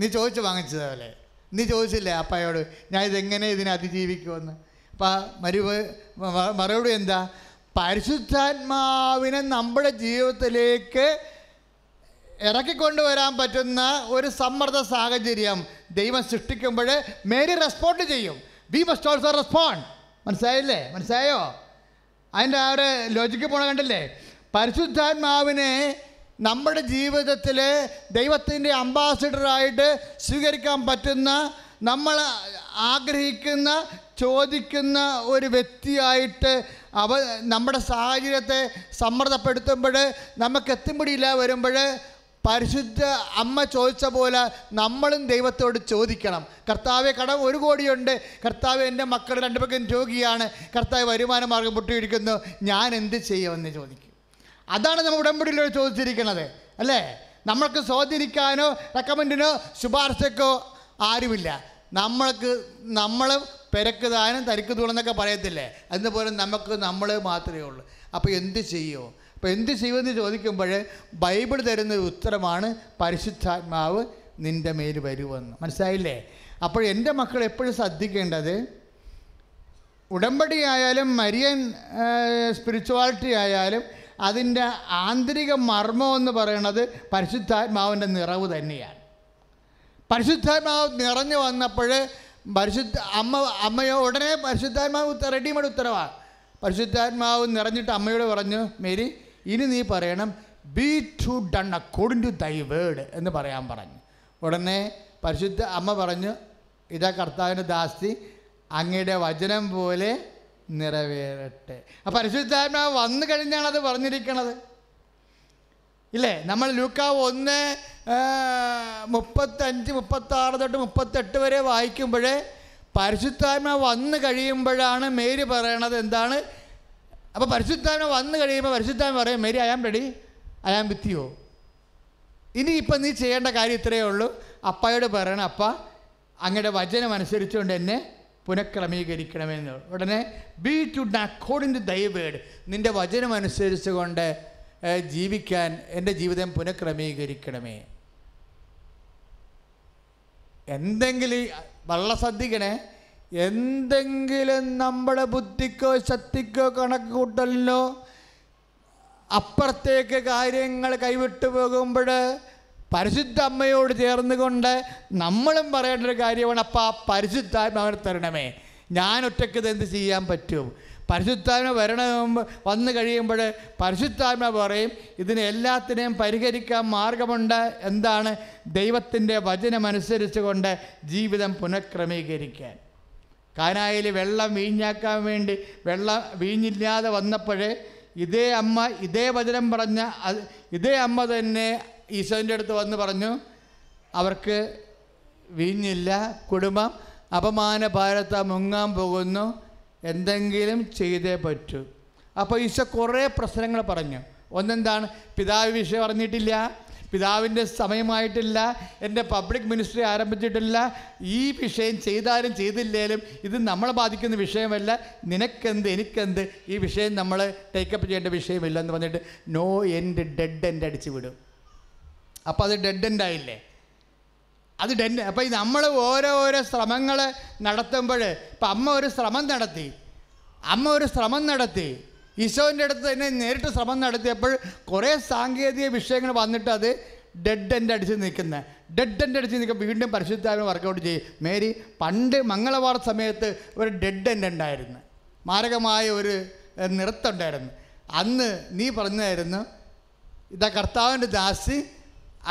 [SPEAKER 3] നീ ചോദിച്ച് വാങ്ങിച്ചതല്ലേ നീ ചോദിച്ചില്ലേ അപ്പായോട് ഞാൻ ഇതെങ്ങനെ ഇതിനെ അതിജീവിക്കുമെന്ന് അപ്പം മരുവ് മ- മറുപടി എന്താ പരിശുദ്ധാത്മാവിനെ നമ്മുടെ ജീവിതത്തിലേക്ക് ഇറക്കിക്കൊണ്ടുവരാൻ പറ്റുന്ന ഒരു സമ്മർദ്ദ സാഹചര്യം ദൈവം സൃഷ്ടിക്കുമ്പോൾ മേരി റെസ്പോണ്ട് ചെയ്യും വി മസ്റ്റ് ഓൾസോ റെസ്പോണ്ട് മനസ്സിലായില്ലേ മനസ്സിലായോ അതിൻ്റെ ആ ഒരു ലോജിക്ക് പോണ കണ്ടില്ലേ പരിശുദ്ധാത്മാവിനെ നമ്മുടെ ജീവിതത്തിൽ ദൈവത്തിൻ്റെ അംബാസിഡറായിട്ട് സ്വീകരിക്കാൻ പറ്റുന്ന നമ്മൾ ആഗ്രഹിക്കുന്ന ചോദിക്കുന്ന ഒരു വ്യക്തിയായിട്ട് അവ നമ്മുടെ സാഹചര്യത്തെ സമ്മർദ്ദപ്പെടുത്തുമ്പോൾ നമുക്ക് എത്തുമ്പിടിയില്ല വരുമ്പോൾ പരിശുദ്ധ അമ്മ ചോദിച്ച പോലെ നമ്മളും ദൈവത്തോട് ചോദിക്കണം കർത്താവെ കടം ഒരു കോടിയുണ്ട് കർത്താവ് എൻ്റെ മക്കൾ രണ്ടു പേർക്കും രോഗിയാണ് കർത്താവ് വരുമാന മാർഗം പൊട്ടിയിരിക്കുന്നു ഞാൻ എന്ത് ചെയ്യുമെന്ന് ചോദിക്കും അതാണ് നമ്മൾ ഉടമ്പടിയിലൂടെ ചോദിച്ചിരിക്കുന്നത് അല്ലേ നമ്മൾക്ക് സ്വാധീനിക്കാനോ റെക്കമെൻഡിനോ ശുപാർശക്കോ ആരുമില്ല നമ്മൾക്ക് നമ്മൾ പെരക്ക് താനും തരിക്ക് തൂണെന്നൊക്കെ പറയത്തില്ലേ അതുപോലെ നമുക്ക് നമ്മൾ മാത്രമേ ഉള്ളൂ അപ്പോൾ എന്ത് ചെയ്യുമോ അപ്പോൾ എന്ത് ചെയ്യുമെന്ന് ചോദിക്കുമ്പോൾ ബൈബിൾ തരുന്ന ഒരു ഉത്തരമാണ് പരിശുദ്ധാത്മാവ് നിൻ്റെ മേൽ വരുമെന്ന് മനസ്സിലായില്ലേ അപ്പോൾ എൻ്റെ മക്കൾ എപ്പോഴും ശ്രദ്ധിക്കേണ്ടത് ഉടമ്പടി ആയാലും മരിയൻ സ്പിരിച്വാലിറ്റി ആയാലും അതിൻ്റെ ആന്തരിക മർമ്മം എന്ന് പറയുന്നത് പരിശുദ്ധാത്മാവിൻ്റെ നിറവ് തന്നെയാണ് പരിശുദ്ധാത്മാവ് നിറഞ്ഞു വന്നപ്പോൾ പരിശുദ്ധ അമ്മ അമ്മയോ ഉടനെ പരിശുദ്ധാത്മാവ് ഉത്ത റെഡിമേഡ് ഉത്തരവാണ് പരിശുദ്ധാത്മാവ് നിറഞ്ഞിട്ട് അമ്മയോട് പറഞ്ഞു മേരി ഇനി നീ പറയണം be to done according to thy word എന്ന് പറയാൻ പറഞ്ഞു ഉടനെ പരിശുദ്ധ അമ്മ പറഞ്ഞു ഇതാ കർത്താവിൻ്റെ ദാസ്തി അങ്ങയുടെ വചനം പോലെ നിറവേറട്ടെ അപ്പം പരിശുദ്ധാത്മാവ് വന്നു കഴിഞ്ഞാണ് അത് പറഞ്ഞിരിക്കണത് ഇല്ലേ നമ്മൾ ലൂക്കാവ് ഒന്ന് ആ, മുപ്പത്തഞ്ച് മുപ്പത്താറ് തൊട്ട് മുപ്പത്തെട്ട് വരെ വായിക്കുമ്പോൾ പരിശുദ്ധാത്മ വന്നു കഴിയുമ്പോഴാണ് മേരി പറയണത് എന്താണ് അപ്പോൾ പരിശുദ്ധാത്മ വന്നു കഴിയുമ്പോൾ പരിശുദ്ധാത്മ പറയും മേരി അയാം റെഡി അയാം വിത്തിയോ ഇനിയിപ്പം നീ ചെയ്യേണ്ട കാര്യം ഇത്രയേ ഉള്ളൂ അപ്പായോട് പറയണം അപ്പ അങ്ങയുടെ വചനം അനുസരിച്ചുകൊണ്ട് എന്നെ പുനഃക്രമീകരിക്കണമെന്ന് ഉടനെ be to according to thy word നിൻ്റെ വചനം അനുസരിച്ചുകൊണ്ട് ഏഹ്, ജീവിക്കാൻ എൻ്റെ ജീവിതം പുനഃക്രമീകരിക്കണമേ എന്തെങ്കിലും വള്ള ശ്രദ്ധിക്കണേ എന്തെങ്കിലും നമ്മുടെ ബുദ്ധിക്കോ ശക്തിക്കോ കണക്ക് കൂട്ടലിനോ അപ്പുറത്തേക്ക് കാര്യങ്ങൾ കൈവിട്ടു പോകുമ്പോൾ പരിശുദ്ധ അമ്മയോട് ചേർന്നുകൊണ്ട് നമ്മളും പറയേണ്ട ഒരു കാര്യമാണ് അപ്പം ആ പരിശുദ്ധാത്മാവിനെ തരണമേ ഞാൻ ഒറ്റയ്ക്ക് ഇത് എന്ത് ചെയ്യാൻ പറ്റും പരിശുദ്ധാത്മ വരണ മുമ്പ് വന്നു കഴിയുമ്പോൾ പരിശുദ്ധാത്മ പറയും ഇതിനെ എല്ലാത്തിനെയും പരിഹരിക്കാൻ മാർഗമുണ്ട് എന്താണ് ദൈവത്തിൻ്റെ വചനമനുസരിച്ച് കൊണ്ട് ജീവിതം പുനഃക്രമീകരിക്കാൻ കാനായിൽ വെള്ളം വീഞ്ഞാക്കാൻ വേണ്ടി വെള്ളം വീഞ്ഞില്ലാതെ വന്നപ്പോഴേ ഇതേ അമ്മ ഇതേ വചനം പറഞ്ഞ അത് ഇതേ അമ്മ തന്നെ ഈശോൻ്റെ അടുത്ത് വന്ന് പറഞ്ഞു അവർക്ക് വീഞ്ഞില്ല കുടുംബം അപമാന ഭാരത്തെ മുങ്ങാൻ പോകുന്നു എന്തെങ്കിലും ചെയ്തേ പറ്റൂ അപ്പോൾ ഈശോ കുറേ പ്രശ്നങ്ങൾ പറഞ്ഞു ഒന്നെന്താണ് പിതാവ് വിഷയം അറിഞ്ഞിട്ടില്ല പിതാവിൻ്റെ സമയമായിട്ടില്ല എൻ്റെ പബ്ലിക് മിനിസ്ട്രി ആരംഭിച്ചിട്ടില്ല ഈ വിഷയം ചെയ്താലും ചെയ്തില്ലേലും ഇത് നമ്മളെ ബാധിക്കുന്ന വിഷയമല്ല നിനക്കെന്ത് എനിക്കെന്ത് ഈ വിഷയം നമ്മൾ ടേക്കപ്പ് ചെയ്യേണ്ട വിഷയമില്ല എന്ന് പറഞ്ഞിട്ട് നോ എൻഡ് ഡെഡ് എൻഡ് അടിച്ചു വിടും അപ്പോൾ അത് ഡെഡ് എൻഡ് ആയില്ലേ അത് ഡെന്നെ അപ്പോൾ ഈ നമ്മൾ ഓരോ ഓരോ ശ്രമങ്ങൾ നടത്തുമ്പോൾ ഇപ്പം അമ്മ ഒരു ശ്രമം നടത്തി അമ്മ ഒരു ശ്രമം നടത്തി ഈശോൻ്റെ അടുത്ത് തന്നെ നേരിട്ട് ശ്രമം നടത്തിയപ്പോൾ കുറേ സാങ്കേതിക വിഷയങ്ങൾ വന്നിട്ട് അത് ഡെഡ് എൻ്റെ അടിച്ച് നിൽക്കുന്നത് ഡെഡ് എൻ്റെ അടിച്ച് നിൽക്കുമ്പോൾ വീണ്ടും പരിശുദ്ധാരം വർക്കൗട്ട് ചെയ്യും മേരി പണ്ട് മംഗളവാർ സമയത്ത് ഒരു ഡെഡ് എൻ്റെ ഉണ്ടായിരുന്നു മാരകമായ ഒരു ഏഹ്, നിറത്തുണ്ടായിരുന്നു അന്ന് നീ പറഞ്ഞായിരുന്നു ഇതാ കർത്താവിൻ്റെ ദാസി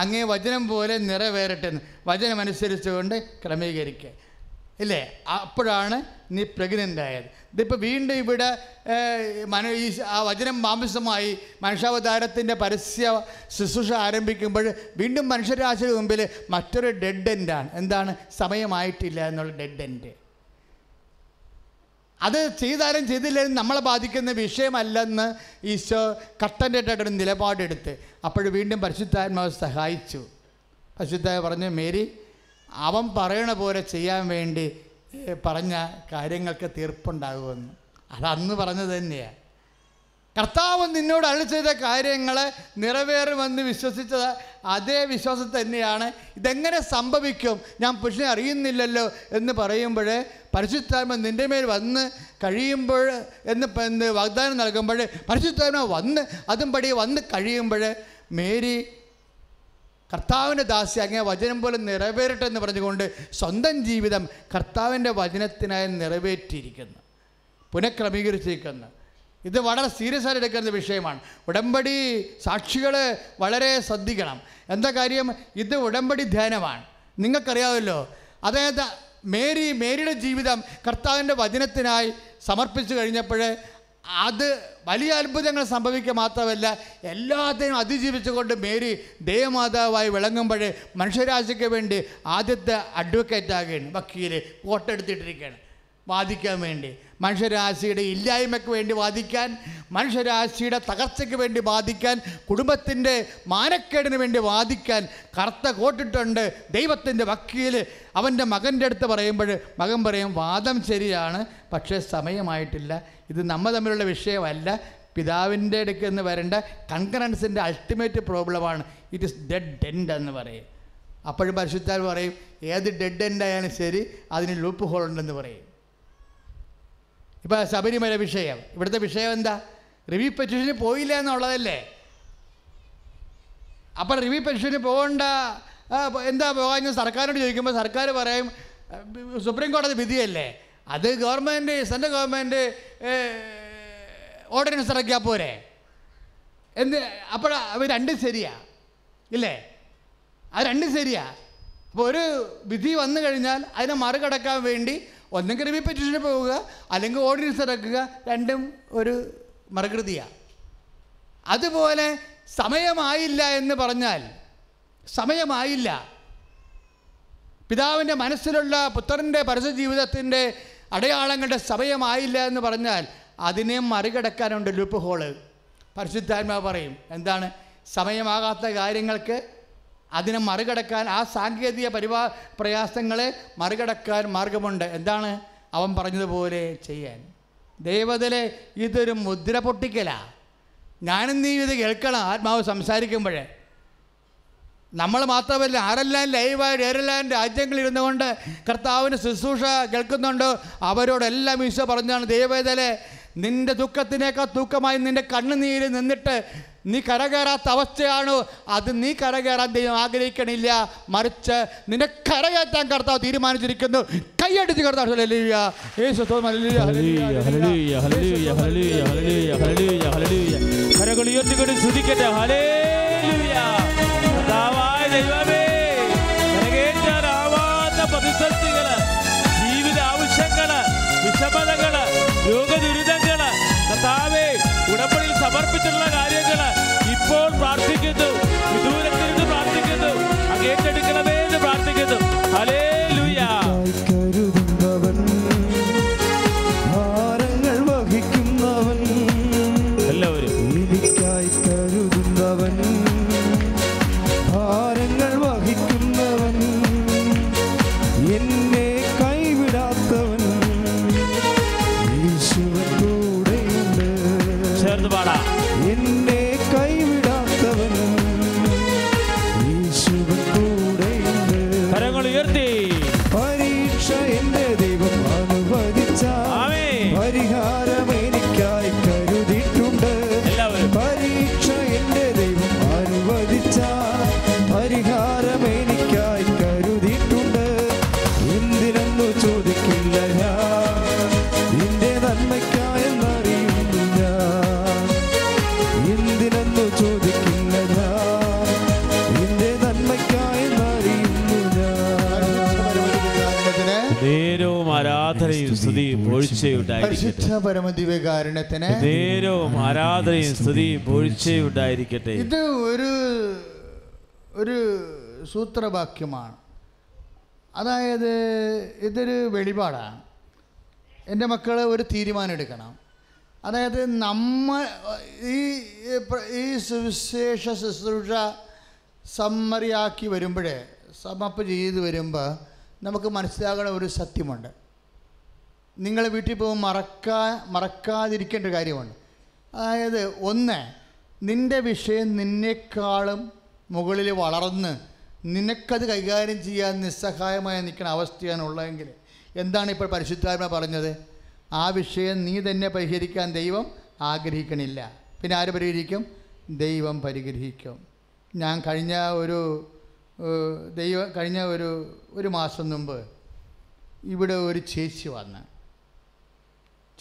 [SPEAKER 3] അങ്ങേ വചനം പോലെ നിറവേറട്ടെ എന്ന് വചനം അനുസരിച്ചുകൊണ്ട് ക്രമീകരിക്കുക ഇല്ലേ അപ്പോഴാണ് നീ പ്രഗ്നൻ്റ് ആയത് ഇതിപ്പോൾ വീണ്ടും ഇവിടെ ഏഹ്, മനു ഈ ആ വചനം മാംസമായി മനുഷ്യാവതാരത്തിൻ്റെ പരസ്യ ശുശ്രൂഷ ആരംഭിക്കുമ്പോൾ വീണ്ടും മനുഷ്യരാശിയുടെ മുമ്പിൽ മറ്റൊരു ഡെഡ് എൻഡാണ് എന്താണ് സമയമായിട്ടില്ല എന്നുള്ള ഡെഡ് എൻഡ് അത് ചെയ്താലും ചെയ്തില്ലെങ്കിലും നമ്മളെ ബാധിക്കുന്ന വിഷയമല്ലെന്ന് ഈശോ കട്ടൻ്റെട്ടായിട്ടൊരു നിലപാടെടുത്ത് അപ്പോൾ വീണ്ടും പരിശുദ്ധാത്മാവ് സഹായിച്ചു പരിശുദ്ധായ പറഞ്ഞു മേരി അവൻ പറയണ പോലെ ചെയ്യാൻ വേണ്ടി ഏ, പറഞ്ഞ കാര്യങ്ങൾക്ക് തീർപ്പുണ്ടാകുമെന്ന് അത് അന്ന് പറഞ്ഞത് തന്നെയാണ് കർത്താവ് നിന്നോട് അള്ളി ചെയ്ത കാര്യങ്ങൾ നിറവേറുമെന്ന് വിശ്വസിച്ചത് അതേ വിശ്വാസം തന്നെയാണ് ഇതെങ്ങനെ സംഭവിക്കും ഞാൻ പുരുഷനെ അറിയുന്നില്ലല്ലോ എന്ന് പറയുമ്പോൾ പരിശുദ്ധാത്മ നിൻ്റെ മേൽ വന്ന് കഴിയുമ്പോൾ എന്ന് പ- എന്ന് വാഗ്ദാനം നൽകുമ്പോൾ പരിശുദ്ധാത്മ വന്ന് അതും പടി വന്ന് കഴിയുമ്പോൾ മേരി കർത്താവിൻ്റെ ദാസി അങ്ങനെ വചനം പോലെ നിറവേറട്ടെ എന്ന് പറഞ്ഞുകൊണ്ട് സ്വന്തം ജീവിതം കർത്താവിൻ്റെ വചനത്തിനായി നിറവേറ്റിയിരിക്കുന്നു പുനഃക്രമീകരിച്ചിരിക്കുന്നു ഇത് വളരെ സീരിയസ് ആയിട്ട് എടുക്കുന്ന വിഷയമാണ് ഉടമ്പടി സാക്ഷികൾ വളരെ ശ്രദ്ധിക്കണം എന്താ കാര്യം ഇത് ഉടമ്പടി ധ്യാനമാണ് നിങ്ങൾക്കറിയാമല്ലോ അതായത് മേരി മേരിയുടെ ജീവിതം കർത്താവിൻ്റെ വചനത്തിനായി സമർപ്പിച്ചു കഴിഞ്ഞപ്പോൾ അത് വലിയ അത്ഭുതങ്ങൾ സംഭവിക്കുക മാത്രമല്ല എല്ലാത്തിനും അതിജീവിച്ചുകൊണ്ട് മേരി ദേവമാതാവായി വിളങ്ങുമ്പോൾ മനുഷ്യരാശിക്ക് വേണ്ടി ആദ്യത്തെ അഡ്വക്കേറ്റ് ആകുകയാണ് വക്കീൽ കോട്ടെടുത്തിട്ടിരിക്കുകയാണ് വാദിക്കാൻ വേണ്ടി മനുഷ്യരാശിയുടെ ഇല്ലായ്മയ്ക്ക് വേണ്ടി വാദിക്കാൻ മനുഷ്യരാശിയുടെ തകർച്ചയ്ക്ക് വേണ്ടി വാദിക്കാൻ കുടുംബത്തിൻ്റെ മാനക്കേടിന് വേണ്ടി വാദിക്കാൻ കറുത്ത കോട്ടിട്ടുണ്ട് ദൈവത്തിൻ്റെ വക്കീൽ അവൻ്റെ മകൻ്റെ അടുത്ത് പറയുമ്പോൾ മകൻ പറയും വാദം ശരിയാണ് പക്ഷേ സമയമായിട്ടില്ല ഇത് നമ്മൾ തമ്മിലുള്ള വിഷയമല്ല പിതാവിൻ്റെ അടുക്ക് എന്ന് വരേണ്ട കൺകറൻസിൻ്റെ അൾട്ടിമേറ്റ് പ്രോബ്ലമാണ് ഇറ്റ് ഇസ് ഡെഡ് എൻഡ് എന്ന് പറയും അപ്പോഴും പരിശുദ്ധാൽ പറയും ഏത് ഡെഡ് എൻഡ് ആയാലും ശരി അതിന് ലൂപ്പ് ഹോൾ ഉണ്ടെന്ന് പറയും ഇപ്പോൾ ശബരിമല വിഷയം ഇവിടുത്തെ വിഷയം എന്താ റിവ്യൂ പെറ്റീഷന് പോയില്ല എന്നുള്ളതല്ലേ അപ്പം റിവ്യൂ പെറ്റീഷന് പോകണ്ട ആ, പ- എന്താ പോകാൻ സർക്കാരിനോട് ചോദിക്കുമ്പോൾ സർക്കാർ പറയും ആ, ബി- സുപ്രീം കോടതി വിധിയല്ലേ അത് ഗവൺമെൻറ് സെൻട്രൽ ഗവൺമെൻറ് ഓർഡിനൻസ് ഇറക്കിയാൽ പോരെ എന്ത് അപ്പോൾ അവർ രണ്ടും ശരിയാ ഇല്ലേ അത് രണ്ടും ശരിയാ അപ്പോൾ ഒരു വിധി വന്നു കഴിഞ്ഞാൽ അതിനെ മറികടക്കാൻ വേണ്ടി ഒന്നെങ്കിൽ റിവ്യൂ പെറ്റീഷന് പോവുക അല്ലെങ്കിൽ ഓർഡിനൻസ് ഇറക്കുക രണ്ടും ഒരു മറുകൃതിയാണ് അതുപോലെ സമയമായില്ല എന്ന് പറഞ്ഞാൽ സമയമായില്ല പിതാവിൻ്റെ മനസ്സിലുള്ള പുത്രൻ്റെ പരസ്യ ജീവിതത്തിൻ്റെ അടയാളങ്ങളുടെ സമയമായില്ല എന്ന് പറഞ്ഞാൽ അതിനെ മറികടക്കാനുണ്ട് ലൂപ്പ് ഹോള് പരിശുദ്ധാത്മാവ് പറയും എന്താണ് സമയമാകാത്ത കാര്യങ്ങൾക്ക് അതിനെ മറികടക്കാൻ ആ സാങ്കേതിക പരിപാ പ്രയാസങ്ങളെ മറികടക്കാൻ മാർഗമുണ്ട് എന്താണ് അവൻ പറഞ്ഞതുപോലെ ചെയ്യാൻ ദൈവത്തിലെ ഇതൊരു മുദ്ര പൊട്ടിക്കലാണ് ഞാനും നീ ഇത് കേൾക്കണം ആത്മാവ് സംസാരിക്കുമ്പോഴേ നമ്മൾ മാത്രമല്ല ആരെല്ലാം ലൈവായിട്ട് ഏരെല്ലാം രാജ്യങ്ങളിരുന്നു കൊണ്ട് കർത്താവിന് ശുശ്രൂഷ കേൾക്കുന്നുണ്ടോ അവരോടെല്ലാം ഈശോ പറഞ്ഞാണ് ദൈവവേദലെ നിന്റെ ദുഃഖത്തിനേക്കാൾ തൂക്കമായി നിന്റെ കണ്ണുനീര് നിന്നിട്ട് നീ കരകയറാത്ത അവസ്ഥയാണോ അത് നീ കരകയറാൻ ദൈവം ആഗ്രഹിക്കണില്ല മറിച്ച് നിന്നെ കരകയറ്റാൻ കർത്താവ് തീരുമാനിച്ചിരിക്കുന്നു കൈയടിച്ച് കർത്താവ് ഹല്ലേലൂയ. യേശു സ്തോത്രം, ഹല്ലേലൂയ, ഹല്ലേലൂയ,
[SPEAKER 2] ഹല്ലേലൂയ,
[SPEAKER 3] ഹല്ലേലൂയ.
[SPEAKER 2] ഹല്ലേലൂയ, ഹല്ലേലൂയ, ഹല്ലേലൂയ, ഹല്ലേലൂയ, ഹല്ലേലൂയ, ഹല്ലേലൂയ. കരങ്ങൾ ഉയർത്തിക്കൊണ്ട് സ്തുതിക്കട്ടെ. ഹല്ലേലൂയ. കർത്താവായ ദൈവമേ, കരകേറ്റാനാവാത്ത പ്രതിസന്ധികള്, ജീവിത ആവശ്യങ്ങള്, വിഷമതകള്, രോഗദുരിതങ്ങള്, കർത്താവേ, ഉടമ്പടിയിൽ സമർപ്പിച്ചിട്ടുള്ള കാര്യങ്ങള് ഇപ്പോൾ പ്രാർത്ഥിക്കുന്നു വിദൂരത്തിരുന്ന് പ്രാർത്ഥിക്കുന്നു അങ്ങേറ്റെടുക്കണമേ എന്ന് പ്രാർത്ഥിക്കുന്നു ഹലേ
[SPEAKER 1] കരുതുന്നവൻ ഭാരങ്ങൾ വഹിക്കുന്നവൻ
[SPEAKER 2] എല്ലാവരും
[SPEAKER 1] എനിക്കായി കരുതുന്നവൻ ഭാരങ്ങൾ വഹിക്കുന്നവൻ എന്നെ കൈവിടാത്തവൻ ഈശോവൻ കൂടെയുണ്ട്
[SPEAKER 2] ചേർന്ന് പാടാം
[SPEAKER 1] എന്നെ കൈവിടാത്തവൻ ഈശോവൻ കൂടെയുണ്ട്
[SPEAKER 2] കരങ്ങൾ ഉയർത്തി
[SPEAKER 1] പരീക്ഷ എന്റെ ദൈവം അനുവദിച്ച
[SPEAKER 2] ആമേൻ.
[SPEAKER 1] പരിഹാരം എനിക്കായി കരുതിയിട്ടുണ്ട്
[SPEAKER 2] എല്ലാവരും.
[SPEAKER 1] പരീക്ഷ എന്റെ ദൈവം അനുവദിച്ച പരിഹാരം എനിക്കായി കരുതിയിട്ടുണ്ട് എന്തിനെന്നു ചോദിക്കില്ല ഞാൻ നിന്റെ നന്മയ്ക്കായെന്നറിയും ഞാൻ എന്തിനെന്നു ചോദിക്കില്ല ഞാൻ നിന്റെ നന്മയ്ക്കായെന്നറിയുന്നു ഞാൻ
[SPEAKER 3] കാരണത്തിന്
[SPEAKER 2] നേരവും ആരാധനയും സ്തുതിയും ഒഴിച്ചുണ്ടായിരിക്കട്ടെ
[SPEAKER 3] പരിശുദ്ധ പരമദിവ്യകാരണത്തിന്
[SPEAKER 2] നേരവും ആരാധനയും സ്തുതിയും ഒഴിച്ചുണ്ടായിരിക്കട്ടെ
[SPEAKER 3] ഇത് ഒരു ഒരു സൂത്രവാക്യമാണ് അതായത് ഇതൊരു വെളിപാടാണ് എൻ്റെ മക്കൾ ഒരു തീരുമാനം എടുക്കണം അതായത് നമ്മൾ ഈ ഈ പ്ര- ഈ സുവിശേഷ ശുശ്രൂഷ സമ്മറിയാക്കി വരുമ്പോഴേ സമപ്പ് ചെയ്ത് വരുമ്പോൾ നമുക്ക് മനസ്സിലാകണ ഒരു സത്യമുണ്ട് നിങ്ങൾ വീട്ടിൽ പോകും മറക്കാ മറക്കാതിരിക്കേണ്ട ഒരു കാര്യമുണ്ട് അതായത് ഒന്ന് നിൻ്റെ വിഷയം നിന്നേക്കാളും മുകളിൽ വളർന്ന് നിനക്കത് കൈകാര്യം ചെയ്യാൻ നിസ്സഹായമായി നിൽക്കുന്ന അവസ്ഥയാണ് ഉള്ളതെങ്കിൽ എന്താണ് ഇപ്പോൾ പരിശുദ്ധാത്മ പറഞ്ഞത് ആ വിഷയം നീ തന്നെ പരിഹരിക്കാൻ ദൈവം ആഗ്രഹിക്കണില്ല പിന്നെ ആര് പരിഹരിക്കും ദൈവം പരിഗ്രഹിക്കും ഞാൻ കഴിഞ്ഞ ഒരു ഏഹ്, ദൈവ കഴിഞ്ഞ ഒരു ഒരു മാസം മുമ്പ് ഇവിടെ ഒരു ചേച്ചി വന്ന്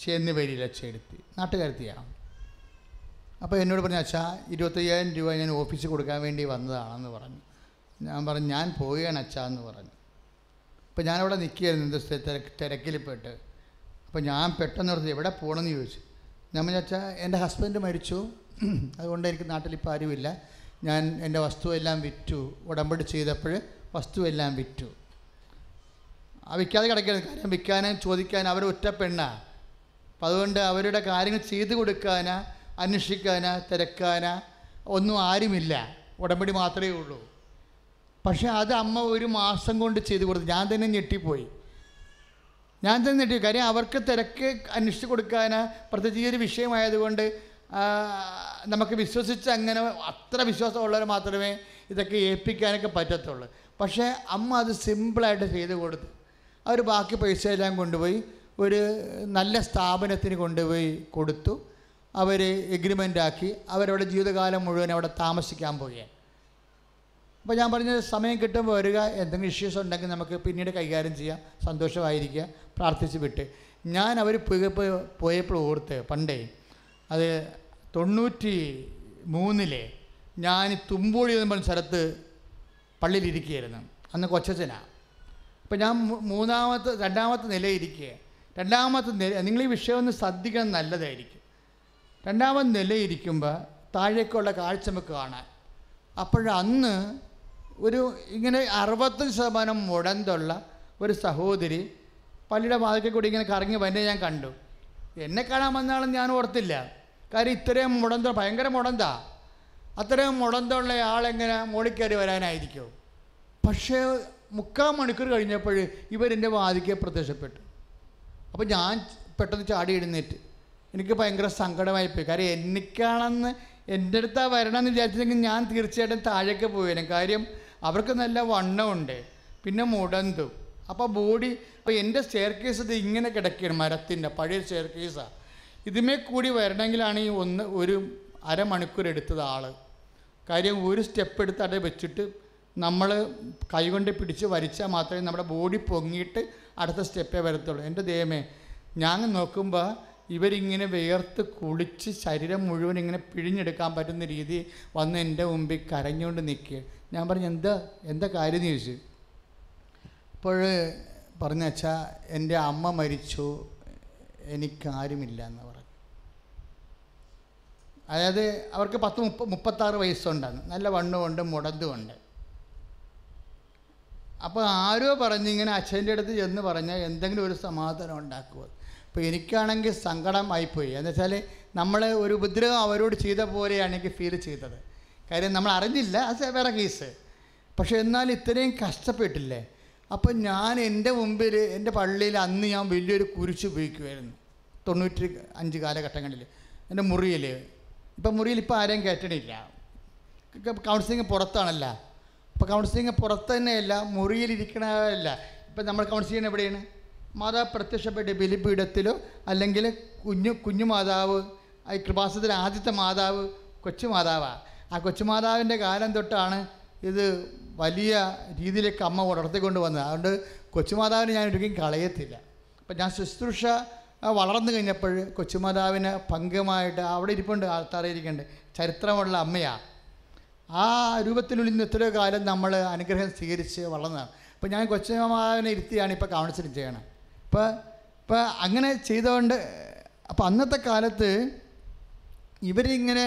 [SPEAKER 3] ചെന്ന് പേരില്ല ചേർത്തി നാട്ടുകാരത്തിയാണ് അപ്പോൾ എന്നോട് പറഞ്ഞ അച്ഛാ ഇരുപത്തയ്യായിരം രൂപ ഞാൻ ഓഫീസിൽ കൊടുക്കാൻ വേണ്ടി വന്നതാണെന്ന് പറഞ്ഞു ഞാൻ പറഞ്ഞു ഞാൻ പോവുകയാണ് അച്ഛാ എന്ന് പറഞ്ഞു അപ്പോൾ ഞാനവിടെ നിൽക്കുകയായിരുന്നു എന്ത് സ്ഥ- തിരക്ക് തിരക്കിൽ പെട്ട് അപ്പോൾ ഞാൻ പെട്ടെന്ന് ഓർത്ത് എവിടെ പോകണമെന്ന് ചോദിച്ചു ഞാൻ പറഞ്ഞു അച്ഛാ എൻ്റെ ഹസ്ബൻഡ് മരിച്ചു അതുകൊണ്ട് എനിക്ക് നാട്ടിൽ ഇപ്പോൾ ആരുമില്ല ഞാൻ എൻ്റെ വസ്തുവെല്ലാം വിറ്റു ഉടമ്പടി ചെയ്തപ്പോൾ വസ്തുവെല്ലാം വിറ്റു ആ വിൽക്കാതെ കിടക്കരുത് കാര്യം വിൽക്കാനും ചോദിക്കാനും അവർ ഒറ്റ പെണ്ണാ അപ്പം അതുകൊണ്ട് അവരുടെ കാര്യങ്ങൾ ചെയ്തു കൊടുക്കാനാ അന്വേഷിക്കാനാ തിരക്കാനാ ഒന്നും ആരുമില്ല ഉടമ്പടി മാത്രമേ ഉള്ളൂ പക്ഷേ അത് അമ്മ ഒരു മാസം കൊണ്ട് ചെയ്തു കൊടുത്തു ഞാൻ തന്നെ ഞെട്ടിപ്പോയി ഞാൻ തന്നെ ഞെട്ടി കാര്യം അവർക്ക് തിരക്ക് അന്വേഷിച്ച് കൊടുക്കാൻ പ്രത്യേകിച്ച് ഈ ഒരു വിഷയമായതുകൊണ്ട് ആ, നമുക്ക് വിശ്വസിച്ച് അങ്ങനെ അത്ര വിശ്വാസമുള്ളവർ മാത്രമേ ഇതൊക്കെ ഏൽപ്പിക്കാനൊക്കെ പറ്റത്തുള്ളൂ പക്ഷേ അമ്മ അത് സിമ്പിളായിട്ട് ചെയ്ത് കൊടുത്തു അവർ ബാക്കി പൈസ എല്ലാം കൊണ്ടുപോയി ഒരു നല്ല സ്ഥാപനത്തിന് കൊണ്ടുപോയി കൊടുത്തു അവർ എഗ്രിമെൻ്റ് ആക്കി അവരവിടെ ജീവിതകാലം മുഴുവൻ അവിടെ താമസിക്കാൻ പോവുകയാണ് അപ്പോൾ ഞാൻ പറഞ്ഞ സമയം കിട്ടുമ്പോൾ വരിക എന്തെങ്കിലും ഇഷ്യൂസ് ഉണ്ടെങ്കിൽ നമുക്ക് പിന്നീട് കൈകാര്യം ചെയ്യാം സന്തോഷമായിരിക്കുക പ്രാർത്ഥിച്ച് വിട്ട് ഞാൻ അവർ പോയപ്പോൾ പോയപ്പോൾ ഓർത്ത് പണ്ടേ അത് തൊണ്ണൂറ്റി മൂന്നിലെ ഞാൻ തുമ്പോളി എന്ന് പറഞ്ഞ സ്ഥലത്ത് പള്ളിയിലിരിക്കുകയായിരുന്നു അന്ന് കൊച്ചച്ഛനാണ് അപ്പോൾ ഞാൻ മൂ- മൂന്നാമത്തെ രണ്ടാമത്തെ നിലയിരിക്കുക രണ്ടാമത്തെ നില നിങ്ങൾ ഈ വിഷയം ഒന്ന് ശ്രദ്ധിക്കണം നല്ലതായിരിക്കും രണ്ടാമത് നിലയിരിക്കുമ്പോൾ താഴേക്കുള്ള കാഴ്ച നമുക്ക് കാണാൻ അപ്പോഴന്ന് ഒരു ഇങ്ങനെ അറുപത്തഞ്ച് ശതമാനം മുടന്തുള്ള ഒരു സഹോദരി പള്ളിയുടെ വാതിക്കൽ കൂടി ഇങ്ങനെ കറങ്ങി വന്നെ ഞാൻ കണ്ടു എന്നെ കാണാൻ വന്നാണെന്ന് ഞാൻ ഓർത്തില്ല കാര്യം ഇത്രയും മുടന്ത ഭയങ്കര മുടന്താ അത്രയും മുടന്തുള്ള ആളെങ്ങനെ മോളിൽ കയറി വരാനായിരിക്കും പക്ഷേ മുക്കാൽ മണിക്കൂർ കഴിഞ്ഞപ്പോൾ ഇവരെൻ്റെ വാതിക്കെ പ്രത്യക്ഷപ്പെട്ടു അപ്പോൾ ഞാൻ പെട്ടെന്ന് ചാടി എഴുന്നേറ്റ് എനിക്ക് ഭയങ്കര സങ്കടമായി പോയി കാര്യം എനിക്കാണെന്ന് എൻ്റെ അടുത്താ വരണമെന്ന് വിചാരിച്ചെങ്കിൽ ഞാൻ തീർച്ചയായിട്ടും താഴേക്ക് പോയേനെ കാര്യം അവർക്ക് നല്ല വണ്ണമുണ്ട് പിന്നെ മുടന്തു അപ്പോൾ ബോഡി അപ്പോൾ എൻ്റെ സ്റ്റെയർ കേസ് ഇത് ഇങ്ങനെ കിടക്കുകയാണ് മരത്തിൻ്റെ പഴയ സ്റ്റെയർ കേസാണ് ഇതുമേ കൂടി വരണമെങ്കിലാണ് ഈ ഒന്ന് ഒരു അരമണിക്കൂർ എടുത്തത് ആള് കാര്യം ഒരു സ്റ്റെപ്പ് എടുത്ത് അവിടെ വെച്ചിട്ട് നമ്മൾ കൈകൊണ്ട് പിടിച്ച് വലിച്ചാൽ മാത്രമേ നമ്മുടെ ബോഡി പൊങ്ങിയിട്ട് അടുത്ത സ്റ്റെപ്പേ വരത്തുള്ളൂ എൻ്റെ ദൈവമേ ഞാൻ നോക്കുമ്പോൾ ഇവരിങ്ങനെ വിയർത്ത് കുളിച്ച് ശരീരം മുഴുവൻ ഇങ്ങനെ പിഴിഞ്ഞെടുക്കാൻ പറ്റുന്ന രീതി വന്ന് എൻ്റെ മുമ്പിൽ കരഞ്ഞുകൊണ്ട് നിൽക്കുക ഞാൻ പറഞ്ഞു എന്താ എന്താ കാര്യം എന്ന് ചോദിച്ചു അപ്പോൾ പറഞ്ഞ അച്ഛാ എൻ്റെ അമ്മ മരിച്ചു എനിക്കാരുമില്ല എന്ന് പറഞ്ഞു അതായത് അവർക്ക് പത്ത് മുപ്പ മുപ്പത്താറ് വയസ്സുണ്ടായിരുന്നു നല്ല വണ്ണുമുണ്ട് മുടന്തുമുണ്ട് അപ്പോൾ ആരോ പറഞ്ഞിങ്ങനെ അച്ഛൻ്റെ അടുത്ത് ചെന്ന് പറഞ്ഞാൽ എന്തെങ്കിലും ഒരു സമാധാനം ഉണ്ടാക്കുക അപ്പോൾ എനിക്കാണെങ്കിൽ സങ്കടമായിപ്പോയി എന്ന് വെച്ചാൽ നമ്മൾ ഒരു ഉപദ്രവം അവരോട് ചെയ്ത പോലെയാണ് എനിക്ക് ഫീൽ ചെയ്തത് കാര്യം നമ്മൾ അറിഞ്ഞില്ല അത് വേറെ കേസ് പക്ഷേ എന്നാൽ ഇത്രയും കഷ്ടപ്പെട്ടില്ലേ അപ്പം ഞാൻ എൻ്റെ മുമ്പിൽ എൻ്റെ പള്ളിയിൽ അന്ന് ഞാൻ വലിയൊരു കുരിശ് ഉപയോഗിക്കുമായിരുന്നു തൊണ്ണൂറ്റി അഞ്ച് കാലഘട്ടങ്ങളിൽ എൻ്റെ മുറിയിൽ ഇപ്പം മുറിയിൽ ഇപ്പം ആരെയും കയറ്റണില്ല കൗൺസിലിംഗ് പുറത്താണല്ലോ അപ്പോൾ കൗൺസിലിംഗ് പുറത്ത് തന്നെയല്ല മുറിയിലിരിക്കണമല്ല ഇപ്പം നമ്മൾ കൗൺസിലിംഗ് എവിടെയാണ് മാതാവ് പ്രത്യക്ഷപ്പെട്ട് ബലിപീഠത്തിലോ അല്ലെങ്കിൽ കുഞ്ഞു കുഞ്ഞു മാതാവ് ഈ കൃപാസത്തിലെ ആദ്യത്തെ മാതാവ് കൊച്ചു മാതാവാണ് ആ കൊച്ചു മാതാവിൻ്റെ കാലം തൊട്ടാണ് ഇത് വലിയ രീതിയിലേക്ക് അമ്മ വളർത്തിക്കൊണ്ട് വന്നത് അതുകൊണ്ട് കൊച്ചുമാതാവിനെ ഞാൻ ഒരിക്കലും കളയത്തില്ല അപ്പം ഞാൻ ശുശ്രൂഷ ആ, വളർന്നു കഴിഞ്ഞപ്പോൾ കൊച്ചുമാതാവിന് പങ്കുമായിട്ട് അവിടെ ഇരിപ്പുണ്ട് ആൾത്താറിയിരിക്കുന്നുണ്ട് ചരിത്രമുള്ള അമ്മയാണ് ആ രൂപത്തിനുള്ളിൽ നിന്ന് എത്രയോ കാലം നമ്മൾ അനുഗ്രഹം സ്വീകരിച്ച് വളർന്നതാണ് അപ്പോൾ ഞാൻ കൊച്ചമാവിനെ ഇരുത്തിയാണ് ഇപ്പോൾ കൗൺസിലിംഗ് ചെയ്യണം ഇപ്പോൾ ഇപ്പോൾ അങ്ങനെ ചെയ്തുകൊണ്ട് അപ്പോൾ അന്നത്തെ കാലത്ത് ഇവരിങ്ങനെ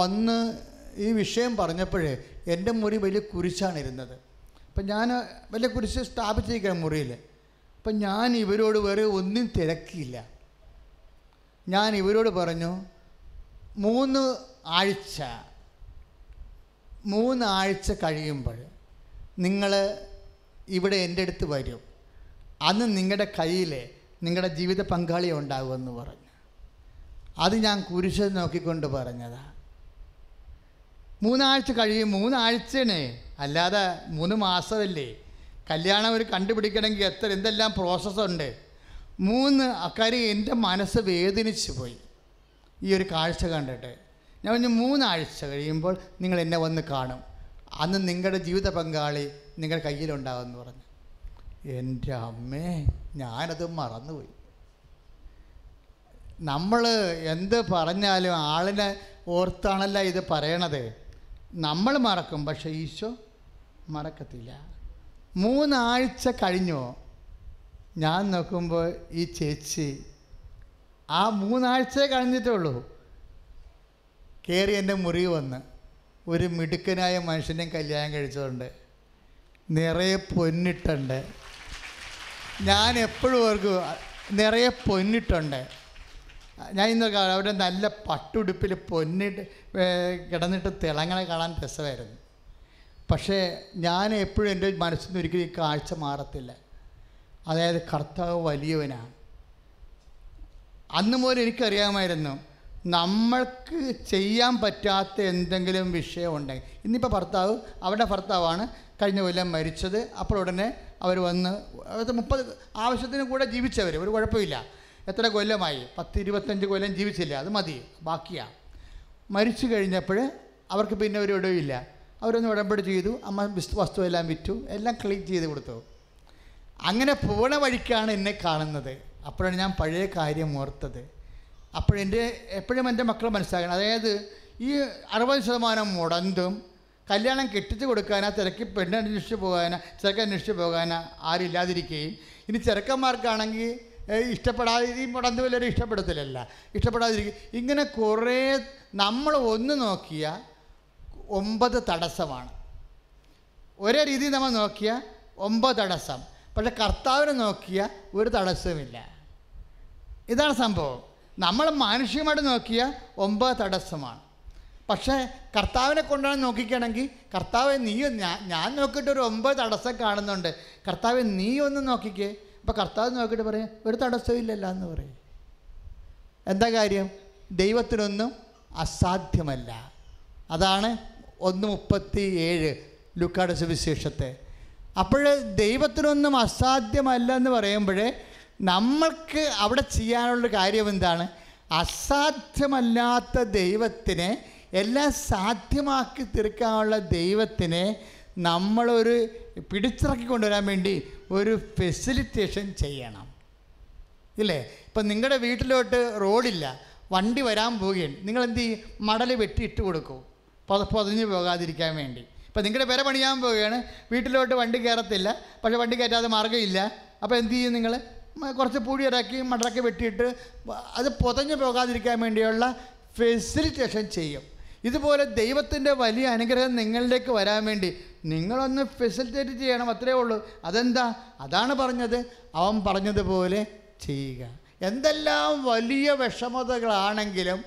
[SPEAKER 3] വന്ന് ഈ വിഷയം പറഞ്ഞപ്പോഴേ എൻ്റെ മുറി വലിയ കുരിശാണ് ഇരുന്നത് അപ്പം ഞാൻ വലിയ കുരിശ് സ്ഥാപിച്ചിരിക്കണം മുറിയിൽ അപ്പം ഞാൻ ഇവരോട് വേറെ ഒന്നും തിരക്കിയില്ല ഞാൻ ഇവരോട് പറഞ്ഞു മൂന്ന് ആഴ്ച മൂന്നാഴ്ച കഴിയുമ്പോൾ നിങ്ങൾ ഇവിടെ എൻ്റെ അടുത്ത് വരും അന്ന് നിങ്ങളുടെ കയ്യിൽ നിങ്ങളുടെ ജീവിത പങ്കാളി ഉണ്ടാകുമെന്ന് പറഞ്ഞു അത് ഞാൻ കുരിശ് നോക്കിക്കൊണ്ട് പറഞ്ഞതാ മൂന്നാഴ്ച കഴിയും മൂന്നാഴ്ചയാണ് അല്ലാതെ മൂന്ന് മാസമല്ലേ കല്യാണം ഒരു കണ്ടുപിടിക്കണമെങ്കിൽ എത്ര എന്തെല്ലാം പ്രോസസ്സുണ്ട് മൂന്ന് അക്കാര്യം എൻ്റെ മനസ്സ് വേദനിച്ചു പോയി ഈ ഒരു കാഴ്ച കണ്ടിട്ട് ഞാൻ പറഞ്ഞു മൂന്നാഴ്ച കഴിയുമ്പോൾ നിങ്ങൾ എന്നെ വന്ന് കാണും അന്ന് നിങ്ങളുടെ ജീവിത പങ്കാളി നിങ്ങളുടെ കയ്യിലുണ്ടാകുമെന്ന് പറഞ്ഞു എൻ്റെ അമ്മേ ഞാനത് മറന്നുപോയി നമ്മൾ എന്ത് പറഞ്ഞാലും ആളിനെ ഓർത്താണല്ല ഇത് പറയണത് നമ്മൾ മറക്കും പക്ഷേ ഈശോ മറക്കത്തില്ല മൂന്നാഴ്ച കഴിഞ്ഞോ ഞാൻ നോക്കുമ്പോൾ ഈ ചേച്ചി ആ മൂന്നാഴ്ചയെ കഴിഞ്ഞിട്ടേ ഉള്ളൂ കയറി എൻ്റെ മുറി വന്ന് ഒരു മിടുക്കനായ മനുഷ്യനെ കല്യാണം കഴിച്ചതുണ്ട് നിറയെ പൊന്നിട്ടുണ്ട് ഞാൻ എപ്പോഴും ഓർക്കും നിറയെ പൊന്നിട്ടുണ്ട് ഞാൻ ഇന്ന് കാ- അവിടെ നല്ല പട്ടുടുപ്പിൽ പൊന്നിട്ട് ഏ, കിടന്നിട്ട് തിളങ്ങളെ കാണാൻ രസമായിരുന്നു പക്ഷേ ഞാൻ എപ്പോഴും എൻ്റെ മനസ്സിൽ നിന്ന് ഒരിക്കലും ഈ കാഴ്ച മാറത്തില്ല അതായത് കർത്താവ് വലിയവനാണ് അന്ന് മുതൽ എനിക്കറിയാമായിരുന്നു നമ്മൾക്ക് ചെയ്യാൻ പറ്റാത്ത എന്തെങ്കിലും വിഷയമുണ്ടെങ്കിൽ ഇന്നിപ്പോൾ ഭർത്താവ് അവരുടെ ഭർത്താവാണ് കഴിഞ്ഞ കൊല്ലം മരിച്ചത് അപ്പോൾ ഉടനെ അവർ വന്ന് അതായത് മുപ്പത് ആവശ്യത്തിന് കൂടെ ജീവിച്ചവർ ഒരു കുഴപ്പമില്ല എത്ര കൊല്ലമായി പത്ത് ഇരുപത്തഞ്ച് കൊല്ലം ജീവിച്ചില്ല അത് മതി ബാക്കിയാണ് മരിച്ചു കഴിഞ്ഞപ്പോൾ അവർക്ക് പിന്നെ ഒരു ഇടവില്ല അവരൊന്ന് ഉടമ്പടി ചെയ്തു അമ്മ വിസ്- വസ്തുവെല്ലാം വിറ്റു എല്ലാം ക്ലീൻ ചെയ്ത് കൊടുത്തു അങ്ങനെ പോണ വഴിക്കാണ് എന്നെ കാണുന്നത് അപ്പോഴാണ് ഞാൻ പഴയ കാര്യം ഓർത്തത് അപ്പോഴെൻ്റെ എപ്പോഴും എൻ്റെ മക്കൾ മനസ്സിലാക്കണം അതായത് ഈ അറുപത് ശതമാനം മുടന്തും കല്യാണം കെട്ടിച്ച് കൊടുക്കാനാ തിരക്കി പെണ്ണ് അന്വേഷിച്ച് പോകാനാ ചെറുക്കൻ അന്വേഷിച്ച് പോകാനാ ആരില്ലാതിരിക്കുകയും ഇനി ചെറുക്കന്മാർക്കാണെങ്കിൽ ഏഹ്, ഇഷ്ടപ്പെടാതെ ഈ മുടന്ത് വല്ലവരും ഇഷ്ടപ്പെടത്തില്ലല്ല ഇഷ്ടപ്പെടാതിരിക്കും ഇങ്ങനെ കുറേ നമ്മൾ ഒന്ന് നോക്കിയ ഒമ്പത് തടസ്സമാണ് ഒരേ രീതിയിൽ നമ്മൾ നോക്കിയ ഒമ്പത് തടസ്സം പക്ഷെ കർത്താവിനെ നോക്കിയ ഒരു തടസ്സവുമില്ല ഇതാണ് സംഭവം നമ്മൾ മാനുഷികമായിട്ട് നോക്കിയ ഒമ്പത് തടസ്സമാണ് പക്ഷേ കർത്താവിനെ കൊണ്ടാണ് നോക്കിക്കണമെങ്കിൽ കർത്താവ് നീ ഞാൻ ഞാൻ നോക്കിയിട്ട് ഒരു ഒമ്പത് തടസ്സം കാണുന്നുണ്ട് കർത്താവ് നീ ഒന്ന് നോക്കിക്കേ അപ്പോൾ കർത്താവ് നോക്കിയിട്ട് പറയും ഒരു തടസ്സവും ഇല്ലല്ലോ എന്ന് പറയും എന്താ കാര്യം ദൈവത്തിനൊന്നും അസാധ്യമല്ല അതാണ് ഒന്ന് മുപ്പത്തി ഏഴ് ലുക്കാട് സുവിശേഷത്തെ അപ്പോൾ ദൈവത്തിനൊന്നും അസാധ്യമല്ല എന്ന് പറയുമ്പോൾ നമ്മൾക്ക് അവിടെ ചെയ്യാനുള്ള കാര്യം എന്താണ് അസാധ്യമല്ലാത്ത ദൈവത്തിനെ എല്ലാം സാധ്യമാക്കി തീർക്കാനുള്ള ദൈവത്തിനെ നമ്മളൊരു പിടിച്ചിറക്കി കൊണ്ടുവരാൻ വേണ്ടി ഒരു ഫെസിലിറ്റേഷൻ ചെയ്യണം ഇല്ലേ ഇപ്പം നിങ്ങളുടെ വീട്ടിലോട്ട് റോഡില്ല വണ്ടി വരാൻ പോവുകയാണ് നിങ്ങൾ എന്ത് ചെയ്യും മടൽ വെട്ടി ഇട്ട് കൊടുക്കും പൊത പൊതഞ്ഞു പോകാതിരിക്കാൻ വേണ്ടി ഇപ്പം നിങ്ങളുടെ പെര പണിയാൻ പോവുകയാണ് വീട്ടിലോട്ട് വണ്ടി കയറത്തില്ല പക്ഷേ വണ്ടി കയറ്റാതെ മാർഗ്ഗമില്ല അപ്പോൾ എന്ത് ചെയ്യും നിങ്ങൾ കുറച്ച് പൂഴിയിറക്കി മടലൊക്കെ വെട്ടിയിട്ട് വ- അത് പൊതഞ്ഞു പോകാതിരിക്കാൻ വേണ്ടിയുള്ള ഫെസിലിറ്റേഷൻ ചെയ്യും ഇതുപോലെ ദൈവത്തിൻ്റെ വലിയ അനുഗ്രഹം നിങ്ങളിലേക്ക് വരാൻ വേണ്ടി നിങ്ങളൊന്ന് ഫെസിലിറ്റേറ്റ് ചെയ്യണം അത്രേ ഉള്ളൂ അതെന്താ അതാണ് പറഞ്ഞത് അവൻ പറഞ്ഞതുപോലെ ചെയ്യുക എന്തെല്ലാം വലിയ വിഷമതകളാണെങ്കിലും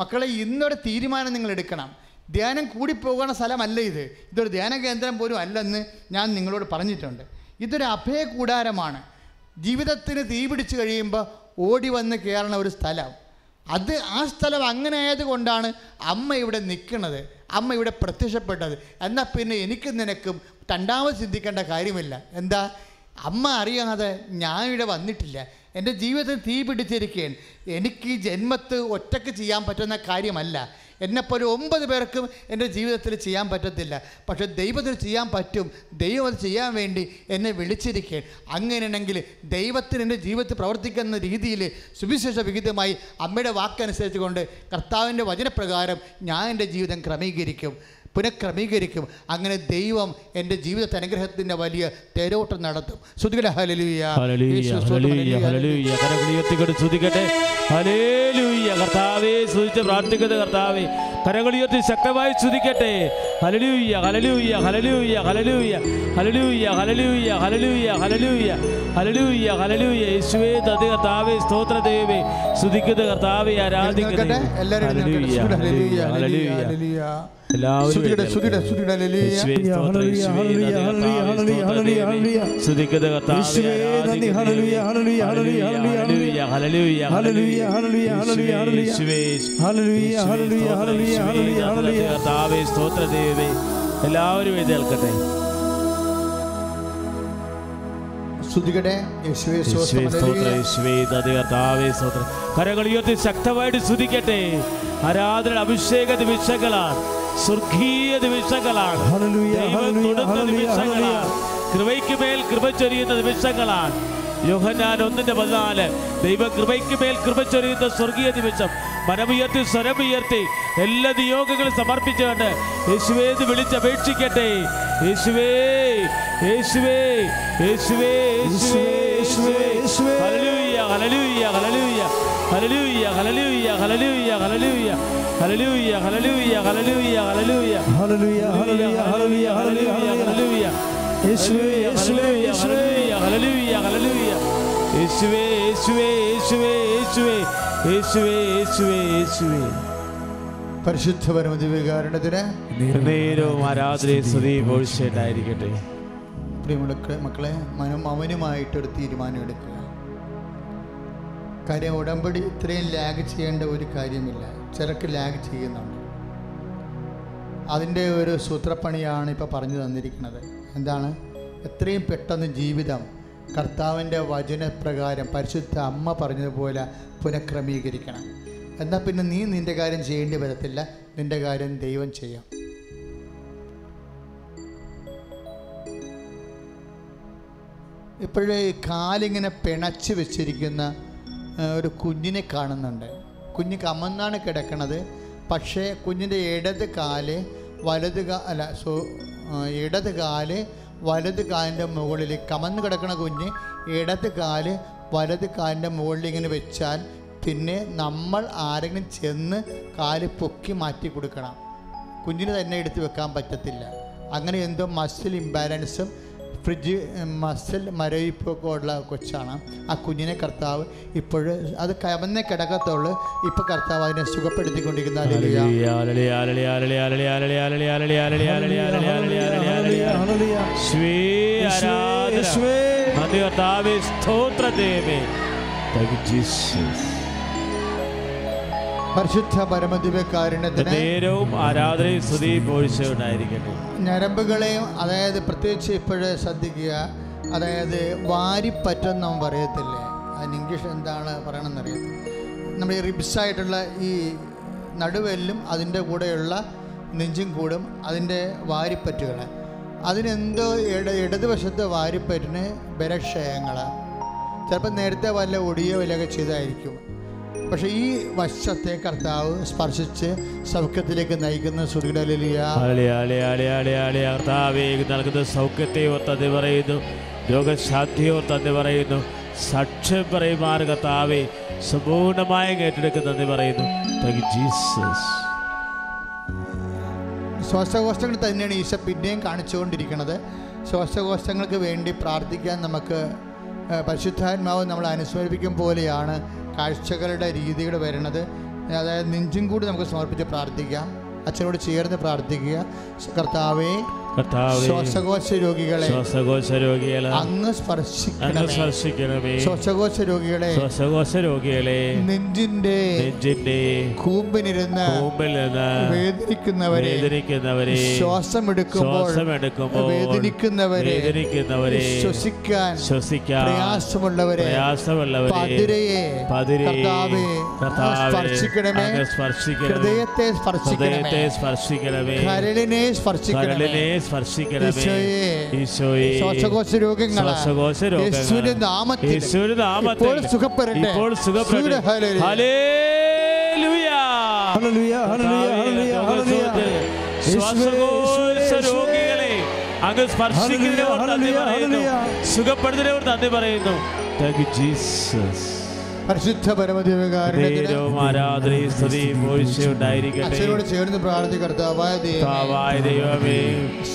[SPEAKER 3] മക്കളെ ഇന്നൊരു തീരുമാനം നിങ്ങൾ എടുക്കണം ധ്യാനം കൂടിപ്പോകുന്ന സ്ഥലമല്ല ഇത് ഇതൊരു ധ്യാന കേന്ദ്രം പോലും അല്ലെന്ന് ഞാൻ നിങ്ങളോട് പറഞ്ഞിട്ടുണ്ട് ഇതൊരു അഭയ കൂടാരമാണ് ജീവിതത്തിന് തീ പിടിച്ചു കഴിയുമ്പോൾ ഓടി വന്ന് കയറണ ഒരു സ്ഥലം അത് ആ സ്ഥലം അങ്ങനെ ആയതുകൊണ്ടാണ് അമ്മ ഇവിടെ നിൽക്കുന്നത് അമ്മ ഇവിടെ പ്രത്യക്ഷപ്പെട്ടത് എന്നാൽ പിന്നെ എനിക്കും നിനക്കും രണ്ടാമത് ചിന്തിക്കേണ്ട കാര്യമില്ല എന്താ അമ്മ അറിയാതെ ഞാൻ ഇവിടെ വന്നിട്ടില്ല എൻ്റെ ജീവിതത്തിൽ തീ പിടിച്ചിരിക്കുകയാണ് എനിക്ക് ഈ ജന്മത്ത് ഒറ്റയ്ക്ക് ചെയ്യാൻ പറ്റുന്ന കാര്യമല്ല എന്നെപ്പോലെ ഒമ്പത് പേർക്കും എൻ്റെ ജീവിതത്തിൽ ചെയ്യാൻ പറ്റത്തില്ല പക്ഷെ ദൈവത്തിന് ചെയ്യാൻ പറ്റും ദൈവം അത് ചെയ്യാൻ വേണ്ടി എന്നെ വിളിച്ചിരിക്കുകയാണ് അങ്ങനെയാണെങ്കിൽ ദൈവത്തിന് എൻ്റെ ജീവിതത്തിൽ പ്രവർത്തിക്കുന്ന രീതിയിൽ സുവിശേഷ വിഹിതമായി അമ്മയുടെ വാക്കനുസരിച്ച് കൊണ്ട് കർത്താവിൻ്റെ വചനപ്രകാരം ഞാൻ എൻ്റെ ജീവിതം ക്രമീകരിക്കും പുനഃക്രമീകരിക്കും അങ്ങനെ ദൈവം എൻ്റെ ജീവിതത്തെ അനുഗ്രഹത്തിൻ്റെ വലിയ തേരോട്ടം നടത്തും ശ്രുതികട ഹല്ലേലൂയ.
[SPEAKER 2] ഹല്ലേലൂയ,
[SPEAKER 3] യേശു സ്തോത്രം,
[SPEAKER 2] ഹല്ലേലൂയ,
[SPEAKER 3] ഹല്ലേലൂയ.
[SPEAKER 2] ഹല്ലേലൂയ. കരങ്ങളെ ഉയർത്തിക്കൊണ്ട് സ്തുതിക്കട്ടെ. ഹല്ലേലൂയ. കർത്താവേ സ്തുതിച്ച് പ്രാർത്ഥിക്കുന്നത് കർത്താവേ കരകളി ഉയർത്തി ശക്തമായി സ്തുതിക്കട്ടെ ഹലലൂയ ഹലലൂയ ഹലലൂയ ഹലലൂയ ഹലലൂയ ഹലലൂയ ഹലലൂയ ഹലലൂയ ഹലലൂയ ഹലലൂയ യേശുവേ തത് കർത്താവേ സ്തോത്ര ദൈവമേ സ്തുതിക്കുന്നത് കർത്താവേ
[SPEAKER 3] എഴുന്നേൽക്കട്ടെ.
[SPEAKER 2] ആരാധിക്കട്ടെ
[SPEAKER 3] എല്ലാവരും എഴുന്നേൽക്കട്ടെ.
[SPEAKER 2] ഹല്ലേലൂയ,
[SPEAKER 3] ശ്രുതികട ഹല്ലേലൂയ,
[SPEAKER 2] ഹല്ലേലൂയ,
[SPEAKER 3] ഹല്ലേലൂയ,
[SPEAKER 2] ഹല്ലേലൂയ.
[SPEAKER 3] ഹല്ലേലൂയ.
[SPEAKER 2] എല്ലാവരും
[SPEAKER 3] ശ്രുതികട, ശ്രുതികട,
[SPEAKER 2] എഴുന്നേൽക്കട്ടെ.
[SPEAKER 3] ശ്രുതികട, ഹല്ലേലൂയ.
[SPEAKER 2] യേശുവേ സ്തോത്രം, യേശുവേ നന്ദി, കർത്താവേ സ്തോത്രം, ദൈവമേ. സ്തുതിക്കട്ടെ കർത്താവേ,
[SPEAKER 1] യേശുവേ നന്ദി,
[SPEAKER 2] ആരാധിക്കട്ടെ
[SPEAKER 1] ഹല്ലേലൂയ,
[SPEAKER 2] ദൈവമേ.
[SPEAKER 1] ഹല്ലേലൂയ, ഹല്ലേലൂയ,
[SPEAKER 2] ഹല്ലേലൂയ, ഹല്ലേലൂയ, ഹല്ലേലൂയ,
[SPEAKER 1] ഹല്ലേലൂയ, ഹല്ലേലൂയ, ഹല്ലേലൂയ, ഹല്ലേലൂയ.
[SPEAKER 2] യേശുവേ,
[SPEAKER 1] ഹല്ലേലൂയ,
[SPEAKER 2] യേശുവേ,
[SPEAKER 1] ഹല്ലേലൂയ,
[SPEAKER 2] സ്തോത്രം,
[SPEAKER 1] ഹല്ലേലൂയ,
[SPEAKER 2] യേശുവേ,
[SPEAKER 1] ഹല്ലേലൂയ, ഹല്ലേലൂയ.
[SPEAKER 2] കർത്താവേ സ്തോത്ര ദൈവമേ എല്ലാവരും എഴുതേൽക്കട്ടെ
[SPEAKER 3] ശ്രുതികട, യേശുവേ സ്തോത്രം,
[SPEAKER 2] യേശുവേ സ്തോത്രം,
[SPEAKER 3] ഹല്ലേലൂയ.
[SPEAKER 2] യേശുവേ നന്ദി, കർത്താവേ സ്തോത്രം. കരങ്ങൾ ഉയർത്തി ശക്തമായിട്ട് സ്തുതിക്കട്ടെ ആരാധന അഭിഷേക നിമിഷങ്ങളാണ് സ്വർഗീയ നിമിഷങ്ങളാണ്
[SPEAKER 1] ഹല്ലേലൂയ,
[SPEAKER 2] ദൈവം
[SPEAKER 1] ഹല്ലേലൂയ,
[SPEAKER 2] തൊടുന്ന
[SPEAKER 1] ഹല്ലേലൂയ,
[SPEAKER 2] നിമിഷങ്ങളാണ് കൃപയ്ക്ക് മേൽ കൃപ ചൊരിയുന്ന നിമിഷങ്ങളാണ് യോഹന്നാൻ ഒന്നിന്റെ പതിനാല് ദൈവ കൃപയ്ക്ക് മേൽ കൃപ ചൊരിയുന്ന സ്വർഗീയ നിമിഷം മനമുയർത്തി സ്വരമുയർത്തി എല്ലാ നിയോഗങ്ങളും സമർപ്പിച്ചുകൊണ്ട് യേശുവേ എന്ന് വിളിച്ചപേക്ഷിക്കട്ടെ യേശുവേ യേശുവേ യേശുവേ യേശുവേ യേശുവേ യേശുവേ ഹല്ലേലൂയ ഹല്ലേലൂയ ഹല്ലേലൂയ ഹല്ലേലൂയ ഹല്ലേലൂയ ഹല്ലേലൂയ ഹല്ലേലൂയ ഹല്ലേലൂയ ഹല്ലേലൂയ ഹല്ലേലൂയ ഹല്ലേലൂയ
[SPEAKER 1] ഹല്ലേലൂയ, ഹല്ലേലൂയ, ഹല്ലേലൂയ, ഹല്ലേലൂയ, ഹല്ലേലൂയ.
[SPEAKER 2] ഹല്ലേലൂയ
[SPEAKER 1] യേശുവേ, യേശുവേ,
[SPEAKER 2] ഹല്ലേലൂയ
[SPEAKER 1] യേശുവേ.
[SPEAKER 2] ഹല്ലേലൂയ ഹല്ലേലൂയ ഹല്ലേലൂയ യേശുവേ യേശുവേ യേശുവേ യേശുവേ യേശുവേ യേശുവേ യേശുവേ
[SPEAKER 3] പരിശുദ്ധ പരമദിവികാരണത്തിന്
[SPEAKER 2] നേരവും ആരാധനയും സ്തുതിയും ഒഴിച്ചിട്ടായിരിക്കട്ടെ
[SPEAKER 3] പ്രിയമുള്ള മക്കളെ മനം മൗനമായിട്ടൊരു തീരുമാനം എടുക്കുക കാര്യം ഉടമ്പടി ഇത്രയും ലാഗ് ചെയ്യേണ്ട ഒരു കാര്യമില്ല ചിലർക്ക് ലാഗ് ചെയ്യുന്നുണ്ട് അതിൻ്റെ ഒരു സൂത്രപ്പണിയാണ് ഇപ്പോൾ പറഞ്ഞു തന്നിരിക്കുന്നത് എന്താണ് എത്രയും പെട്ടെന്ന് ജീവിതം കർത്താവിൻ്റെ വചനപ്രകാരം പരിശുദ്ധ അമ്മ പറഞ്ഞതുപോലെ പുനഃക്രമീകരിക്കണം എന്നാൽ പിന്നെ നീ നിൻ്റെ കാര്യം ചെയ്യേണ്ടി വരത്തില്ല നിൻ്റെ കാര്യം ദൈവം ചെയ്യാം ഇപ്പോഴേ കാലിങ്ങനെ പിണച്ച് വെച്ചിരിക്കുന്ന ആ, ഒരു കുഞ്ഞിനെ കാണുന്നുണ്ട് കുഞ്ഞ് കമന്നാണ് കിടക്കണത് പക്ഷേ കുഞ്ഞിൻ്റെ ഇടത് കാല് വലത് കാ അല്ല സോ ആ, ഇടത് കാല് വലത് കാലിൻ്റെ മുകളിൽ കമന്ന് കിടക്കണ കുഞ്ഞ് ഇടത് കാല് വലത് കാലിൻ്റെ മുകളിൽ ഇങ്ങനെ വെച്ചാൽ പിന്നെ നമ്മൾ ആരെങ്കിലും ചെന്ന് കാല് പൊക്കി മാറ്റി കൊടുക്കണം കുഞ്ഞിന് തന്നെ എടുത്ത് വെക്കാൻ പറ്റത്തില്ല അങ്ങനെ എന്തോ മസിൽ ഇംബാലൻസും ഫ്രിഡ്ജ് മസിൽ മരവിപ്പൊക്കെ ഉള്ള കൊച്ചാണ് ആ കുഞ്ഞിനെ കർത്താവ് ഇപ്പോഴും അത് കവന്നേ കിടക്കത്തുള്ളൂ ഇപ്പോൾ കർത്താവ് അതിനെ സുഖപ്പെടുത്തിക്കൊണ്ടിരിക്കുന്ന ഹല്ലേലൂയ.
[SPEAKER 2] ശ്രീ ആരാധന നന്ദി കർത്താവേ സ്തോത്ര ദൈവമേ Thank you, Jesus.
[SPEAKER 3] പരിശുദ്ധ പരമദിവ്യകാരുണ്യത്തിന്
[SPEAKER 2] നേരവും ആരാധനയും സ്തുതിയും ഒഴിച്ചുകൊണ്ടായിരിക്കട്ടെ
[SPEAKER 3] ഞരമ്പുകളെയും അതായത് പ്രത്യേകിച്ച് ഇപ്പോഴ് ശ്രദ്ധിക്കുക അതായത് വാരിപ്പറ്റം നാം പറയത്തില്ലേ അതിന് ഇംഗ്ലീഷ് എന്താണ് പറയണമെന്നറിയത്തില്ല നമ്മുടെ ഈ റിബ്സായിട്ടുള്ള ഈ നടുവെല്ലും അതിൻ്റെ കൂടെയുള്ള നെഞ്ചും കൂടും അതിൻ്റെ വാരിപ്പറ്റുകൾ അതിനെന്തോ ഇട ഇടതുവശത്തെ വാരിപ്പറ്റിന് ബലക്ഷയങ്ങൾ ചിലപ്പോൾ നേരത്തെ വല്ല ഒടിയോ വിലയൊക്കെ ചെയ്തായിരിക്കും പക്ഷെ ഈ വശത്തെ കർത്താവ് സ്പർശിച്ച് സൗഖ്യത്തിലേക്ക് നയിക്കുന്ന സുഖിടലിയ
[SPEAKER 2] ആളെ, ആളെ, ആളെ, ആളെ, ആളെ, കർത്താവേ, നൽകുന്ന സൗഖ്യത്തെ ഓർത്തത് പറയുന്നു രോഗശാന്തിയെ ഓർത്തത് പറയുന്നു സാക്ഷ്യം പറയുമാർ കർത്താവെ സമ്പൂർണമായും ഏറ്റെടുക്കുന്നത് പറയുന്നു Thank you, Jesus.
[SPEAKER 3] ശ്വാസകോശങ്ങൾ തന്നെയാണ് ഈശോ പിന്നെയും കാണിച്ചുകൊണ്ടിരിക്കുന്നത് ശ്വാസകോശങ്ങൾക്ക് വേണ്ടി പ്രാർത്ഥിക്കാൻ നമുക്ക് ഏ, പരിശുദ്ധാത്മാവ് നമ്മൾ അനുസ്മരിപ്പിക്കും പോലെയാണ് കാഴ്ചകളുടെ രീതികൾ വരുന്നത് അതായത് നെഞ്ചും കൂടി നമുക്ക് സമർപ്പിച്ച് പ്രാർത്ഥിക്കാം അച്ഛനോട് ചേർന്ന് പ്രാർത്ഥിക്കുക കർത്താവേ
[SPEAKER 2] കർത്താവേ
[SPEAKER 3] ശ്വാസകോശ രോഗികളെ
[SPEAKER 2] ശ്വാസകോശ രോഗികളെ
[SPEAKER 3] അങ്ങ്
[SPEAKER 2] അങ്ങ്
[SPEAKER 3] സ്പർശിക്കണം
[SPEAKER 2] സ്പർശിക്കണമേ
[SPEAKER 3] ശ്വാസകോശ രോഗികളെ
[SPEAKER 2] ശ്വാസകോശ രോഗികളെ
[SPEAKER 3] നെഞ്ചിൻ്റെ
[SPEAKER 2] നെഞ്ചിന്റെ
[SPEAKER 3] കൂമ്പിനിരുന്ന്
[SPEAKER 2] മുമ്പിൽ നിന്ന്
[SPEAKER 3] വേദനിക്കുന്നവരെ
[SPEAKER 2] വേദനിക്കുന്നവരെ
[SPEAKER 3] ശ്വാസമെടുക്കുമ്പോൾ
[SPEAKER 2] ശ്വാസമെടുക്കുമ്പോൾ
[SPEAKER 3] വേദനിക്കുന്നവരെ
[SPEAKER 2] വേദനിക്കുന്നവരെ
[SPEAKER 3] ശ്വസിക്കാൻ
[SPEAKER 2] ശ്വസിക്കാൻ
[SPEAKER 3] പ്രയാസമുള്ളവരെ
[SPEAKER 2] പ്രയാസമുള്ളവരെ
[SPEAKER 3] പതിരയെ
[SPEAKER 2] പതിരെ
[SPEAKER 3] കർത്താവേ,
[SPEAKER 2] കർത്താവേ,
[SPEAKER 3] സ്പർശിക്കണമേ
[SPEAKER 2] അങ്ങ് സ്പർശിക്കണമേ
[SPEAKER 3] ഹൃദയത്തെ
[SPEAKER 2] ഹൃദയത്തെ
[SPEAKER 3] സ്പർശിക്കണമേ
[SPEAKER 2] സ്പർശിക്കണമേ
[SPEAKER 3] കരളിനെ സ്പർശിക്കണമേ
[SPEAKER 2] കരളിനെ സ്പർശിക്കണമേ
[SPEAKER 3] ഈശോയെ,
[SPEAKER 2] ഈശോയെ
[SPEAKER 3] ശ്വാസകോശ രോഗങ്ങളെ
[SPEAKER 2] ശ്വാസകോശ രോഗങ്ങളെ,
[SPEAKER 3] യേശുവിന്റെ നാമത്തിൽ
[SPEAKER 2] യേശുവിന്റെ നാമത്തിൽ
[SPEAKER 3] ഇപ്പോൾ സുഖപ്പെടട്ടെ.
[SPEAKER 2] ഇപ്പോൾ
[SPEAKER 3] സുഖപ്പെടട്ടെ.
[SPEAKER 2] സുഖപ്പെടട്ടെ
[SPEAKER 3] ഹല്ലേലൂയ.
[SPEAKER 2] ഹല്ലേലൂയ.
[SPEAKER 1] ഹല്ലേലൂയ, ഹല്ലേലൂയ, ഹല്ലേലൂയ, ഹല്ലേലൂയ. യേശുവേ,
[SPEAKER 2] ശ്വാസകോശ
[SPEAKER 1] യേശുവേ,
[SPEAKER 2] രോഗികളെ അങ്ങ് സ്പർശിക്കുന്നവർ നന്ദി
[SPEAKER 1] ഹല്ലേലൂയ,
[SPEAKER 2] പറയുന്നു
[SPEAKER 1] ഹല്ലേലൂയ.
[SPEAKER 2] സുഖപ്പെടുത്തുന്നവർ നന്ദി പറയുന്നു Thank you, Jesus.
[SPEAKER 3] പരിശുദ്ധ പരമദേവകാരണത്തിന്
[SPEAKER 2] ദൈവം ആരാധനയും സ്തുതിയും ഉണ്ടായിരിക്കട്ടെ
[SPEAKER 3] അച്ഛനോട് ചേർന്ന് പ്രാർത്ഥിക്കുക കർത്താവായ ദൈവമേ
[SPEAKER 2] കർത്താവായ ദൈവമേ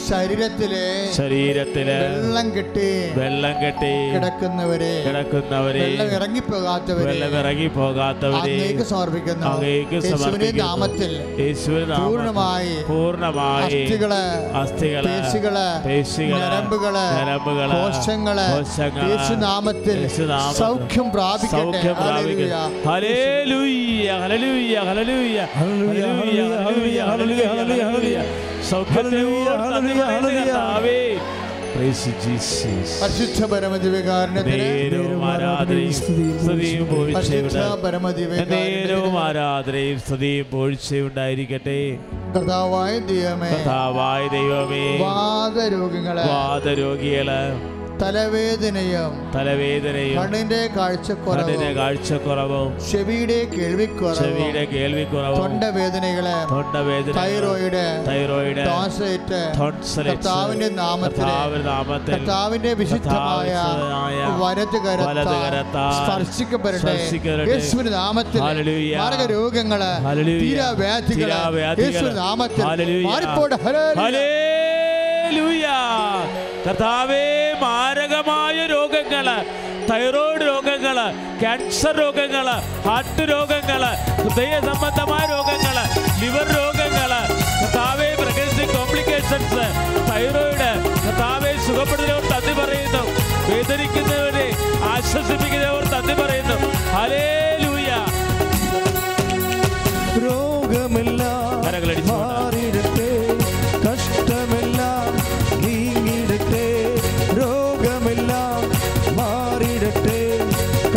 [SPEAKER 3] ശരീരത്തിലെ
[SPEAKER 2] ശരീരത്തില്
[SPEAKER 3] വെള്ളം കെട്ടി
[SPEAKER 2] വെള്ളം കെട്ടി
[SPEAKER 3] കിടക്കുന്നവരെ
[SPEAKER 2] കിടക്കുന്നവരെ
[SPEAKER 3] വെള്ളം ഇറങ്ങിപ്പോകാത്തവരെ
[SPEAKER 2] വെള്ളം ഇറങ്ങി പോകാത്തവരെ
[SPEAKER 3] അങ്ങേക്ക് സമർപ്പിക്കുന്നു
[SPEAKER 2] അങ്ങേക്ക്
[SPEAKER 3] യേശുവിന്റെ നാമത്തിൽ
[SPEAKER 2] സമർപ്പിക്കുന്നു യേശുവിൻ
[SPEAKER 3] പൂർണ്ണമായി
[SPEAKER 2] പൂർണ്ണമായി
[SPEAKER 3] അസ്ഥികള്
[SPEAKER 2] അസ്ഥികള്
[SPEAKER 3] പേശികള്
[SPEAKER 2] പേശികള്
[SPEAKER 3] ഞരമ്പുകള്
[SPEAKER 2] ഞരമ്പുകള്
[SPEAKER 3] കോശങ്ങള്
[SPEAKER 2] കോശങ്ങള്
[SPEAKER 3] യേശുനാമത്തിൽ
[SPEAKER 2] യേശുനാമത്തിൽ
[SPEAKER 3] സൗഖ്യം പ്രാപിക്കട്ടെ
[SPEAKER 2] സൗഖ്യം പ്രാപിക്കും.
[SPEAKER 3] ഹല്ലേലൂയ.
[SPEAKER 2] ഹല്ലേലൂയ, ഹല്ലേലൂയ, ഹല്ലേലൂയ,
[SPEAKER 1] ഹല്ലേലൂയ,
[SPEAKER 2] ഹല്ലേലൂയ, ഹല്ലേലൂയ,
[SPEAKER 1] ഹല്ലേലൂയ, ഹല്ലേലൂയ,
[SPEAKER 2] ഹല്ലേലൂയ, ഹല്ലേലൂയ. സൗഖ്യത്തെ
[SPEAKER 1] ഹല്ലേലൂയ,
[SPEAKER 2] ഓർത്ത് നന്ദി
[SPEAKER 1] ഹല്ലേലൂയ, ഹല്ലേലൂയ.
[SPEAKER 2] പറയുന്നു കർത്താവേ. Praise Jesus.
[SPEAKER 3] പരിശുദ്ധ പരമദിവകാരണത്തിന്
[SPEAKER 2] നേരവും ആരാധനയും സ്തുതിയും
[SPEAKER 3] പരിശുദ്ധ
[SPEAKER 2] പോഴ്ചയുണ്ടായി നേരവും
[SPEAKER 3] പരമദിവകാരണത്തിന്
[SPEAKER 2] ആരാധനയും സ്തുതിയും പോഴ്ചയുണ്ടായിരിക്കട്ടെ
[SPEAKER 3] കർത്താവായ ദൈവമേ
[SPEAKER 2] കർത്താവായ ദൈവമേ
[SPEAKER 3] വാദരോഗങ്ങള്
[SPEAKER 2] വാദരോഗികള്
[SPEAKER 3] തലവേദനയും
[SPEAKER 2] തലവേദനയും
[SPEAKER 3] കണ്ണിന്റെ കാഴ്ചക്കുറവും
[SPEAKER 2] കണ്ണിന് കാഴ്ചക്കുറവും
[SPEAKER 3] ചെവിയുടെ കേൾവിക്കുറവും
[SPEAKER 2] ചെവിയുടെ കേൾവിക്കുറവും
[SPEAKER 3] തൊണ്ടവേദനകള്
[SPEAKER 2] തൊണ്ടവേദന
[SPEAKER 3] തൈറോയിഡ്
[SPEAKER 2] തൈറോയിഡ്
[SPEAKER 3] ടോൺസൈറ്റ് കർത്താവിന്റെ നാമത്തിലെ
[SPEAKER 2] നാമത്തിൽ
[SPEAKER 3] കർത്താവിന്റെ വിശുദ്ധമായ
[SPEAKER 2] കർത്താവിനായ വലതുകരത്താൽ
[SPEAKER 3] വലതുകരത്താൽ സ്പർശിക്കപ്പെടട്ടെ
[SPEAKER 2] സ്പർശിക്കപ്പെടട്ടെ.
[SPEAKER 3] യേശുവിന്റെ നാമത്തിൽ
[SPEAKER 2] ഹല്ലേലൂയ.
[SPEAKER 3] മാർഗരോഗങ്ങള്
[SPEAKER 2] ഹല്ലേലൂയ.
[SPEAKER 3] തീരാവ്യാധികള്
[SPEAKER 2] തീരാവ്യാധികള്.
[SPEAKER 3] യേശുവിന്റെ നാമത്തിൽ
[SPEAKER 2] ഹല്ലേലൂയ.
[SPEAKER 3] മാറിപ്പോട്ടെ ഹല്ലേലൂയ.
[SPEAKER 2] ഹല്ലേലൂയ. ഹല്ലേലൂയ കർത്താവേ മാരകമായ രോഗങ്ങള് തൈറോയ്ഡ് രോഗങ്ങള് ക്യാൻസർ രോഗങ്ങള് ഹാർട്ട് രോഗങ്ങള് ഹൃദയ സംബന്ധമായ രോഗങ്ങള് ലിവർ രോഗങ്ങള് കർത്താവേ പ്രകൃതി കോംപ്ലിക്കേഷൻസ് തൈറോയ്ഡ് കർത്താവെ സുഖപ്പെടുന്നവർ തന്നി പറയുന്നു വേദനിക്കുന്നവരെ ആശ്വസിപ്പിക്കുന്നവർ തന്നി പറയുന്നു ഹല്ലേലൂയ
[SPEAKER 1] രോഗമെല്ലാം
[SPEAKER 2] കരങ്ങളടിച്ച് കൊണ്ട്.
[SPEAKER 1] മാറിയിടട്ടെ കഷ്ടമെല്ലാം നീങ്ങിയിടട്ടെ രോഗമെല്ലാം മാറിയിടട്ടെ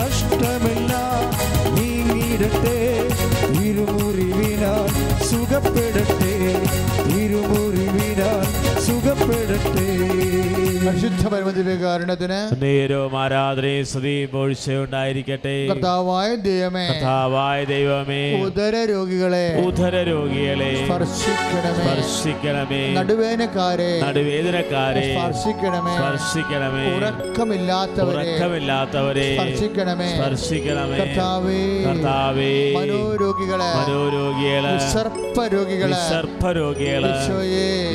[SPEAKER 1] കഷ്ടമെല്ലാം നീങ്ങിയിടട്ടെ ഇരുമുറിവിനാൽ സുഖപ്പെടട്ടെ ഇരുമുറിവിനാൽ സുഖപ്പെടട്ടെ
[SPEAKER 3] പരിശുദ്ധ പരമദിവ്യകാരുണ്യത്തിന്
[SPEAKER 2] നേരവും ആരാധനയും സ്തുതിയും ഒഴിച്ചുണ്ടായിരിക്കട്ടെ
[SPEAKER 3] കർത്താവായ ദൈവമേ
[SPEAKER 2] കർത്താവായ ദൈവമേ
[SPEAKER 3] ഉദര രോഗികളെ
[SPEAKER 2] ഉദര രോഗികളെ
[SPEAKER 3] സ്പർശിക്കണമേ
[SPEAKER 2] സ്പർശിക്കണമേ
[SPEAKER 3] നടുവേനക്കാരെ
[SPEAKER 2] നടുവേദനക്കാരെ
[SPEAKER 3] സ്പർശിക്കണമേ
[SPEAKER 2] സ്പർശിക്കണമേ
[SPEAKER 3] ഉറക്കമില്ലാത്തവരെ
[SPEAKER 2] ഉറക്കമില്ലാത്തവരെ
[SPEAKER 3] സ്പർശിക്കണമേ
[SPEAKER 2] സ്പർശിക്കണമേ
[SPEAKER 3] കർത്താവേ
[SPEAKER 2] കർത്താവേ
[SPEAKER 3] മനോരോഗികളെ
[SPEAKER 2] മനോരോഗികള്
[SPEAKER 3] സർപ്പ രോഗികളെ
[SPEAKER 2] സർപ്പരോഗികള്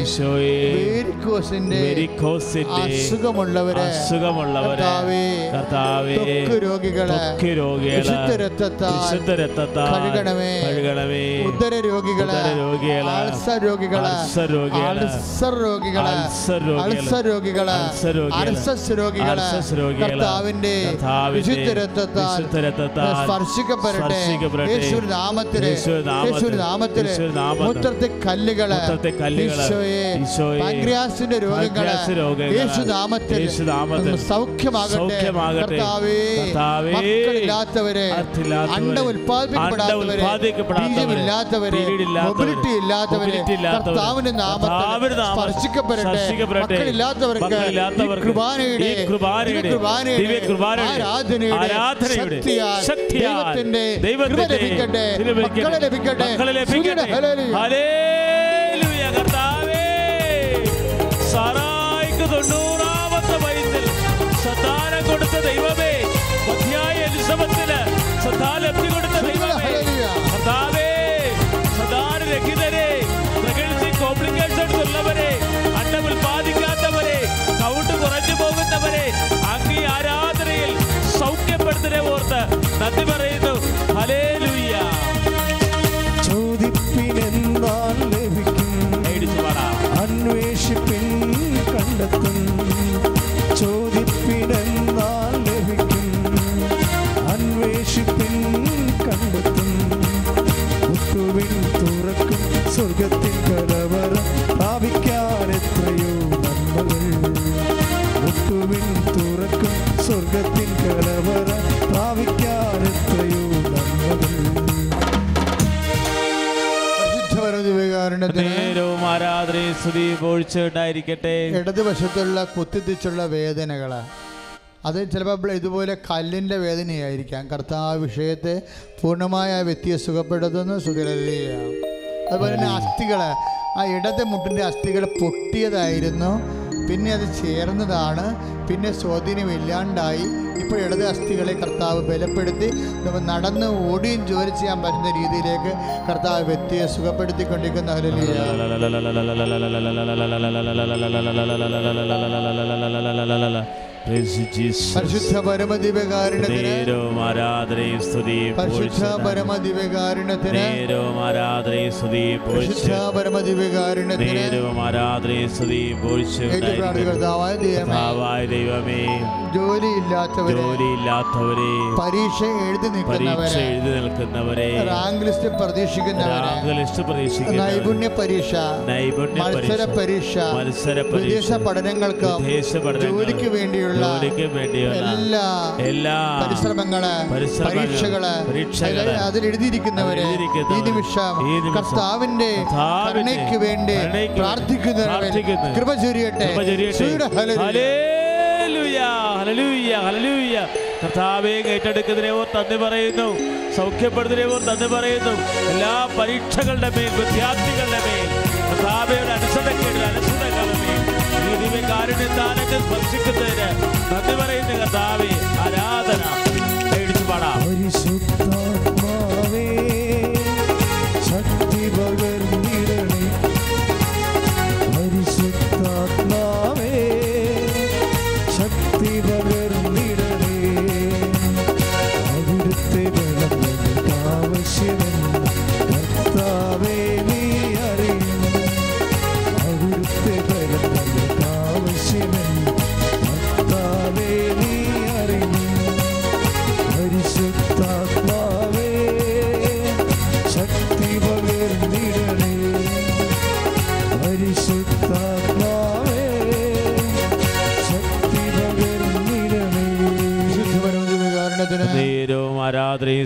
[SPEAKER 2] ഈശോയെ
[SPEAKER 3] വേരിക്കോസിന്റെ
[SPEAKER 2] വെരിക്കോസിന്റെ
[SPEAKER 3] അസുഖമുള്ളവരെ
[SPEAKER 2] അസുഖമുള്ളവരെ
[SPEAKER 3] കർത്താവേ,
[SPEAKER 2] കർത്താവേ
[SPEAKER 3] ത്വക്ക് രോഗികളെ
[SPEAKER 2] ത്വക്ക് രോഗികളെ
[SPEAKER 3] വിശുദ്ധ രക്തത്താൽ
[SPEAKER 2] വിശുദ്ധ രക്തത്താൽ
[SPEAKER 3] കഴുകണമേ,
[SPEAKER 2] കഴുകണമേ
[SPEAKER 3] ഉദര രോഗികളെ
[SPEAKER 2] ഉദര രോഗികളെ,
[SPEAKER 3] അൾസർ രോഗികളെ
[SPEAKER 2] അൾസർ രോഗികളെ,
[SPEAKER 3] അൾസർ രോഗികളെ
[SPEAKER 2] അൾസർ രോഗികളെ,
[SPEAKER 3] അൾസർ രോഗികളെ
[SPEAKER 2] അൾസർ രോഗികളെ,
[SPEAKER 3] അൾസസ് രോഗികളെ
[SPEAKER 2] അൾസസ് രോഗികളെ,
[SPEAKER 3] കർത്താവിന്റെ
[SPEAKER 2] കർത്താവിന്റെ
[SPEAKER 3] വിശുദ്ധ രക്തത്താൽ
[SPEAKER 2] വിശുദ്ധ രക്തത്താൽ
[SPEAKER 3] സ്പർശിക്കപ്പെടട്ടെ
[SPEAKER 2] സ്പർശിക്കപ്പെടട്ടെ.
[SPEAKER 3] യേശുവിൻ നാമത്തിലെ
[SPEAKER 2] യേശുവിൻ നാമത്തിൽ,
[SPEAKER 3] യേശുവിൻ നാമത്തിലെ
[SPEAKER 2] യേശുവിൻ നാമത്തിൽ,
[SPEAKER 3] മൂത്രത്തെ കല്ലുകളെ
[SPEAKER 2] മൂത്രത്തെ കല്ലുകളെ,
[SPEAKER 3] ഈശോയെ
[SPEAKER 2] ഈശോയെ,
[SPEAKER 3] പാൻക്രിയാസിന്റെ രോഗങ്ങളെ
[SPEAKER 2] പാൻക്രിയാസ് രോഗങ്ങളെ,
[SPEAKER 3] യേശു നാമത്തിൽ
[SPEAKER 2] യേശു നാമത്തിൽ,
[SPEAKER 3] സൗഖ്യമാകട്ടെ
[SPEAKER 2] സൗഖ്യമാകട്ടെ.
[SPEAKER 3] കർത്താവേ
[SPEAKER 2] കർത്താവേ,
[SPEAKER 3] മക്കളില്ലാത്തവരെ
[SPEAKER 2] അർത്ഥമില്ലാത്തവരെ,
[SPEAKER 3] അണ്ട
[SPEAKER 2] അണ്ഡം ഉൽപ്പാദിക്കപ്പെടാത്തവരെ,
[SPEAKER 3] ഉൽപ്പാദിക്കപ്പെടാത്തവരെ
[SPEAKER 2] പിരീഡില്ലാത്തവരെ,
[SPEAKER 3] മൊബിലിറ്റി ഇല്ലാത്തവരെ
[SPEAKER 2] മൊബിലിറ്റി ഇല്ലാത്തവരെ,
[SPEAKER 3] കർത്താവിന്റെ നാമത്തിൽ
[SPEAKER 2] കർത്താവിന്റെ നാമത്തിൽ
[SPEAKER 3] സ്പർശിക്കപ്പെടട്ടെ
[SPEAKER 2] സ്പർശിക്കപ്പെടട്ടെ.
[SPEAKER 3] മക്കളില്ലാത്തവർക്ക് ഈ
[SPEAKER 2] മക്കളില്ലാത്തവർക്ക്
[SPEAKER 3] കൃപാനയുടെ
[SPEAKER 2] ഈ കൃപാനയുടെ,
[SPEAKER 3] ഈ കൃപാനയുടെ
[SPEAKER 2] ദിവ്യകൃപാനയുടെ, ആരാധനയുടെ
[SPEAKER 3] ആരാധനയുടെ
[SPEAKER 2] ശക്തിയാൽ
[SPEAKER 3] ശക്തിയാൽ ദൈവത്തിന്റെ
[SPEAKER 2] ദൈവത്തിന്റെ
[SPEAKER 3] കൃപ ലഭിക്കട്ടെ
[SPEAKER 2] കൃപ ലഭിക്കട്ടെ.
[SPEAKER 3] മക്കളെ ലഭിക്കട്ടെ
[SPEAKER 2] മക്കളെ ലഭിക്കട്ടെ.
[SPEAKER 3] സൂര്യനെ ഹല്ലേലൂയ.
[SPEAKER 2] ഹല്ലേലൂയ കർത്താവേ. സാറായിക്ക് തൊണ്ണൂറാമത്തെ വയസ്സിൽ സന്താനം കൊടുത്ത ദൈവമേ മധ്യായ എലിസബത്തിന് സന്താലബ്ധി കൊടുത്ത ദൈവമേ
[SPEAKER 3] ഹല്ലേലൂയ.
[SPEAKER 2] കർത്താവേ സന്താന രഹിതരെ പ്രകൃതി കോംപ്ലിക്കേഷൻസ് ഉള്ളവരെ അന്നം ഉൽപ്പാദിക്കാത്തവരെ കൗണ്ട് കുറഞ്ഞു പോകുന്നവരെ അങ്ങേ ആരാധനയിൽ സൗഖ്യപ്പെടുത്തലെ ഓർത്ത് നന്ദി പറയുന്നു ഹലേലുയ്യ
[SPEAKER 1] ചോദിപ്പിനെന്താൽ ലഭിക്കും
[SPEAKER 2] മേടിച്ചു പാടാ
[SPEAKER 1] അന്വേഷിപ്പിൻ കണ്ടെത്തും ചോദിപ്പിനെന്നാൽ ലഭിക്കും അന്വേഷിപ്പിൻ കണ്ടെത്തും മുത്തുവിൻ തുറക്കും സ്വർഗത്തിൻ കലവറ പ്രാപിക്കാൻ എത്രയോ നന്മകൾ മുത്തുവിൻ തുറക്കും സ്വർഗത്തിൻ കലവറ പ്രാപിക്കാൻ എത്രയോ നന്മകൾ
[SPEAKER 3] പരിശുദ്ധപരമ ദിവ്യകാരുണ്യത്തിന്
[SPEAKER 2] നേരവും ആരാധനയും സ്തുതിയും ഒഴിച്ചുണ്ടായിരിക്കട്ടെ
[SPEAKER 3] ഇടതുവശത്തുള്ള കുത്തിത്തിച്ചുള്ള വേദനകൾ അത് ചിലപ്പോൾ ഇതുപോലെ കല്ലിൻ്റെ വേദനയായിരിക്കാം കർത്താവ് ആ വിഷയത്തെ പൂർണ്ണമായ ആ വ്യക്തിയെ സുഖപ്പെടുത്തുന്ന സുഖലതയാണ് അതുപോലെ തന്നെ അസ്ഥികൾ ആ ഇടത് മുട്ടിൻ്റെ അസ്ഥികൾ പൊട്ടിയതായിരുന്നു പിന്നെ അത് ചേർന്നതാണ് പിന്നെ സ്വാധീനം ഇല്ലാണ്ടായി ഇപ്പോൾ ഇടത് അസ്ഥികളെ കർത്താവ് ബലപ്പെടുത്തി നമ്മൾ നടന്ന് ഓടിയും ജോലി ചെയ്യാൻ പറ്റുന്ന രീതിയിലേക്ക് കർത്താവ് വ്യക്തിയെ സുഖപ്പെടുത്തിക്കൊണ്ടിരിക്കുന്ന ഹല്ലേലൂയ.
[SPEAKER 2] Praise Jesus.
[SPEAKER 3] പരിശുദ്ധ പരമദിവകാരുണ്യത്തിന്
[SPEAKER 2] നേരവും ആരാധനയും സ്തുതിയും
[SPEAKER 3] പരിശുദ്ധ പരമ ദിവ്യകാരുണ്യത്തിന്
[SPEAKER 2] നേരവും ആരാധനയും സ്തുതിയും
[SPEAKER 3] പരിശുദ്ധ പരമ ദിവ്യകാരുണ്യത്തിന്
[SPEAKER 2] നേരവും ആരാധനയും സ്തുതിയും ഒഴിച്ചുണ്ടായിരിക്കട്ടെ
[SPEAKER 3] ഏറ്റുപ്രാണികർത്താവായ ദൈവമേ
[SPEAKER 2] കർത്താവായ ദൈവമേ
[SPEAKER 3] ജോലിയില്ലാത്തവരെ
[SPEAKER 2] ജോലിയില്ലാത്തവരെ
[SPEAKER 3] പരീക്ഷ എഴുതി
[SPEAKER 2] പരീക്ഷ എഴുതി
[SPEAKER 3] നിൽക്കുന്നവരെ
[SPEAKER 2] നിൽക്കുന്നവരെ
[SPEAKER 3] റാങ്ക് ലിസ്റ്റ് പ്രതീക്ഷിക്കുന്നവരെ
[SPEAKER 2] രാഗലിസ്റ്റ് പ്രതീക്ഷിക്കുന്നവരെ
[SPEAKER 3] നൈപുണ്യ പരീക്ഷ
[SPEAKER 2] നൈപുണ്യ
[SPEAKER 3] മത്സര പരീക്ഷ
[SPEAKER 2] മത്സര
[SPEAKER 3] വിദേശ
[SPEAKER 2] പരീക്ഷ
[SPEAKER 3] പഠനങ്ങൾക്ക്
[SPEAKER 2] വിദേശ പഠനങ്ങൾ,
[SPEAKER 3] ജോലിക്ക് വേണ്ടിയുള്ള
[SPEAKER 2] ജോലിക്ക് വേണ്ടിയുള്ള
[SPEAKER 3] എല്ലാ
[SPEAKER 2] എല്ലാ
[SPEAKER 3] പരിശ്രമങ്ങള്
[SPEAKER 2] പരിശ്രമങ്ങള്,
[SPEAKER 3] പരീക്ഷകള്
[SPEAKER 2] പരീക്ഷകള്,
[SPEAKER 3] അതിൽ- അതിൽ എഴുതിയിരിക്കുന്നവരെ
[SPEAKER 2] അതിലെഴുതിയിരിക്കുന്നവരെ,
[SPEAKER 3] ഈ നിമിഷം
[SPEAKER 2] ഈ നിമിഷം
[SPEAKER 3] കർത്താവിന്റെ
[SPEAKER 2] കർത്താവിന്റെ
[SPEAKER 3] കരുണയ്ക്ക് വേണ്ടി
[SPEAKER 2] കരുണയ്ക്ക്
[SPEAKER 3] പ്രാർത്ഥിക്കുന്നവരെ
[SPEAKER 2] പ്രാർത്ഥിക്കുന്നു.
[SPEAKER 3] കൃപ ചൊരിയട്ടെ
[SPEAKER 2] കൃപ ചൊരിയട്ടെ.
[SPEAKER 3] സൂര്യയുടെ ഹല്ലേലൂയ.
[SPEAKER 2] ഹല്ലേലൂയ, ഹല്ലേലൂയ, ഹല്ലേലൂയ. കർത്താവേ ഏറ്റെടുക്കുന്നതിനെ ഓർ തന്നെ പറയുന്നു സൗഖ്യപ്പെടുന്നതിനെ ഓർ തന്നെ പറയുന്നു എല്ലാ പരീക്ഷകളുടെ മേൽ വിദ്യാർത്ഥികളുടെ മേൽ കർത്താവയുടെ അനുസരണക്കേട് അനുസരണകളുടെ മേൽ നീതിമേ കാരുണ്യത്താനങ്ങൾ സ്പർശിക്കുന്നതിന് നന്ദി പറയുന്നു കർത്താവേ ആരാധന മേടിച്ചു പാടാം
[SPEAKER 1] പരിശുദ്ധാത്മാവേ ശക്തി പകർന്നിടണേ പരിശുദ്ധാത്മ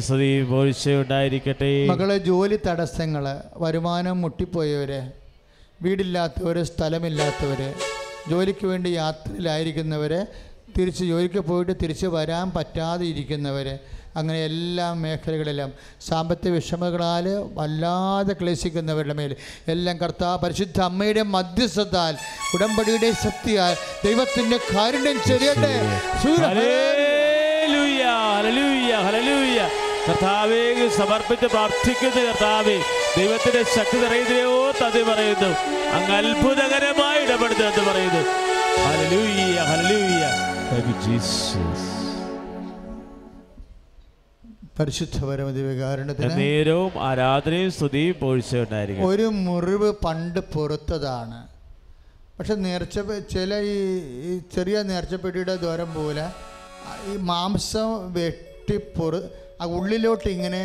[SPEAKER 2] സ്തുതി പോഴ്ചയുണ്ടായിരിക്കട്ടെ
[SPEAKER 3] മകളെ ജോലി തടസ്സങ്ങൾ വരുമാനം മുട്ടിപ്പോയവര് വീടില്ലാത്തവര് സ്ഥലമില്ലാത്തവര് ജോലിക്ക് വേണ്ടി യാത്രയിലായിരിക്കുന്നവര് തിരിച്ച് ജോലിക്ക് പോയിട്ട് തിരിച്ച് വരാൻ പറ്റാതെ ഇരിക്കുന്നവര് അങ്ങനെ എല്ലാ മേഖലകളിലും സാമ്പത്തിക വിഷമങ്ങളാൽ വല്ലാതെ ക്ലേശിക്കുന്നവരുടെ മേൽ എല്ലാം കർത്താവ് പരിശുദ്ധ അമ്മയുടെ മധ്യസ്ഥത്താൽ ഉടമ്പടിയുടെ ശക്തിയാൽ ദൈവത്തിൻ്റെ കാരുണ്യം ചെറിയട്ടെ
[SPEAKER 2] ഹല്ലേലൂയ, ഹല്ലേലൂയ, ഹല്ലേലൂയ. കർത്താവേ സമർപ്പിച്ച് പ്രാർത്ഥിക്കുന്നു കർത്താവേ ദൈവത്തിന്റെ ശക്തി നിറയുന്നയോ തതി പറയുന്നു അങ്ങ് അത്ഭുതകരമായി ഇടപെടുന്നു എന്ന് പറയുന്നു ഹല്ലേലൂയ, ഹല്ലേലൂയ. Thank you, Jesus.
[SPEAKER 3] പരിശുദ്ധപരമതി വികാരണത്തിന്
[SPEAKER 2] നേരവും ആരാധനയും സ്തുതിയും പോഴ്ചയുണ്ടായിരിക്കും
[SPEAKER 3] ഒരു മുറിവ് പണ്ട് പുറത്തതാണ് പക്ഷെ നേർച്ച പെ- ചില ഈ ഈ ചെറിയ നേർച്ചപ്പെട്ടിയുടെ ദ്വാരം പോലെ ആ ഈ മാംസം വെട്ടിപ്പൊറു ആ ഉള്ളിലോട്ട് ഇങ്ങനെ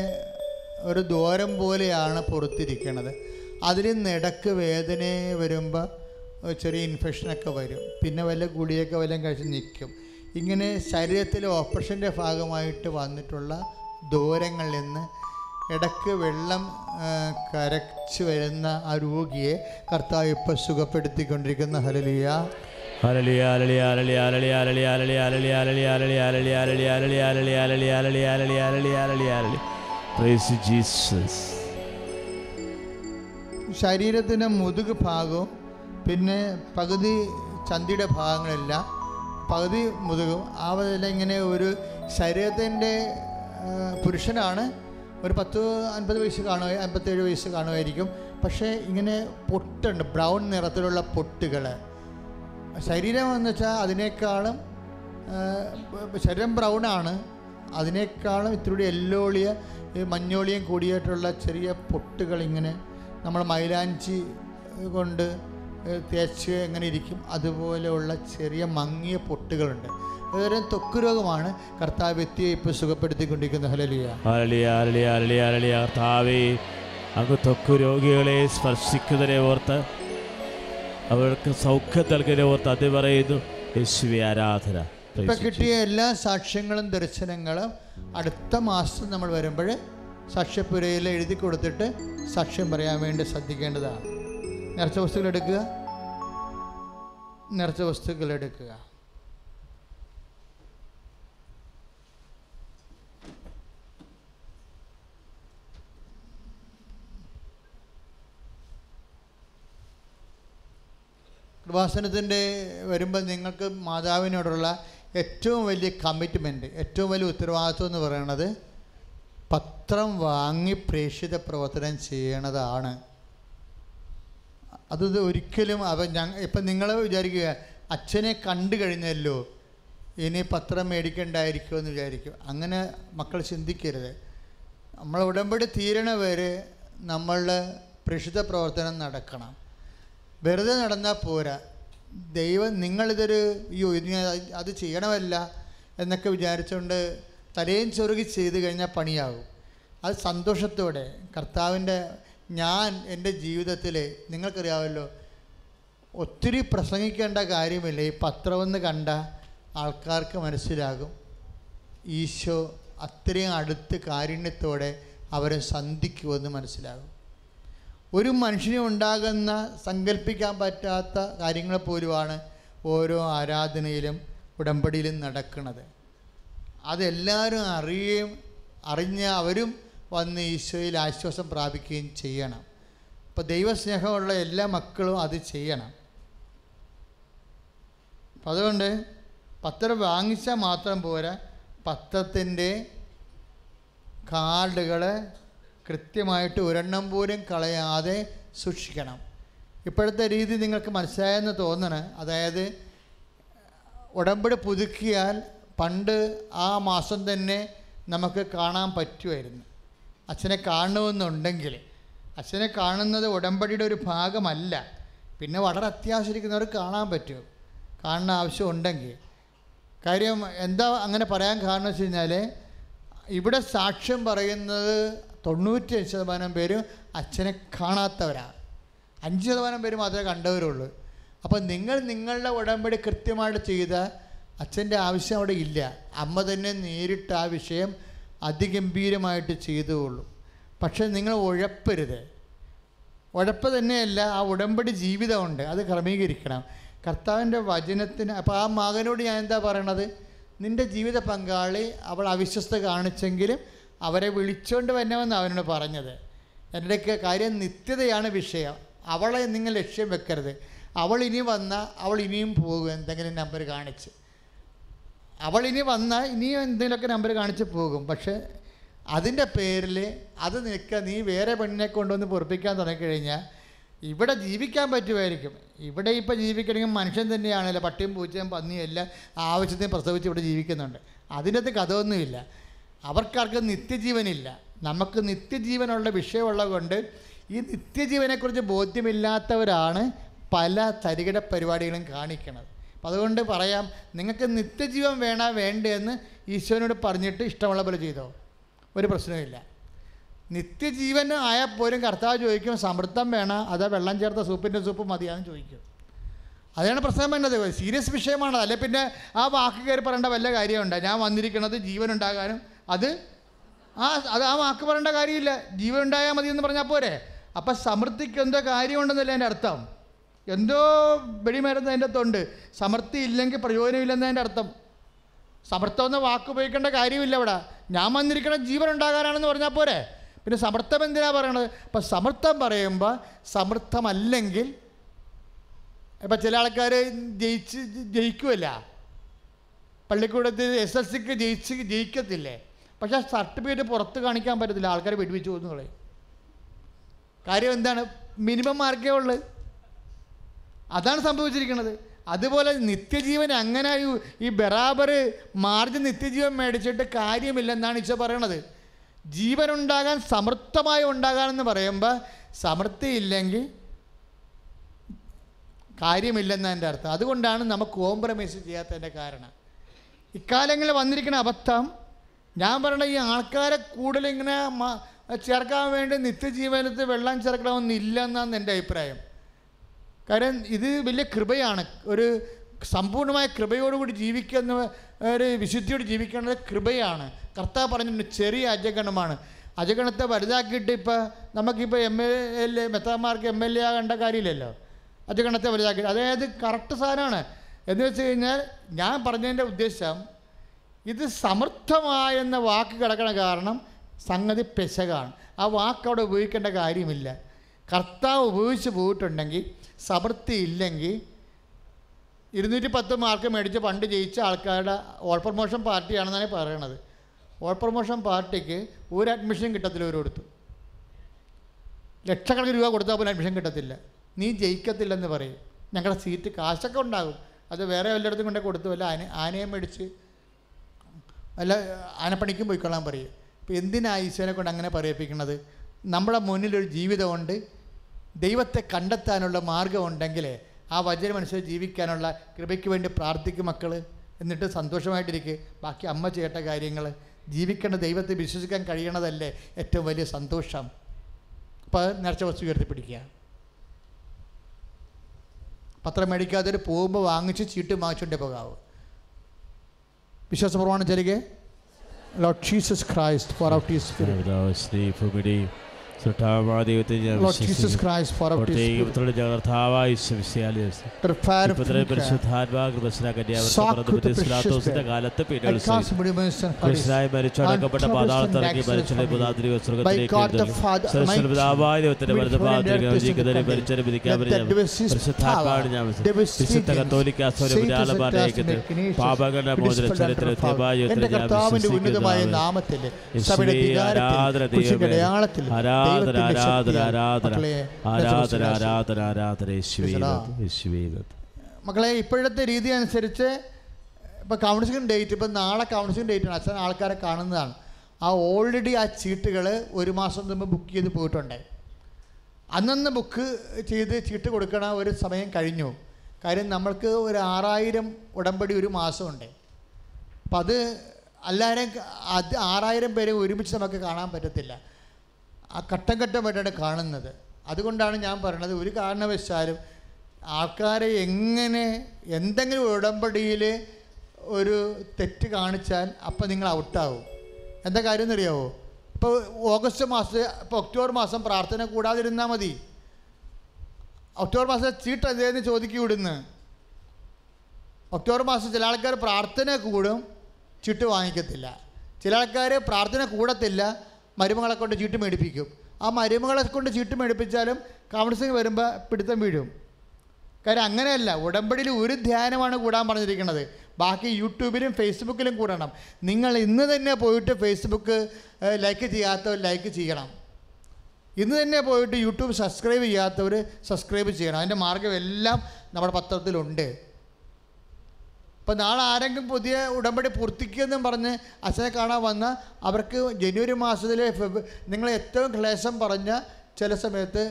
[SPEAKER 3] ഒരു ദ്വാരം പോലെയാണ് പുറത്തിരിക്കണത് അതിൽ നിടക്ക് വേദന വരുമ്പോൾ ചെറിയ ഇൻഫെക്ഷനൊക്കെ വരും പിന്നെ വല്ല ഗുളിയൊക്കെ വല്ലതും കഴിച്ച് നിൽക്കും ഇങ്ങനെ ശരീരത്തിലെ ഓപ്പറേഷൻ്റെ ഭാഗമായിട്ട് വന്നിട്ടുള്ള ദൂരങ്ങളിൽ നിന്ന് ഇടയ്ക്ക് വെള്ളം ആ, കരച്ചു വരുന്ന ആ രോഗിയെ കർത്താവ് ഇപ്പോൾ സുഖപ്പെടുത്തിക്കൊണ്ടിരിക്കുന്ന ഹലലിയ
[SPEAKER 2] അലളി അലളി അലളി അലളി അലളി അലളി അലളി അലളി അലളി അലളി അലളി അലളി അലളി അലളി അലളി അലളി അലളി അലളി അലളി പ്രൈസ് ജീസസ്
[SPEAKER 3] ശരീരത്തിൻ്റെ മുതുക് ഭാഗവും പിന്നെ പകുതി ചന്തിയുടെ ഭാഗങ്ങളെല്ലാം പകുതി മുതുകും ആ വകയില് ഇങ്ങനെ ഒരു ശരീരത്തിൻ്റെ പുരുഷനാണ് ഒരു പത്ത് അൻപത് വയസ്സ് കാണുക അൻപത്തേഴ് വയസ്സ് കാണുമായിരിക്കും പക്ഷേ ഇങ്ങനെ പൊട്ടുണ്ട് ബ്രൗൺ നിറത്തിലുള്ള പൊട്ടുകൾ ശരീരം എന്ന് വെച്ചാൽ അതിനേക്കാളും ആ, ശരീരം ബ്രൗണാണ് അതിനേക്കാളും ഇത്തിരി എല്ലോളിയ ഈ മഞ്ഞോളിയും കൂടിയിട്ടുള്ള ചെറിയ പൊട്ടുകൾ ഇങ്ങനെ നമ്മൾ മൈലാഞ്ചി കൊണ്ട് തേച്ച് എങ്ങനെ ഇരിക്കും അതുപോലെയുള്ള ചെറിയ മങ്ങിയ പൊട്ടുകളുണ്ട് ഇതൊരു ത്വക്ക് രോഗമാണ് കർത്താവ് വ്യക്തിയെ ഇപ്പോൾ സുഖപ്പെടുത്തിക്കൊണ്ടിരിക്കുന്ന ഹലലിയ
[SPEAKER 2] അലളിയ അലളിയ അലളിയ അലളിയ കർത്താവേ അങ്ങ് തൊക്കു രോഗികളെ സ്പർശിക്കുന്നതിനെ ഓർത്ത് അവർക്ക് സൗഖ്യം നൽകുന്നതിനെ ഓർത്ത് അത് പറയുന്നു യേശുവെ ആരാധന Praise
[SPEAKER 3] ഇപ്പം
[SPEAKER 2] you,
[SPEAKER 3] കിട്ടിയ എല്ലാ സാക്ഷ്യങ്ങളും ദർശനങ്ങളും അടുത്ത മാസം നമ്മൾ വരുമ്പോൾ സാക്ഷ്യപ്പുരയിൽ എഴുതി കൊടുത്തിട്ട് സാക്ഷ്യം പറയാൻ വേണ്ടി ശ്രദ്ധിക്കേണ്ടതാണ് നിറച്ച വസ്തുക്കൾ എടുക്കുക നിറച്ച വസ്തുക്കൾ എടുക്കുക കൃപാസനത്തിൻ്റെ വരുമ്പോൾ നിങ്ങൾക്ക് മാതാവിനോടുള്ള ഏറ്റവും വലിയ കമ്മിറ്റ്മെൻറ്റ് ഏറ്റവും വലിയ ഉത്തരവാദിത്വം എന്ന് പറയുന്നത് പത്രം വാങ്ങി പ്രേക്ഷിത പ്രവർത്തനം ചെയ്യണതാണ് അത് ഇത് ഒരിക്കലും അവ ഞങ്ങൾ ഇപ്പം നിങ്ങൾ വിചാരിക്കുക അച്ഛനെ കണ്ടു കഴിഞ്ഞല്ലോ ഇനി പത്രം മേടിക്കണ്ടായിരിക്കുമോ എന്ന് വിചാരിക്കും അങ്ങനെ മക്കൾ ചിന്തിക്കരുത് നമ്മൾ ഉടമ്പടി തീരണ വരെ നമ്മളുടെ പ്രേക്ഷിത പ്രവർത്തനം നടക്കണം വെറുതെ നടന്നാൽ പോരാ ദൈവം നിങ്ങളിതൊരു അയ്യോ ഇത് ഞാൻ അത് ചെയ്യണമല്ല എന്നൊക്കെ വിചാരിച്ചുകൊണ്ട് തലയും ചൊറുകി ചെയ്ത് കഴിഞ്ഞാൽ പണിയാകും അത് സന്തോഷത്തോടെ കർത്താവിൻ്റെ ഞാൻ എൻ്റെ ജീവിതത്തിൽ നിങ്ങൾക്കറിയാമല്ലോ ഒത്തിരി പ്രസംഗിക്കേണ്ട കാര്യമില്ല ഈ പത്രമെന്ന് കണ്ട ആൾക്കാർക്ക് മനസ്സിലാകും ഈശോ അത്രയും അടുത്ത് കാരുണ്യത്തോടെ അവരെ സന്ധിക്കുമെന്ന് മനസ്സിലാകും ഒരു മനുഷ്യന് ഉണ്ടാകുന്ന സങ്കല്പിക്കാൻ പറ്റാത്ത കാര്യങ്ങൾ പോലുമാണ് ഓരോ ആരാധനയിലും ഉടമ്പടിയിലും നടക്കുന്നത് അതെല്ലാവരും അറിയുകയും അറിഞ്ഞ് അവരും വന്ന് ഈശോയിൽ ആശ്വാസം പ്രാപിക്കുകയും ചെയ്യണം അപ്പോൾ ദൈവസ്നേഹമുള്ള എല്ലാ മക്കളും അത് ചെയ്യണം അപ്പം അതുകൊണ്ട് പത്രം വാങ്ങിച്ചാൽ മാത്രം പോരാ പത്രത്തിൻ്റെ കാർഡുകൾ കൃത്യമായിട്ട് ഒരെണ്ണം പോലും കളയാതെ സൂക്ഷിക്കണം ഇപ്പോഴത്തെ രീതി നിങ്ങൾക്ക് മനസ്സിലായെന്ന് തോന്നണ് അതായത് ഉടമ്പടി പുതുക്കിയാൽ പണ്ട് ആ മാസം തന്നെ നമുക്ക് കാണാൻ പറ്റുമായിരുന്നു അച്ഛനെ കാണണമെന്നുണ്ടെങ്കിൽ അച്ഛനെ കാണുന്നത് ഉടമ്പടിയുടെ ഒരു ഭാഗമല്ല പിന്നെ വളരെ അത്യാവശ്യമിരിക്കുന്നവർ കാണാൻ പറ്റും കാണുന്ന ആവശ്യമുണ്ടെങ്കിൽ കാര്യം എന്താ അങ്ങനെ പറയാൻ കാരണം വെച്ച് കഴിഞ്ഞാൽ ഇവിടെ സാക്ഷ്യം പറയുന്നത് തൊണ്ണൂറ്റി ശതമാനം പേരും അച്ഛനെ കാണാത്തവരാണ് അഞ്ച് ശതമാനം പേര് മാത്രമേ കണ്ടവരുള്ളൂ അപ്പോൾ നിങ്ങൾ നിങ്ങളുടെ ഉടമ്പടി കൃത്യമായിട്ട് ചെയ്ത അച്ഛൻ്റെ ആവശ്യം അവിടെ ഇല്ല അമ്മ തന്നെ നേരിട്ട് ആ വിഷയം അതിഗംഭീരമായിട്ട് ചെയ്തുകൊള്ളും പക്ഷേ നിങ്ങൾ ഉഴപ്പരുത് ഉഴപ്പ് തന്നെയല്ല ആ ഉടമ്പടി ജീവിതമുണ്ട് അത് ക്രമീകരിക്കണം കർത്താവിൻ്റെ വചനത്തിന് അപ്പോൾ ആ മകനോട് ഞാൻ എന്താ പറയണത് നിൻ്റെ ജീവിത പങ്കാളി അവൾ അവിശ്വസ്ത കാണിച്ചെങ്കിലും അവരെ വിളിച്ചുകൊണ്ട് വരണമെന്ന് അവനോട് പറഞ്ഞത് എൻ്റെയൊക്കെ കാര്യം നിത്യതയാണ് വിഷയം അവളെ നിങ്ങൾ ലക്ഷ്യം വെക്കരുത് അവൾ ഇനി വന്നാൽ അവൾ ഇനിയും പോകും എന്തെങ്കിലും നമ്പർ കാണിച്ച് അവൾ ഇനി വന്നാൽ ഇനിയും എന്തെങ്കിലുമൊക്കെ നമ്പർ കാണിച്ച് പോകും പക്ഷേ അതിൻ്റെ പേരിൽ അത് നിൽക്കുക നീ വേറെ പെണ്ണിനെ കൊണ്ടുവന്ന് പൊറപ്പിക്കാൻ തുടങ്ങിക്കഴിഞ്ഞാൽ ഇവിടെ ജീവിക്കാൻ പറ്റുമായിരിക്കും ഇവിടെ ഇപ്പോൾ ജീവിക്കണമെങ്കിൽ മനുഷ്യൻ തന്നെയാണല്ലോ പട്ടിയും പൂച്ചയും പന്നിയും എല്ലാം ആവശ്യത്തിന് പ്രസവിച്ച് ഇവിടെ ജീവിക്കുന്നുണ്ട് അതിനകത്ത് കഥയൊന്നുമില്ല അവർക്കാർക്കും നിത്യജീവനില്ല നമുക്ക് നിത്യജീവനുള്ള വിഷയമുള്ളത് കൊണ്ട് ഈ നിത്യജീവനെക്കുറിച്ച് ബോധ്യമില്ലാത്തവരാണ് പല തരികിട പരിപാടികളും കാണിക്കുന്നത് അപ്പം അതുകൊണ്ട് പറയാം നിങ്ങൾക്ക് നിത്യജീവൻ വേണ വേണ്ടെന്ന് ഈശോനോട് പറഞ്ഞിട്ട് ഇഷ്ടമുള്ള പോലെ ചെയ്തോ ഒരു പ്രശ്നവുമില്ല നിത്യജീവൻ ആയാൽ പോലും കർത്താവ് ചോദിക്കും സമൃദ്ധം വേണം അതാ വെള്ളം ചേർത്ത സൂപ്പിൻ്റെ സൂപ്പ് മതിയാന്ന് ചോദിക്കും അതാണ് പ്രശ്നം വേണ്ടത് സീരിയസ് വിഷയമാണ് അല്ലെ പിന്നെ ആ വാക്ക് കയറി പറയേണ്ട വല്ല കാര്യമുണ്ട് ഞാൻ വന്നിരിക്കുന്നത് ജീവൻ ഉണ്ടാകാനും അത് ആ അത് ആ വാക്ക് പറയേണ്ട കാര്യമില്ല ജീവൻ ഉണ്ടായാൽ മതി എന്ന് പറഞ്ഞാൽ പോരെ അപ്പം സമൃദ്ധിക്ക് എന്തോ കാര്യമുണ്ടെന്നല്ലേ എൻ്റെ അർത്ഥം എന്തോ വെടിമരുന്ന് അതിൻ്റെ അകത്തുണ്ട് സമൃദ്ധി ഇല്ലെങ്കിൽ പ്രയോജനമില്ലെന്ന് അതിൻ്റെ അർത്ഥം സമർത്ഥം എന്ന വാക്ക് ഉപയോഗിക്കേണ്ട കാര്യമില്ല ഇവിടെ ഞാൻ വന്നിരിക്കണം ജീവൻ ഉണ്ടാകാനാണെന്ന് പറഞ്ഞാൽ പോരെ പിന്നെ സമർത്ഥം എന്തിനാ പറയണത് അപ്പം സമർത്ഥം പറയുമ്പോൾ സമർത്ഥമല്ലെങ്കിൽ ഇപ്പം ചില ആൾക്കാർ ജയിച്ച് ജയിക്കുമല്ല പള്ളിക്കൂടത്തിൽ എസ് എൽ സിക്ക് ജയിച്ച് ജയിക്കത്തില്ലേ പക്ഷേ സർട്ടിഫിക്കറ്റ് പുറത്ത് കാണിക്കാൻ പറ്റത്തില്ല ആൾക്കാർ വെടിവെച്ച് പോകുന്നു കളയും കാര്യം എന്താണ് മിനിമം മാർക്കേ ഉള്ളൂ അതാണ് സംഭവിച്ചിരിക്കുന്നത് അതുപോലെ നിത്യജീവൻ അങ്ങനെ ഈ- ഈ ബറാബർ മാർജ് നിത്യജീവൻ മേടിച്ചിട്ട് കാര്യമില്ലെന്നാണ് ഈശോ പറയണത് ജീവൻ ഉണ്ടാകാൻ സമൃദ്ധമായി ഉണ്ടാകാനെന്ന് പറയുമ്പോൾ സമൃദ്ധി ഇല്ലെങ്കിൽ കാര്യമില്ലെന്നാണ് എൻ്റെ അർത്ഥം അതുകൊണ്ടാണ് നമുക്ക് കോംപ്രമൈസ് ചെയ്യാത്തതിൻ്റെ കാരണം ഇക്കാലങ്ങളിൽ വന്നിരിക്കുന്ന അബദ്ധം ഞാൻ പറയണ ഈ ആൾക്കാരെ കൂടുതൽ ഇങ്ങനെ മ- ചേർക്കാൻ വേണ്ടി നിത്യജീവനത്തിൽ വെള്ളം ചേർക്കണമെന്നില്ല എന്നാണ് എൻ്റെ അഭിപ്രായം കാരണം ഇത് വലിയ കൃപയാണ് ഒരു സമ്പൂർണ്ണമായ കൃപയോടുകൂടി ജീവിക്കുന്ന ഒരു വിശുദ്ധിയോട് ജീവിക്കേണ്ടത് കൃപയാണ് കർത്താവ് പറഞ്ഞിട്ടുണ്ട് ചെറിയ അജഗണമാണ് അജഗണത്തെ വലുതാക്കിയിട്ട് ഇപ്പോൾ നമുക്കിപ്പോൾ എം എൽ എ മെത്താന്മാർക്ക് എം എൽ എ ആകേണ്ട കാര്യമില്ലല്ലോ അജഗണത്തെ വലുതാക്കി അതായത് കറക്റ്റ് സാധനമാണ് എന്ന് വെച്ച് കഴിഞ്ഞാൽ ഞാൻ പറഞ്ഞതിൻ്റെ ഉദ്ദേശം ഇത് സമർത്ഥമായ എന്ന വാക്ക് കിടക്കണ കാരണം സംഗതി പെശകാണ് ആ വാക്ക് അവിടെ ഉപയോഗിക്കേണ്ട കാര്യമില്ല കർത്താവ് ഉപയോഗിച്ച് പോയിട്ടുണ്ടെങ്കിൽ സമൃദ്ധി ഇല്ലെങ്കിൽ ഇരുന്നൂറ്റി പത്ത് മാർക്ക് മേടിച്ച് പണ്ട് ജയിച്ച ആൾക്കാരുടെ ഓൾ പ്രൊമോഷൻ പാർട്ടിയാണെന്നാണ് പറയണത് ഓൾ പ്രൊമോഷൻ പാർട്ടിക്ക് ഒരു അഡ്മിഷൻ കിട്ടത്തില്ല ഒരിടത്തും ലക്ഷക്കണക്കിന് രൂപ കൊടുത്താൽ പോലും അഡ്മിഷൻ കിട്ടത്തില്ല നീ ജയിക്കത്തില്ലെന്ന് പറയും ഞങ്ങളുടെ സീറ്റ് കാശൊക്കെ ഉണ്ടാകും അത് വേറെ വല്ലയിടത്തും കൊണ്ടേ കൊടുത്തു വല്ല ആന ആനയെ മേടിച്ച് വല്ല ആനപ്പണിക്കും പോയിക്കൊള്ളാൻ പറയും ഇപ്പം എന്തിനാ ഈശോനെ കൊണ്ട് അങ്ങനെ പറയിപ്പിക്കുന്നത് നമ്മുടെ മുന്നിലൊരു ജീവിതമുണ്ട് ദൈവത്തെ കണ്ടെത്താനുള്ള മാർഗമുണ്ടെങ്കിൽ ആ വചനമനുസരിച്ച് ജീവിക്കാനുള്ള കൃപയ്ക്ക് വേണ്ടി പ്രാർത്ഥിക്കും മക്കൾ എന്നിട്ട് സന്തോഷമായിട്ടിരിക്കുക ബാക്കി അമ്മ ചെയ്യേണ്ട കാര്യങ്ങൾ ജീവിക്കേണ്ട ദൈവത്തെ വിശ്വസിക്കാൻ കഴിയണതല്ലേ ഏറ്റവും വലിയ സന്തോഷം അപ്പോൾ നേർച്ച വസ്തു ഉയർത്തി പിടിക്കുക പത്രം മേടിക്കാതെ ഒരു പോകുമ്പോൾ വാങ്ങിച്ച് ചീട്ട് വാങ്ങിച്ചുകൊണ്ടേ പോകാവൂ വിശ്വാസ പ്രമാണം ചെല്ലുക Lord Jesus Christ four out is spirit
[SPEAKER 2] സ്നേഹഭൂമിയുടെയും സുട്ടാമാദൈവത്തെയും ഞാൻ
[SPEAKER 3] Lord Jesus Christ four out is spirit
[SPEAKER 2] പ്രത്യേകത്തിലുള്ള ജഗർത്താവായ വിശ്വസിയാലേ
[SPEAKER 3] റിഫയർ
[SPEAKER 2] ഇപ്പത്തന്നെ പരിശുദ്ധാത്മാ കൃപസ്ന
[SPEAKER 3] Socrates
[SPEAKER 2] കന്യാവർത്തി സ്ലാത്തോസിന്റെ കാലത്ത് പിന്നീട്
[SPEAKER 3] Across Buddhism and
[SPEAKER 2] കൃഷ്ണനായി മരിച്ചടക്കപ്പെട്ട പാതാളത്തിറങ്ങി മരിച്ചലെ പുതാതിരി സ്വർഗത്തിലേക്ക് വലതുഭാഗത്തിരിക്കുന്ന മരിച്ചനെ വിധിക്കാൻ പരിശുദ്ധാത്മാവാണ് ഞാൻ വിശുദ്ധ കത്തോലിക്ക സ്വരൂപിനാളമാരേക്കുന്നത് പാപങ്ങളുടെ മോചന ചരിത്ര
[SPEAKER 3] എന്റെ കർത്താവിന്റെ ഉന്നതമായ നാമത്തിൽ സഭയുടെ അധികാരത്തിൽ, കുരിശിന്റെ അടയാളത്തിൽ,
[SPEAKER 2] ആരാധന
[SPEAKER 3] ദൈവത്തിന്റെ
[SPEAKER 2] ആരാധന
[SPEAKER 3] ശക്തിയാൽ
[SPEAKER 2] ആരാധന
[SPEAKER 3] മക്കളെ
[SPEAKER 2] ആരാധന
[SPEAKER 3] ദൈവത്തിന്റെ ആശീർവാദം.
[SPEAKER 2] ആരാധന ആരാധന യേശുവീനത്
[SPEAKER 3] മക്കളെ ഇപ്പോഴത്തെ രീതി അനുസരിച്ച് ഇപ്പോൾ കൗൺസിലിംഗ് ഡേറ്റ് ഇപ്പം നാളെ കൗൺസിലിംഗ് ഡേറ്റ് ആണ് അച്ഛൻ ആൾക്കാരെ കാണുന്നതാണ് ആ ഓൾറെഡി ആ ചീട്ടുകൾ ഒരു മാസം മുമ്പ് ബുക്ക് ചെയ്ത് പോയിട്ടുണ്ട് അന്നന്ന് ബുക്ക് ചെയ്ത് ചീട്ട് കൊടുക്കണ ഒരു സമയം കഴിഞ്ഞു കാര്യം നമ്മൾക്ക് ഒരു ആറായിരം ഉടമ്പടി ഒരു മാസമുണ്ട് അപ്പം അത് എല്ലാവരെയും ക- അത് ആറായിരം പേരെ ഒരുമിച്ച് നമുക്ക് കാണാൻ പറ്റത്തില്ല ആ ഘട്ടം ഘട്ടമായിട്ടാണ് കാണുന്നത് അതുകൊണ്ടാണ് ഞാൻ പറയണത് ഒരു കാരണവശാലും ആൾക്കാരെ എങ്ങനെ എന്തെങ്കിലും ഉടമ്പടിയിൽ ഒരു തെറ്റ് കാണിച്ചാൽ അപ്പം നിങ്ങൾ ഔട്ടാവും എന്താ കാര്യം എന്നറിയാവോ ഇപ്പോൾ ഓഗസ്റ്റ് മാസത്തിൽ ഇപ്പോൾ ഒക്ടോബർ മാസം പ്രാർത്ഥന കൂടാതിരുന്നാൽ മതി ഒക്ടോബർ മാസത്തെ ചീട്ട് എന്തേന്ന് ചോദിക്കും ഇവിടുന്ന് ഒക്ടോബർ മാസം ചില ആൾക്കാർ പ്രാർത്ഥന കൂടും ചീട്ട് വാങ്ങിക്കത്തില്ല ചില ആൾക്കാർ പ്രാർത്ഥന കൂടത്തില്ല മരുമകളെ കൊണ്ട് ചീട്ട് മേടിപ്പിക്കും ആ മരുമകളെ കൊണ്ട് ചീട്ട് മേടിപ്പിച്ചാലും കൗൺസിലിംഗ് വരുമ്പോൾ പിടുത്തം വീഴും കാര്യം അങ്ങനെയല്ല ഉടമ്പടിയിൽ ഒരു ധ്യാനമാണ് കൂടാൻ പറഞ്ഞിരിക്കുന്നത് ബാക്കി യൂട്യൂബിലും ഫേസ്ബുക്കിലും കൂടണം നിങ്ങൾ ഇന്ന് തന്നെ പോയിട്ട് ഫേസ്ബുക്ക് ഏഹ്, ലൈക്ക് ചെയ്യാത്തവർ ലൈക്ക് ചെയ്യണം ഇന്ന് തന്നെ പോയിട്ട് യൂട്യൂബ് സബ്സ്ക്രൈബ് ചെയ്യാത്തവർ സബ്സ്ക്രൈബ് ചെയ്യണം അതിൻ്റെ മാർഗ്ഗമെല്ലാം നമ്മുടെ പത്രത്തിലുണ്ട് ഇപ്പം നാളെ ആരെങ്കിലും പുതിയ ഉടമ്പടി പൂർത്തിക്കുമെന്നും പറഞ്ഞ് അച്ഛനെ കാണാൻ വന്ന അവർക്ക് ജനുവരി മാസത്തിലെ ഫെബ് നിങ്ങൾ ഏറ്റവും ക്ലേശം പറഞ്ഞ ചില സമയത്ത്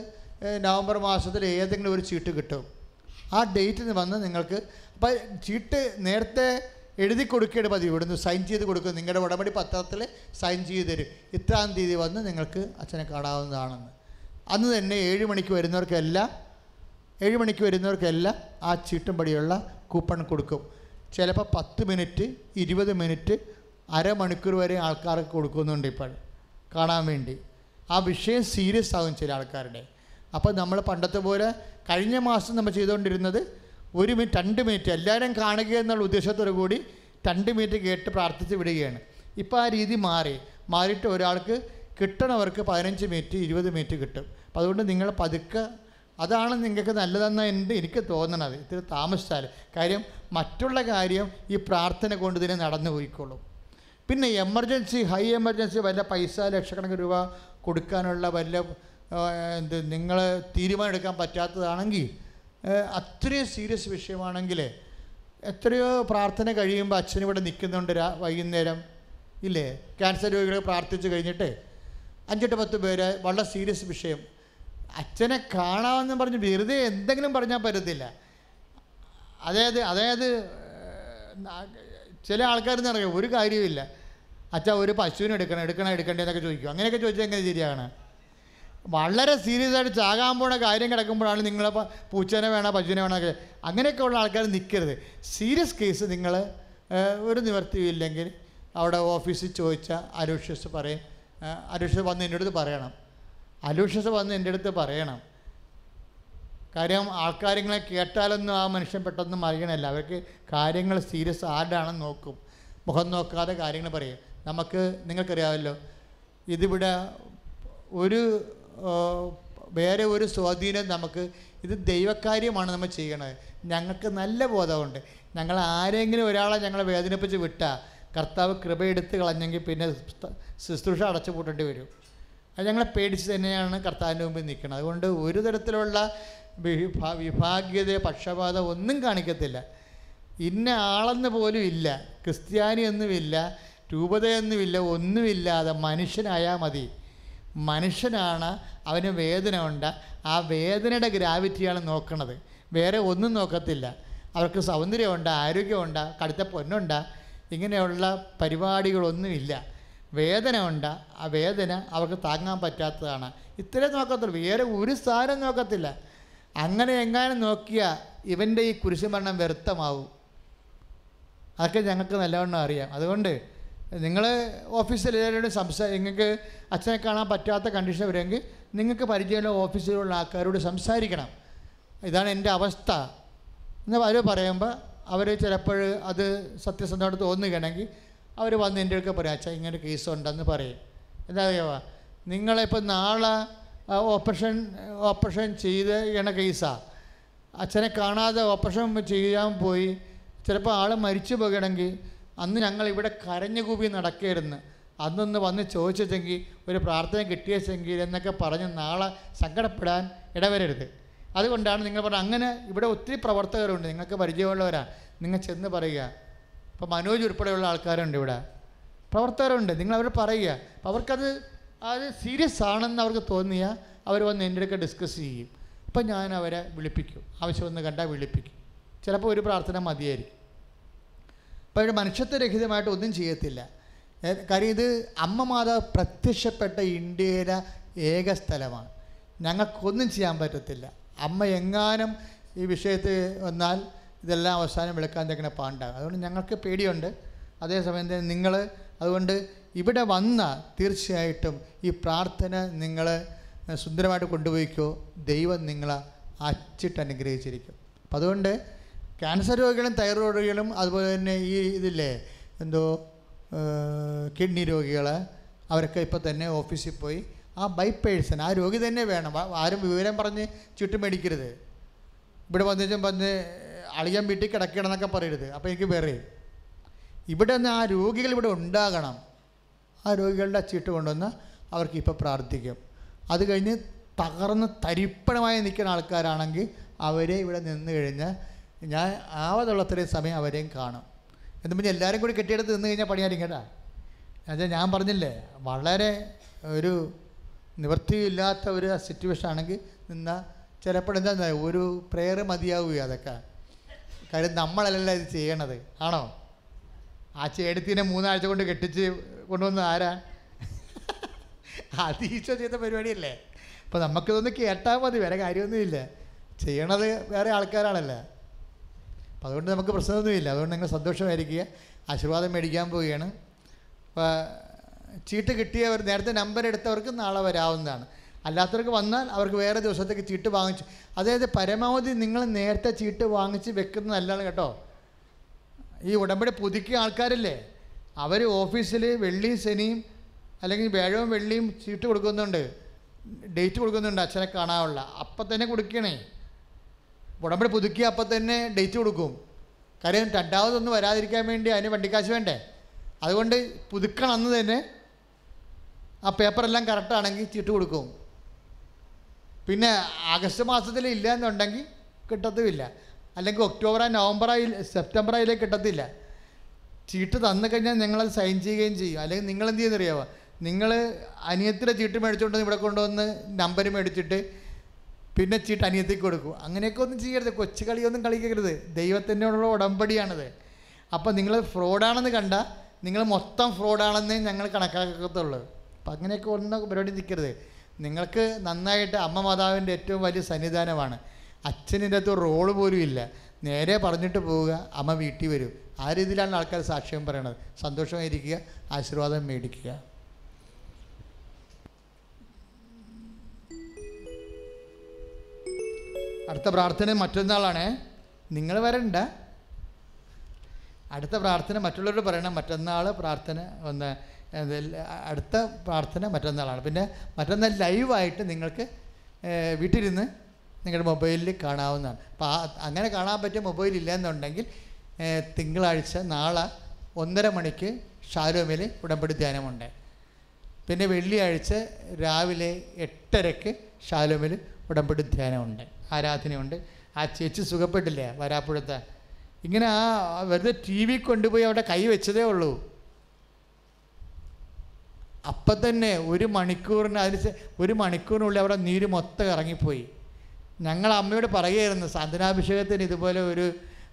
[SPEAKER 3] ഏഹ്, നവംബർ മാസത്തിൽ ഏതെങ്കിലും ഒരു ചീട്ട് കിട്ടും ആ ഡേറ്റിന് വന്ന് നിങ്ങൾക്ക് അപ്പം ചീട്ട് നേരത്തെ എഴുതി കൊടുക്കുകയാണ് പതിവ് ഇവിടുന്ന് സൈൻ ചെയ്ത് കൊടുക്കും നിങ്ങളുടെ ഉടമ്പടി പത്രത്തിൽ സൈൻ ചെയ്ത് തരും ഇത്രാം തീയതി വന്ന് നിങ്ങൾക്ക് അച്ഛനെ കാണാവുന്നതാണെന്ന് അന്ന് തന്നെ ഏഴ് മണിക്ക് വരുന്നവർക്കെല്ലാം ഏഴ് മണിക്ക് വരുന്നവർക്കെല്ലാം ആ ചീട്ടുംപടിയുള്ള കൂപ്പൺ കൊടുക്കും ചിലപ്പോൾ പത്ത് മിനിറ്റ് ഇരുപത് മിനിറ്റ് അരമണിക്കൂർ വരെ ആൾക്കാർക്ക് കൊടുക്കുന്നുണ്ട് ഇപ്പോൾ കാണാൻ വേണ്ടി ആ വിഷയം സീരിയസ് ആകും ചില ആൾക്കാരുടെ അപ്പോൾ നമ്മൾ പണ്ടത്തെ പോലെ കഴിഞ്ഞ മാസം നമ്മൾ ചെയ്തുകൊണ്ടിരുന്നത് ഒരു മിനിറ്റ് രണ്ട് മിനിറ്റ് എല്ലാവരും കാണുക എന്നുള്ള ഉദ്ദേശത്തോടു കൂടി രണ്ട് മിനിറ്റ് കേട്ട് പ്രാർത്ഥിച്ച് വിടുകയാണ് ഇപ്പോൾ ആ രീതി മാറി മാറിയിട്ട് ഒരാൾക്ക് കിട്ടണവർക്ക് പതിനഞ്ച് മിനിറ്റ് ഇരുപത് മിനിറ്റ് കിട്ടും അപ്പോൾ അതുകൊണ്ട് നിങ്ങൾ പതുക്കെ അതാണ് നിങ്ങൾക്ക് നല്ലതെന്ന് എൻ്റെ എനിക്ക് തോന്നണത് ഇത്തിരി താമസിച്ചാൽ കാര്യം മറ്റുള്ള കാര്യം ഈ പ്രാർത്ഥന കൊണ്ട് ഇതിനെ നടന്നു പോയിക്കോളും പിന്നെ എമർജൻസി ഹൈ എമർജൻസി വല്ല പൈസ ലക്ഷക്കണക്കിന് രൂപ കൊടുക്കാനുള്ള വല്ല ആ, എന്ത് നിങ്ങൾ തീരുമാനമെടുക്കാൻ പറ്റാത്തതാണെങ്കിൽ ഏ, അത്രയും സീരിയസ് വിഷയമാണെങ്കിൽ എത്രയോ പ്രാർത്ഥന കഴിയുമ്പോൾ അച്ഛനിവിടെ നിൽക്കുന്നുണ്ട് രാ വൈകുന്നേരം ഇല്ലേ ക്യാൻസർ രോഗികൾ പ്രാർത്ഥിച്ച് കഴിഞ്ഞിട്ട് അഞ്ചെട്ട് പത്ത് പേര് വളരെ സീരിയസ് വിഷയം അച്ഛനെ കാണാമെന്ന് പറഞ്ഞ് വെറുതെ എന്തെങ്കിലും പറഞ്ഞാൽ പറ്റത്തില്ല അതായത് അതായത് ഏഹ്, നാ- ചില ആൾക്കാരെന്ന് പറയുക ഒരു കാര്യമില്ല അച്ഛാ ഒരു പശുവിനെ എടുക്കണം എടുക്കണം എടുക്കണ്ടേ എന്നൊക്കെ ചോദിക്കും അങ്ങനെയൊക്കെ ചോദിച്ചാൽ എങ്ങനെ ശരിയാണ് വളരെ സീരിയസ് ആയിട്ട് ചാകാൻ പോണ കാര്യം കിടക്കുമ്പോഴാണ് നിങ്ങളെ പ- പൂച്ചേനെ വേണ പശുവിനെ വേണമൊക്കെ അങ്ങനെയൊക്കെയുള്ള ആൾക്കാർ നിൽക്കരുത് സീരിയസ് കേസ് നിങ്ങൾ ഒരു നിവർത്തിയും ഇല്ലെങ്കിൽ അവിടെ ഓഫീസിൽ ചോദിച്ചാൽ അലൂഷ്യസ് പറയും ഏഹ്, അലൂഷ്യസ് വന്ന് എൻ്റെ അടുത്ത് പറയണം അലൂഷ്യസ് വന്ന് എൻ്റെ അടുത്ത് പറയണം കാര്യം ആൾക്കാര്യങ്ങളെ കേട്ടാലൊന്നും ആ മനുഷ്യൻ പെട്ടെന്ന് മറിയണമല്ല അവർക്ക് കാര്യങ്ങൾ സീരിയസ് ആരുടെയാണെന്ന് നോക്കും മുഖം നോക്കാതെ കാര്യങ്ങൾ പറയും നമുക്ക് നിങ്ങൾക്കറിയാമല്ലോ ഇതിവിടെ ഒരു ആ, വേറെ ഒരു സ്വാധീനം നമുക്ക് ഇത് ദൈവകാര്യമാണ് നമ്മൾ ചെയ്യണത് ഞങ്ങൾക്ക് നല്ല ബോധമുണ്ട് ഞങ്ങൾ ആരെങ്കിലും ഒരാളെ ഞങ്ങളെ വേദനിപ്പിച്ച് വിട്ടാൽ കർത്താവ് കൃപയെടുത്ത് കളഞ്ഞെങ്കിൽ പിന്നെ സ്ത- ശുശ്രൂഷ അടച്ചു പൂട്ടേണ്ടി വരും അത് ഞങ്ങളെ പേടിച്ച് തന്നെയാണ് കർത്താവിൻ്റെ മുമ്പിൽ നിൽക്കുന്നത് അതുകൊണ്ട് ഒരു തരത്തിലുള്ള വിഭാ വിഭാഗ്യത പക്ഷപാതം ഒന്നും കാണിക്കത്തില്ല ഇന്ന ആളെന്ന് പോലും ഇല്ല ക്രിസ്ത്യാനി എന്നുമില്ല രൂപതയൊന്നുമില്ല ഒന്നുമില്ലാതെ മനുഷ്യനായാൽ മതി മനുഷ്യനാണ് അവന് വേദന ഉണ്ട് ആ വേദനയുടെ ഗ്രാവിറ്റിയാണ് നോക്കണത് വേറെ ഒന്നും നോക്കത്തില്ല അവർക്ക് സൗന്ദര്യമുണ്ട് ആരോഗ്യമുണ്ട് കടുത്ത പൊന്നുണ്ട് ഇങ്ങനെയുള്ള പരിപാടികളൊന്നുമില്ല വേദന ഉണ്ട് ആ വേദന അവർക്ക് താങ്ങാൻ പറ്റാത്തതാണ് ഇത്രേ നോക്കത്തുള്ളൂ വേറെ ഒരു സാധനം നോക്കത്തില്ല അങ്ങനെ എങ്ങാനും നോക്കിയാൽ ഇവൻ്റെ ഈ കുരിശുമരണം വ്യർത്ഥമാവും അതൊക്കെ ഞങ്ങൾക്ക് നല്ലവണ്ണം അറിയാം അതുകൊണ്ട് നിങ്ങൾ ഓഫീസിൽ എല്ലാവരോടും സംസാ നിങ്ങൾക്ക് അച്ഛനെ കാണാൻ പറ്റാത്ത കണ്ടീഷൻ വരുമെങ്കിൽ നിങ്ങൾക്ക് പരിചയമുള്ള ഓഫീസിലുള്ള ആൾക്കാരോട് സംസാരിക്കണം ഇതാണ് എൻ്റെ അവസ്ഥ എന്ന് അവർ പറയുമ്പോൾ അവർ ചിലപ്പോൾ അത് സത്യസന്ധമായിട്ട് തോന്നുകയാണെങ്കിൽ അവർ വന്ന് എൻ്റെ അടുക്ക പറയും അച്ഛാ ഇങ്ങനെ കേസ് ഉണ്ടെന്ന് പറയും എന്താ അറിയാമോ നിങ്ങളിപ്പോൾ നാളെ ആ, ഓപ്പറേഷൻ ഓപ്പറേഷൻ ചെയ്ത് ചെയ്യണ കേസാണ് അച്ഛനെ കാണാതെ ഓപ്പറേഷൻ ചെയ്യാൻ പോയി ചിലപ്പോൾ ആൾ മരിച്ചു പോകണമെങ്കിൽ അന്ന് ഞങ്ങൾ ഇവിടെ കരഞ്ഞു കൂപി നടക്കരുന്ന് അന്നൊന്ന് വന്ന് ചോദിച്ചെങ്കിൽ ഒരു പ്രാർത്ഥന കിട്ടിയെങ്കിൽ എന്നൊക്കെ പറഞ്ഞ് നാളെ സങ്കടപ്പെടാൻ ഇടവരരുത് അതുകൊണ്ടാണ് നിങ്ങൾ പറഞ്ഞത് അങ്ങനെ ഇവിടെ ഒത്തിരി പ്രവർത്തകരുണ്ട് നിങ്ങൾക്ക് പരിചയമുള്ളവരാണ് നിങ്ങൾ ചെന്ന് പറയുക ഇപ്പോൾ മനോജ് ഉൾപ്പെടെയുള്ള ആൾക്കാരുണ്ട് ഇവിടെ പ്രവർത്തകരുണ്ട് നിങ്ങൾ അവർ പറയുക അപ്പോൾ അവർക്കത് അത് സീരിയസ് ആണെന്ന് അവർക്ക് തോന്നിയാൽ അവർ വന്ന് എൻ്റെ അടുക്ക ഡിസ്കസ് ചെയ്യും അപ്പം ഞാൻ അവരെ വിളിപ്പിക്കും ആവശ്യമൊന്ന് കണ്ടാൽ വിളിപ്പിക്കും ചിലപ്പോൾ ഒരു പ്രാർത്ഥന മതിയായിരിക്കും അപ്പോൾ ഇവിടെ മനുഷ്യത്വരഹിതമായിട്ട് ഒന്നും ചെയ്യത്തില്ല ഏ, കാര്യം ഇത് അമ്മ മാതാവ് പ്രത്യക്ഷപ്പെട്ട ഇന്ത്യയിലെ ഏക സ്ഥലമാണ് ഞങ്ങൾക്കൊന്നും ചെയ്യാൻ പറ്റത്തില്ല അമ്മ എങ്ങാനും ഈ വിഷയത്തിൽ വന്നാൽ ഇതെല്ലാം അവസാനം വിളിക്കാൻ തേക്കുന്ന പാണ്ടാകും അതുകൊണ്ട് ഞങ്ങൾക്ക് പേടിയുണ്ട് അതേസമയം തന്നെ നിങ്ങൾ അതുകൊണ്ട് ഇവിടെ വന്ന തീർച്ചയായിട്ടും ഈ പ്രാർത്ഥന നിങ്ങൾ സുന്ദരമായിട്ട് കൊണ്ടുപോയിക്കോ ദൈവം നിങ്ങളെ അച്ചിട്ട് അനുഗ്രഹിച്ചിരിക്കും അപ്പം അതുകൊണ്ട് ക്യാൻസർ രോഗികളും തൈറോയ്ഡ് രോഗികളും അതുപോലെ തന്നെ ഈ ഇതില്ലേ എന്തോ കിഡ്നി രോഗികൾ അവരൊക്കെ ഇപ്പോൾ തന്നെ ഓഫീസിൽ പോയി ആ ബൈ പേഴ്സൺ ആ രോഗി തന്നെ വേണം ആ- ആരും വിവരം പറഞ്ഞ് ചുറ്റും മേടിക്കരുത് ഇവിടെ വന്നിച്ചും പറഞ്ഞ് അളിയാൻ വീട്ടിൽ കിടക്കണമെന്നൊക്കെ പറയരുത് അപ്പോൾ എനിക്ക് വേറെ ഇവിടെ നിന്ന് ആ രോഗികൾ ഇവിടെ ഉണ്ടാകണം ആ രോഗികളുടെ ചീട്ട് കൊണ്ടുവന്ന് അവർക്ക് ഇപ്പോൾ പ്രാർത്ഥിക്കും അത് കഴിഞ്ഞ് തകർന്ന് തരിപ്പണമായി നിൽക്കുന്ന ആൾക്കാരാണെങ്കിൽ അവരെ ഇവിടെ നിന്ന് കഴിഞ്ഞാൽ ഞാൻ ആവതുള്ള അത്രയും സമയം അവരെയും കാണും എന്ന് പിന്നെ എല്ലാവരും കൂടി കെട്ടിയെടുത്ത് നിന്ന് കഴിഞ്ഞാൽ പണിയായിരിക്കും കേട്ടാ എന്നുവെച്ചാൽ ഞാൻ പറഞ്ഞില്ലേ വളരെ ഒരു നിവൃത്തിയില്ലാത്ത ഒരു സിറ്റുവേഷൻ ആണെങ്കിൽ നിന്നാൽ ചിലപ്പോൾ എന്താ അറിയോ, ഒരു പ്രെയർ മതിയാവുക അതൊക്കെ കാര്യം നമ്മളല്ലല്ല ഇത് ചെയ്യണത് ആണോ ആ ചേടത്തിനെ മൂന്നാഴ്ച കൊണ്ട് കെട്ടിച്ച് കൊണ്ടുവന്ന ആരാ അത് ഈശോ ചെയ്ത പരിപാടിയല്ലേ അപ്പോൾ നമുക്കിതൊന്ന് കേട്ടാൽ മതി വേറെ കാര്യമൊന്നുമില്ല ചെയ്യണത് വേറെ ആൾക്കാരാണല്ലേ അപ്പം അതുകൊണ്ട് നമുക്ക് പ്രശ്നമൊന്നുമില്ല അതുകൊണ്ട് നിങ്ങൾ സന്തോഷമായിരിക്കുക ആശീർവാദം മേടിക്കാൻ പോവുകയാണ് അപ്പോൾ ചീട്ട് കിട്ടിയവർ നേരത്തെ നമ്പർ എടുത്തവർക്ക് നാളെ വരാവുന്നതാണ് അല്ലാത്തവർക്ക് വന്നാൽ അവർക്ക് വേറെ ദിവസത്തേക്ക് ചീട്ട് വാങ്ങിച്ചു അതായത് പരമാവധി നിങ്ങൾ നേരത്തെ ചീട്ട് വാങ്ങിച്ച് വെക്കുന്നത് നല്ലതാണ് കേട്ടോ ഈ ഉടമ്പടി പുതുക്കിയ ആൾക്കാരില്ലേ അവർ ഓഫീസിൽ വെള്ളി ശനിയും അല്ലെങ്കിൽ വ്യാഴവും വെള്ളിയും ചീട്ട് കൊടുക്കുന്നുണ്ട് ഡേറ്റ് കൊടുക്കുന്നുണ്ട് അച്ഛനെ കാണാനുള്ള അപ്പം തന്നെ കൊടുക്കണേ ഉടമ്പടി പുതുക്കിയ അപ്പം തന്നെ ഡേറ്റ് കൊടുക്കും കാര്യം രണ്ടാമതൊന്നും വരാതിരിക്കാൻ വേണ്ടി അതിന് വണ്ടിക്കാശ് വേണ്ടേ അതുകൊണ്ട് പുതുക്കണം അന്ന് തന്നെ ആ പേപ്പറെല്ലാം കറക്റ്റാണെങ്കിൽ ചീട്ട് കൊടുക്കും പിന്നെ ആഗസ്റ്റ് മാസത്തിൽ ഇല്ല എന്നുണ്ടെങ്കിൽ കിട്ടത്തുമില്ല അല്ലെങ്കിൽ ഒക്ടോബറായി നവംബറായി സെപ്റ്റംബറായിലേ കിട്ടത്തില്ല ചീട്ട് തന്നു കഴിഞ്ഞാൽ നിങ്ങളത് സൈൻ ചെയ്യുകയും ചെയ്യും അല്ലെങ്കിൽ നിങ്ങൾ എന്ത് ചെയ്യുന്നറിയാമോ നിങ്ങൾ അനിയത്തിൻ്റെ ചീട്ട് മേടിച്ചുകൊണ്ട് ഇവിടെ കൊണ്ടുവന്ന് നമ്പർ മേടിച്ചിട്ട് പിന്നെ ചീട്ട് അനിയത്തിക്ക് കൊടുക്കും അങ്ങനെയൊക്കെ ഒന്നും ചെയ്യരുത് കൊച്ചു കളിയൊന്നും കളിക്കരുത് ദൈവത്തിനോടുള്ള ഉടമ്പടിയാണിത് അപ്പോൾ നിങ്ങൾ ഫ്രോഡാണെന്ന് കണ്ട നിങ്ങൾ മൊത്തം ഫ്രോഡാണെന്ന് ഞങ്ങൾ കണക്കാക്കത്തുള്ളൂ അപ്പം അങ്ങനെയൊക്കെ ഒന്ന് പരിപാടി നിൽക്കരുത് നിങ്ങൾക്ക് നന്നായിട്ട് അമ്മ മാതാവിൻ്റെ ഏറ്റവും വലിയ സന്നിധാനമാണ് അച്ഛനിൻ്റെ അകത്ത് റോള് പോലും ഇല്ല നേരെ പറഞ്ഞിട്ട് പോവുക അമ്മ വീട്ടിൽ വരും ആ രീതിയിലാണ് ആൾക്കാർ സാക്ഷ്യം പറയണത് സന്തോഷമായിരിക്കുക ആശീർവാദം മേടിക്കുക അടുത്ത പ്രാർത്ഥന മറ്റന്നാളാണ് നിങ്ങൾ വരണ്ട അടുത്ത പ്രാർത്ഥന മറ്റുള്ളവരോട് പറയണം മറ്റന്നാൾ പ്രാർത്ഥന ഒന്ന് ഇതിൽ അടുത്ത പ്രാർത്ഥന മറ്റന്നാളാണ് പിന്നെ മറ്റന്നാൾ ലൈവായിട്ട് നിങ്ങൾക്ക് ഏഹ്, വീട്ടിലിരുന്ന് നിങ്ങളുടെ മൊബൈലിൽ കാണാവുന്നതാണ് അപ്പോൾ ആ അങ്ങനെ കാണാൻ പറ്റിയ മൊബൈൽ ഇല്ല എന്നുണ്ടെങ്കിൽ ഏഹ്, തിങ്കളാഴ്ച നാളെ ഒന്നര മണിക്ക് ഷാരോമിൽ ഉടമ്പടി ധ്യാനമുണ്ട് പിന്നെ വെള്ളിയാഴ്ച രാവിലെ എട്ടരയ്ക്ക് ശാലോമിൽ ഉടമ്പടി ധ്യാനമുണ്ട് ആരാധനയുണ്ട് ആ ചേച്ചി സുഖപ്പെട്ടില്ലേ വരാപ്പുഴത്തെ ഇങ്ങനെ ആ വെറുതെ ടി വി കൊണ്ടുപോയി അവിടെ കൈ വെച്ചതേ ഉള്ളൂ അപ്പം തന്നെ ഒരു മണിക്കൂറിന് അതിന് ശേ- ഒരു മണിക്കൂറിനുള്ളിൽ അവിടെ നീര് മൊത്തം ഇറങ്ങിപ്പോയി ഞങ്ങൾ അമ്മയോട് പറയുമായിരുന്നു സാന്ത്വനാഭിഷേകത്തിന് ഇതുപോലെ ഒരു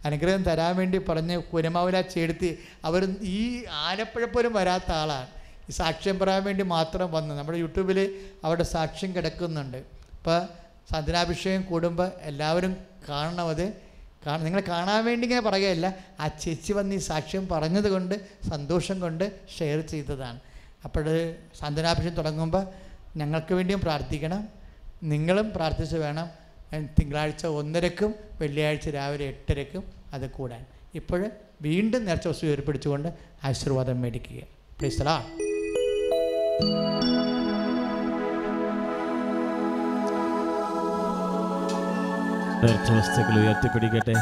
[SPEAKER 3] അനുഗ്രഹം തരാൻ വേണ്ടി പറഞ്ഞ് കുരമാവില ചേർത്തി അവർ ഈ ആലപ്പുഴ പോലും വരാത്ത ആളാണ് ഈ സാക്ഷ്യം പറയാൻ വേണ്ടി മാത്രം വന്നു നമ്മുടെ യൂട്യൂബിൽ അവരുടെ സാക്ഷ്യം കിടക്കുന്നുണ്ട് അപ്പോൾ സാന്ത്വനാഭിഷേകം കൂടുമ്പോൾ എല്ലാവരും കാണണം അത് കാരണം നിങ്ങൾ കാണാൻ വേണ്ടി ഇങ്ങനെ പറയുകയല്ല ആ ചേച്ചി വന്ന് ഈ സാക്ഷ്യം പറഞ്ഞത് കൊണ്ട് സന്തോഷം കൊണ്ട് ഷെയർ ചെയ്തതാണ് അപ്പോൾ സാന്ത്വനാഭിഷേകം തുടങ്ങുമ്പോൾ ഞങ്ങൾക്ക് വേണ്ടിയും പ്രാർത്ഥിക്കണം നിങ്ങളും പ്രാർത്ഥിച്ച് വേണം ഏഹ്, തിങ്കളാഴ്ച ഒന്നരക്കും വെള്ളിയാഴ്ച രാവിലെ എട്ടരക്കും അത് കൂടാൻ ഇപ്പോൾ വീണ്ടും നേർച്ച വസ്തു ഏർപ്പിടിച്ചുകൊണ്ട് ആശീർവാദം മേടിക്കുക പ്ലീസ് അലാ
[SPEAKER 2] നേർച്ചവസ്തുക്കൾ ഉയർത്തിപ്പിടിക്കട്ടെ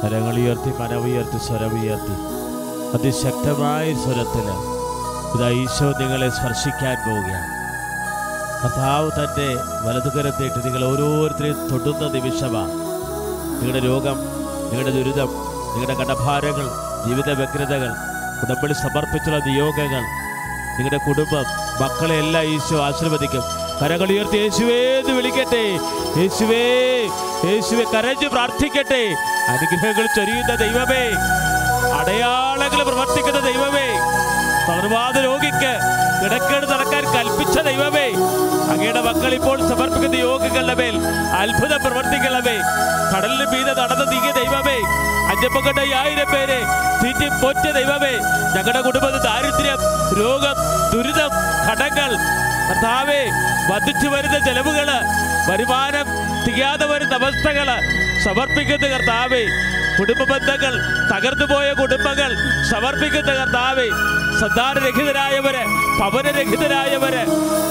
[SPEAKER 2] കരങ്ങൾ ഉയർത്തി മനമുയർത്തി സ്വരമുയർത്തി അതിശക്തമായ സ്വരത്തിൽ ഇതാ ഈശോ നിങ്ങളെ സ്പർശിക്കാൻ പോവുകയാണ് കഥാവ് തൻ്റെ വലതുകരം നീട്ടി നിങ്ങൾ ഓരോരുത്തരെയും തൊടുന്ന നിമിഷമാണ് നിങ്ങളുടെ രോഗം നിങ്ങളുടെ ദുരിതം നിങ്ങളുടെ കടഭാരങ്ങൾ ജീവിത വ്യഗ്രതകൾ ഉടമ്പടി സമർപ്പിച്ചുള്ള നിയോഗങ്ങൾ നിങ്ങളുടെ കുടുംബം മക്കളെ എല്ലാം ഈശോ ആശീർവദിക്കും കരകൾ ഉയർത്തി യേശുവേ എന്ന് വിളിക്കട്ടെ യേശുവേ യേശുവെ കരഞ്ഞ് പ്രാർത്ഥിക്കട്ടെ അനുഗ്രഹങ്ങൾ ചൊരിയുന്ന ദൈവമേ അടയാളങ്ങൾ പ്രവർത്തിക്കുന്ന ദൈവമേ പകർവാത രോഗിക്ക് കിടക്കേട് നടക്കാൻ കൽപ്പിച്ച ദൈവമേ അങ്ങയുടെ മക്കൾ ഇപ്പോൾ സമർപ്പിക്കുന്ന യോഗികളുടെ മേൽ അത്ഭുതം പ്രവർത്തിക്കണമേ കടലിന് മീതെ നടന്ന് നീങ്ങിയ ദൈവമേ അഞ്ചപ്പങ്ങളുടെ ഈ ആയിരം പേരെ തീറ്റിപ്പൊറ്റ ദൈവമേ ഞങ്ങളുടെ കുടുംബത്തിൽ ദാരിദ്ര്യം രോഗം ദുരിതം കടങ്ങൾ കർത്താവേ വധിച്ചു വരുന്ന ചെലവുകള് വരുമാനം തികയാതെ വരുന്ന അവസ്ഥകള് സമർപ്പിക്കുന്ന കർത്താവേ കുടുംബ ബന്ധങ്ങൾ തകർന്നുപോയ കുടുംബങ്ങൾ സമർപ്പിക്കുന്ന കർത്താവെ സന്താനരഹിതരായവര് ഭവനരഹിതരായവര്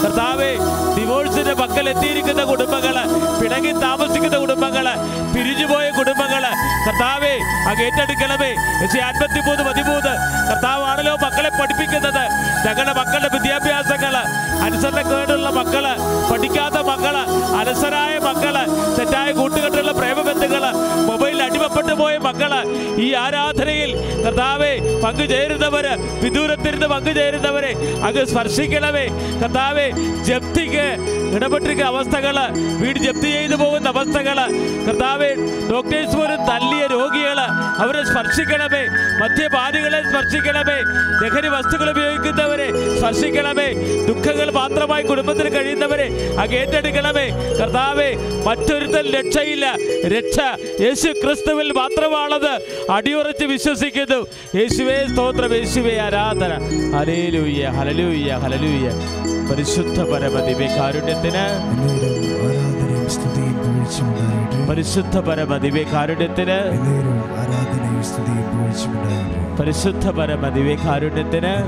[SPEAKER 2] കർത്താവെ ഡിവോഴ്സിന്റെ പക്കൽ എത്തിയിരിക്കുന്ന കുടുംബങ്ങള് പിണങ്ങി താമസിക്കുന്ന കുടുംബങ്ങള് പിരിഞ്ഞുപോയ കുടുംബങ്ങള് കർത്താവെ അങ്ങ് ഏറ്റെടുക്കണമേ എസ് അൻപത്തിമൂന്ന് പതിമൂന്ന് കർത്താവാണല്ലോ മക്കളെ പഠിപ്പിക്കുന്നത് ഞങ്ങളുടെ മക്കളുടെ വിദ്യാഭ്യാസങ്ങള് അനുസരണക്കേടുള്ള മക്കള് പഠിക്കാത്ത മക്കള് അലസരായ മക്കള് തെറ്റായ കൂട്ടുകെട്ടുള്ള പ്രേമബന്ധങ്ങള് മൊബൈലിൽ അടിമപ്പെട്ടു പോയ മക്കള് ഈ ആരാധനയിൽ കർത്താവെ പങ്കുചേരുന്നവര് വിദൂരത്തിരുന്ന് പങ്കുചേരുന്നവരെ അങ്ങ് സ്പർശിക്കണമേ കർത്താവെ ജപ്തിക്ക് ഇടപെട്ടിരിക്കുന്ന അവസ്ഥകള് വീട് ജപ്തി ചെയ്തു പോകുന്ന അവസ്ഥകള് കർത്താവെ ഡോക്ടേഴ്സ് പോലും തല്ലിയ രോഗികള് അവരെ സ്പർശിക്കണമേ മദ്യപാനികളെ സ്പർശിക്കണമേ ലഹരി വസ്തുക്കൾ ഉപയോഗിക്കുന്നവരെ സ്പർശിക്കണമേ ദുഃഖങ്ങൾ മാത്രമായി കുടുംബത്തിൽ കഴിയുന്നവരെ അങ്ങ് ഏറ്റെടുക്കണമേ കർത്താവേ മറ്റൊരുത്തൻ രക്ഷയില്ല രക്ഷ യേശു ക്രിസ്തുവിൽ മാത്രമാണത് അടിയുറച്ച് വിശ്വസിക്കുന്നു യേശുവേ സ്തോത്രം യേശുവേ ആരാധന ഹലലൂയ്യ ഹലലൂയ്യ ഹലലൂയ്യ പരിശുദ്ധ പരമതിവേ കാരുണ്യത്തിന്
[SPEAKER 1] എന്നേരവും ആരാധനയും സ്തുതിയും പുകഴ്ചയുമുണ്ടാകട്ടെ.
[SPEAKER 2] പരിശുദ്ധ പരമതിവേ കാരുണ്യത്തിന്
[SPEAKER 1] എന്നേരവും ആരാധനയും സ്തുതിയും പുകഴ്ചയുമുണ്ടാകട്ടെ.
[SPEAKER 2] പരിശുദ്ധ പരമതിവേ കാരുണ്യത്തിന്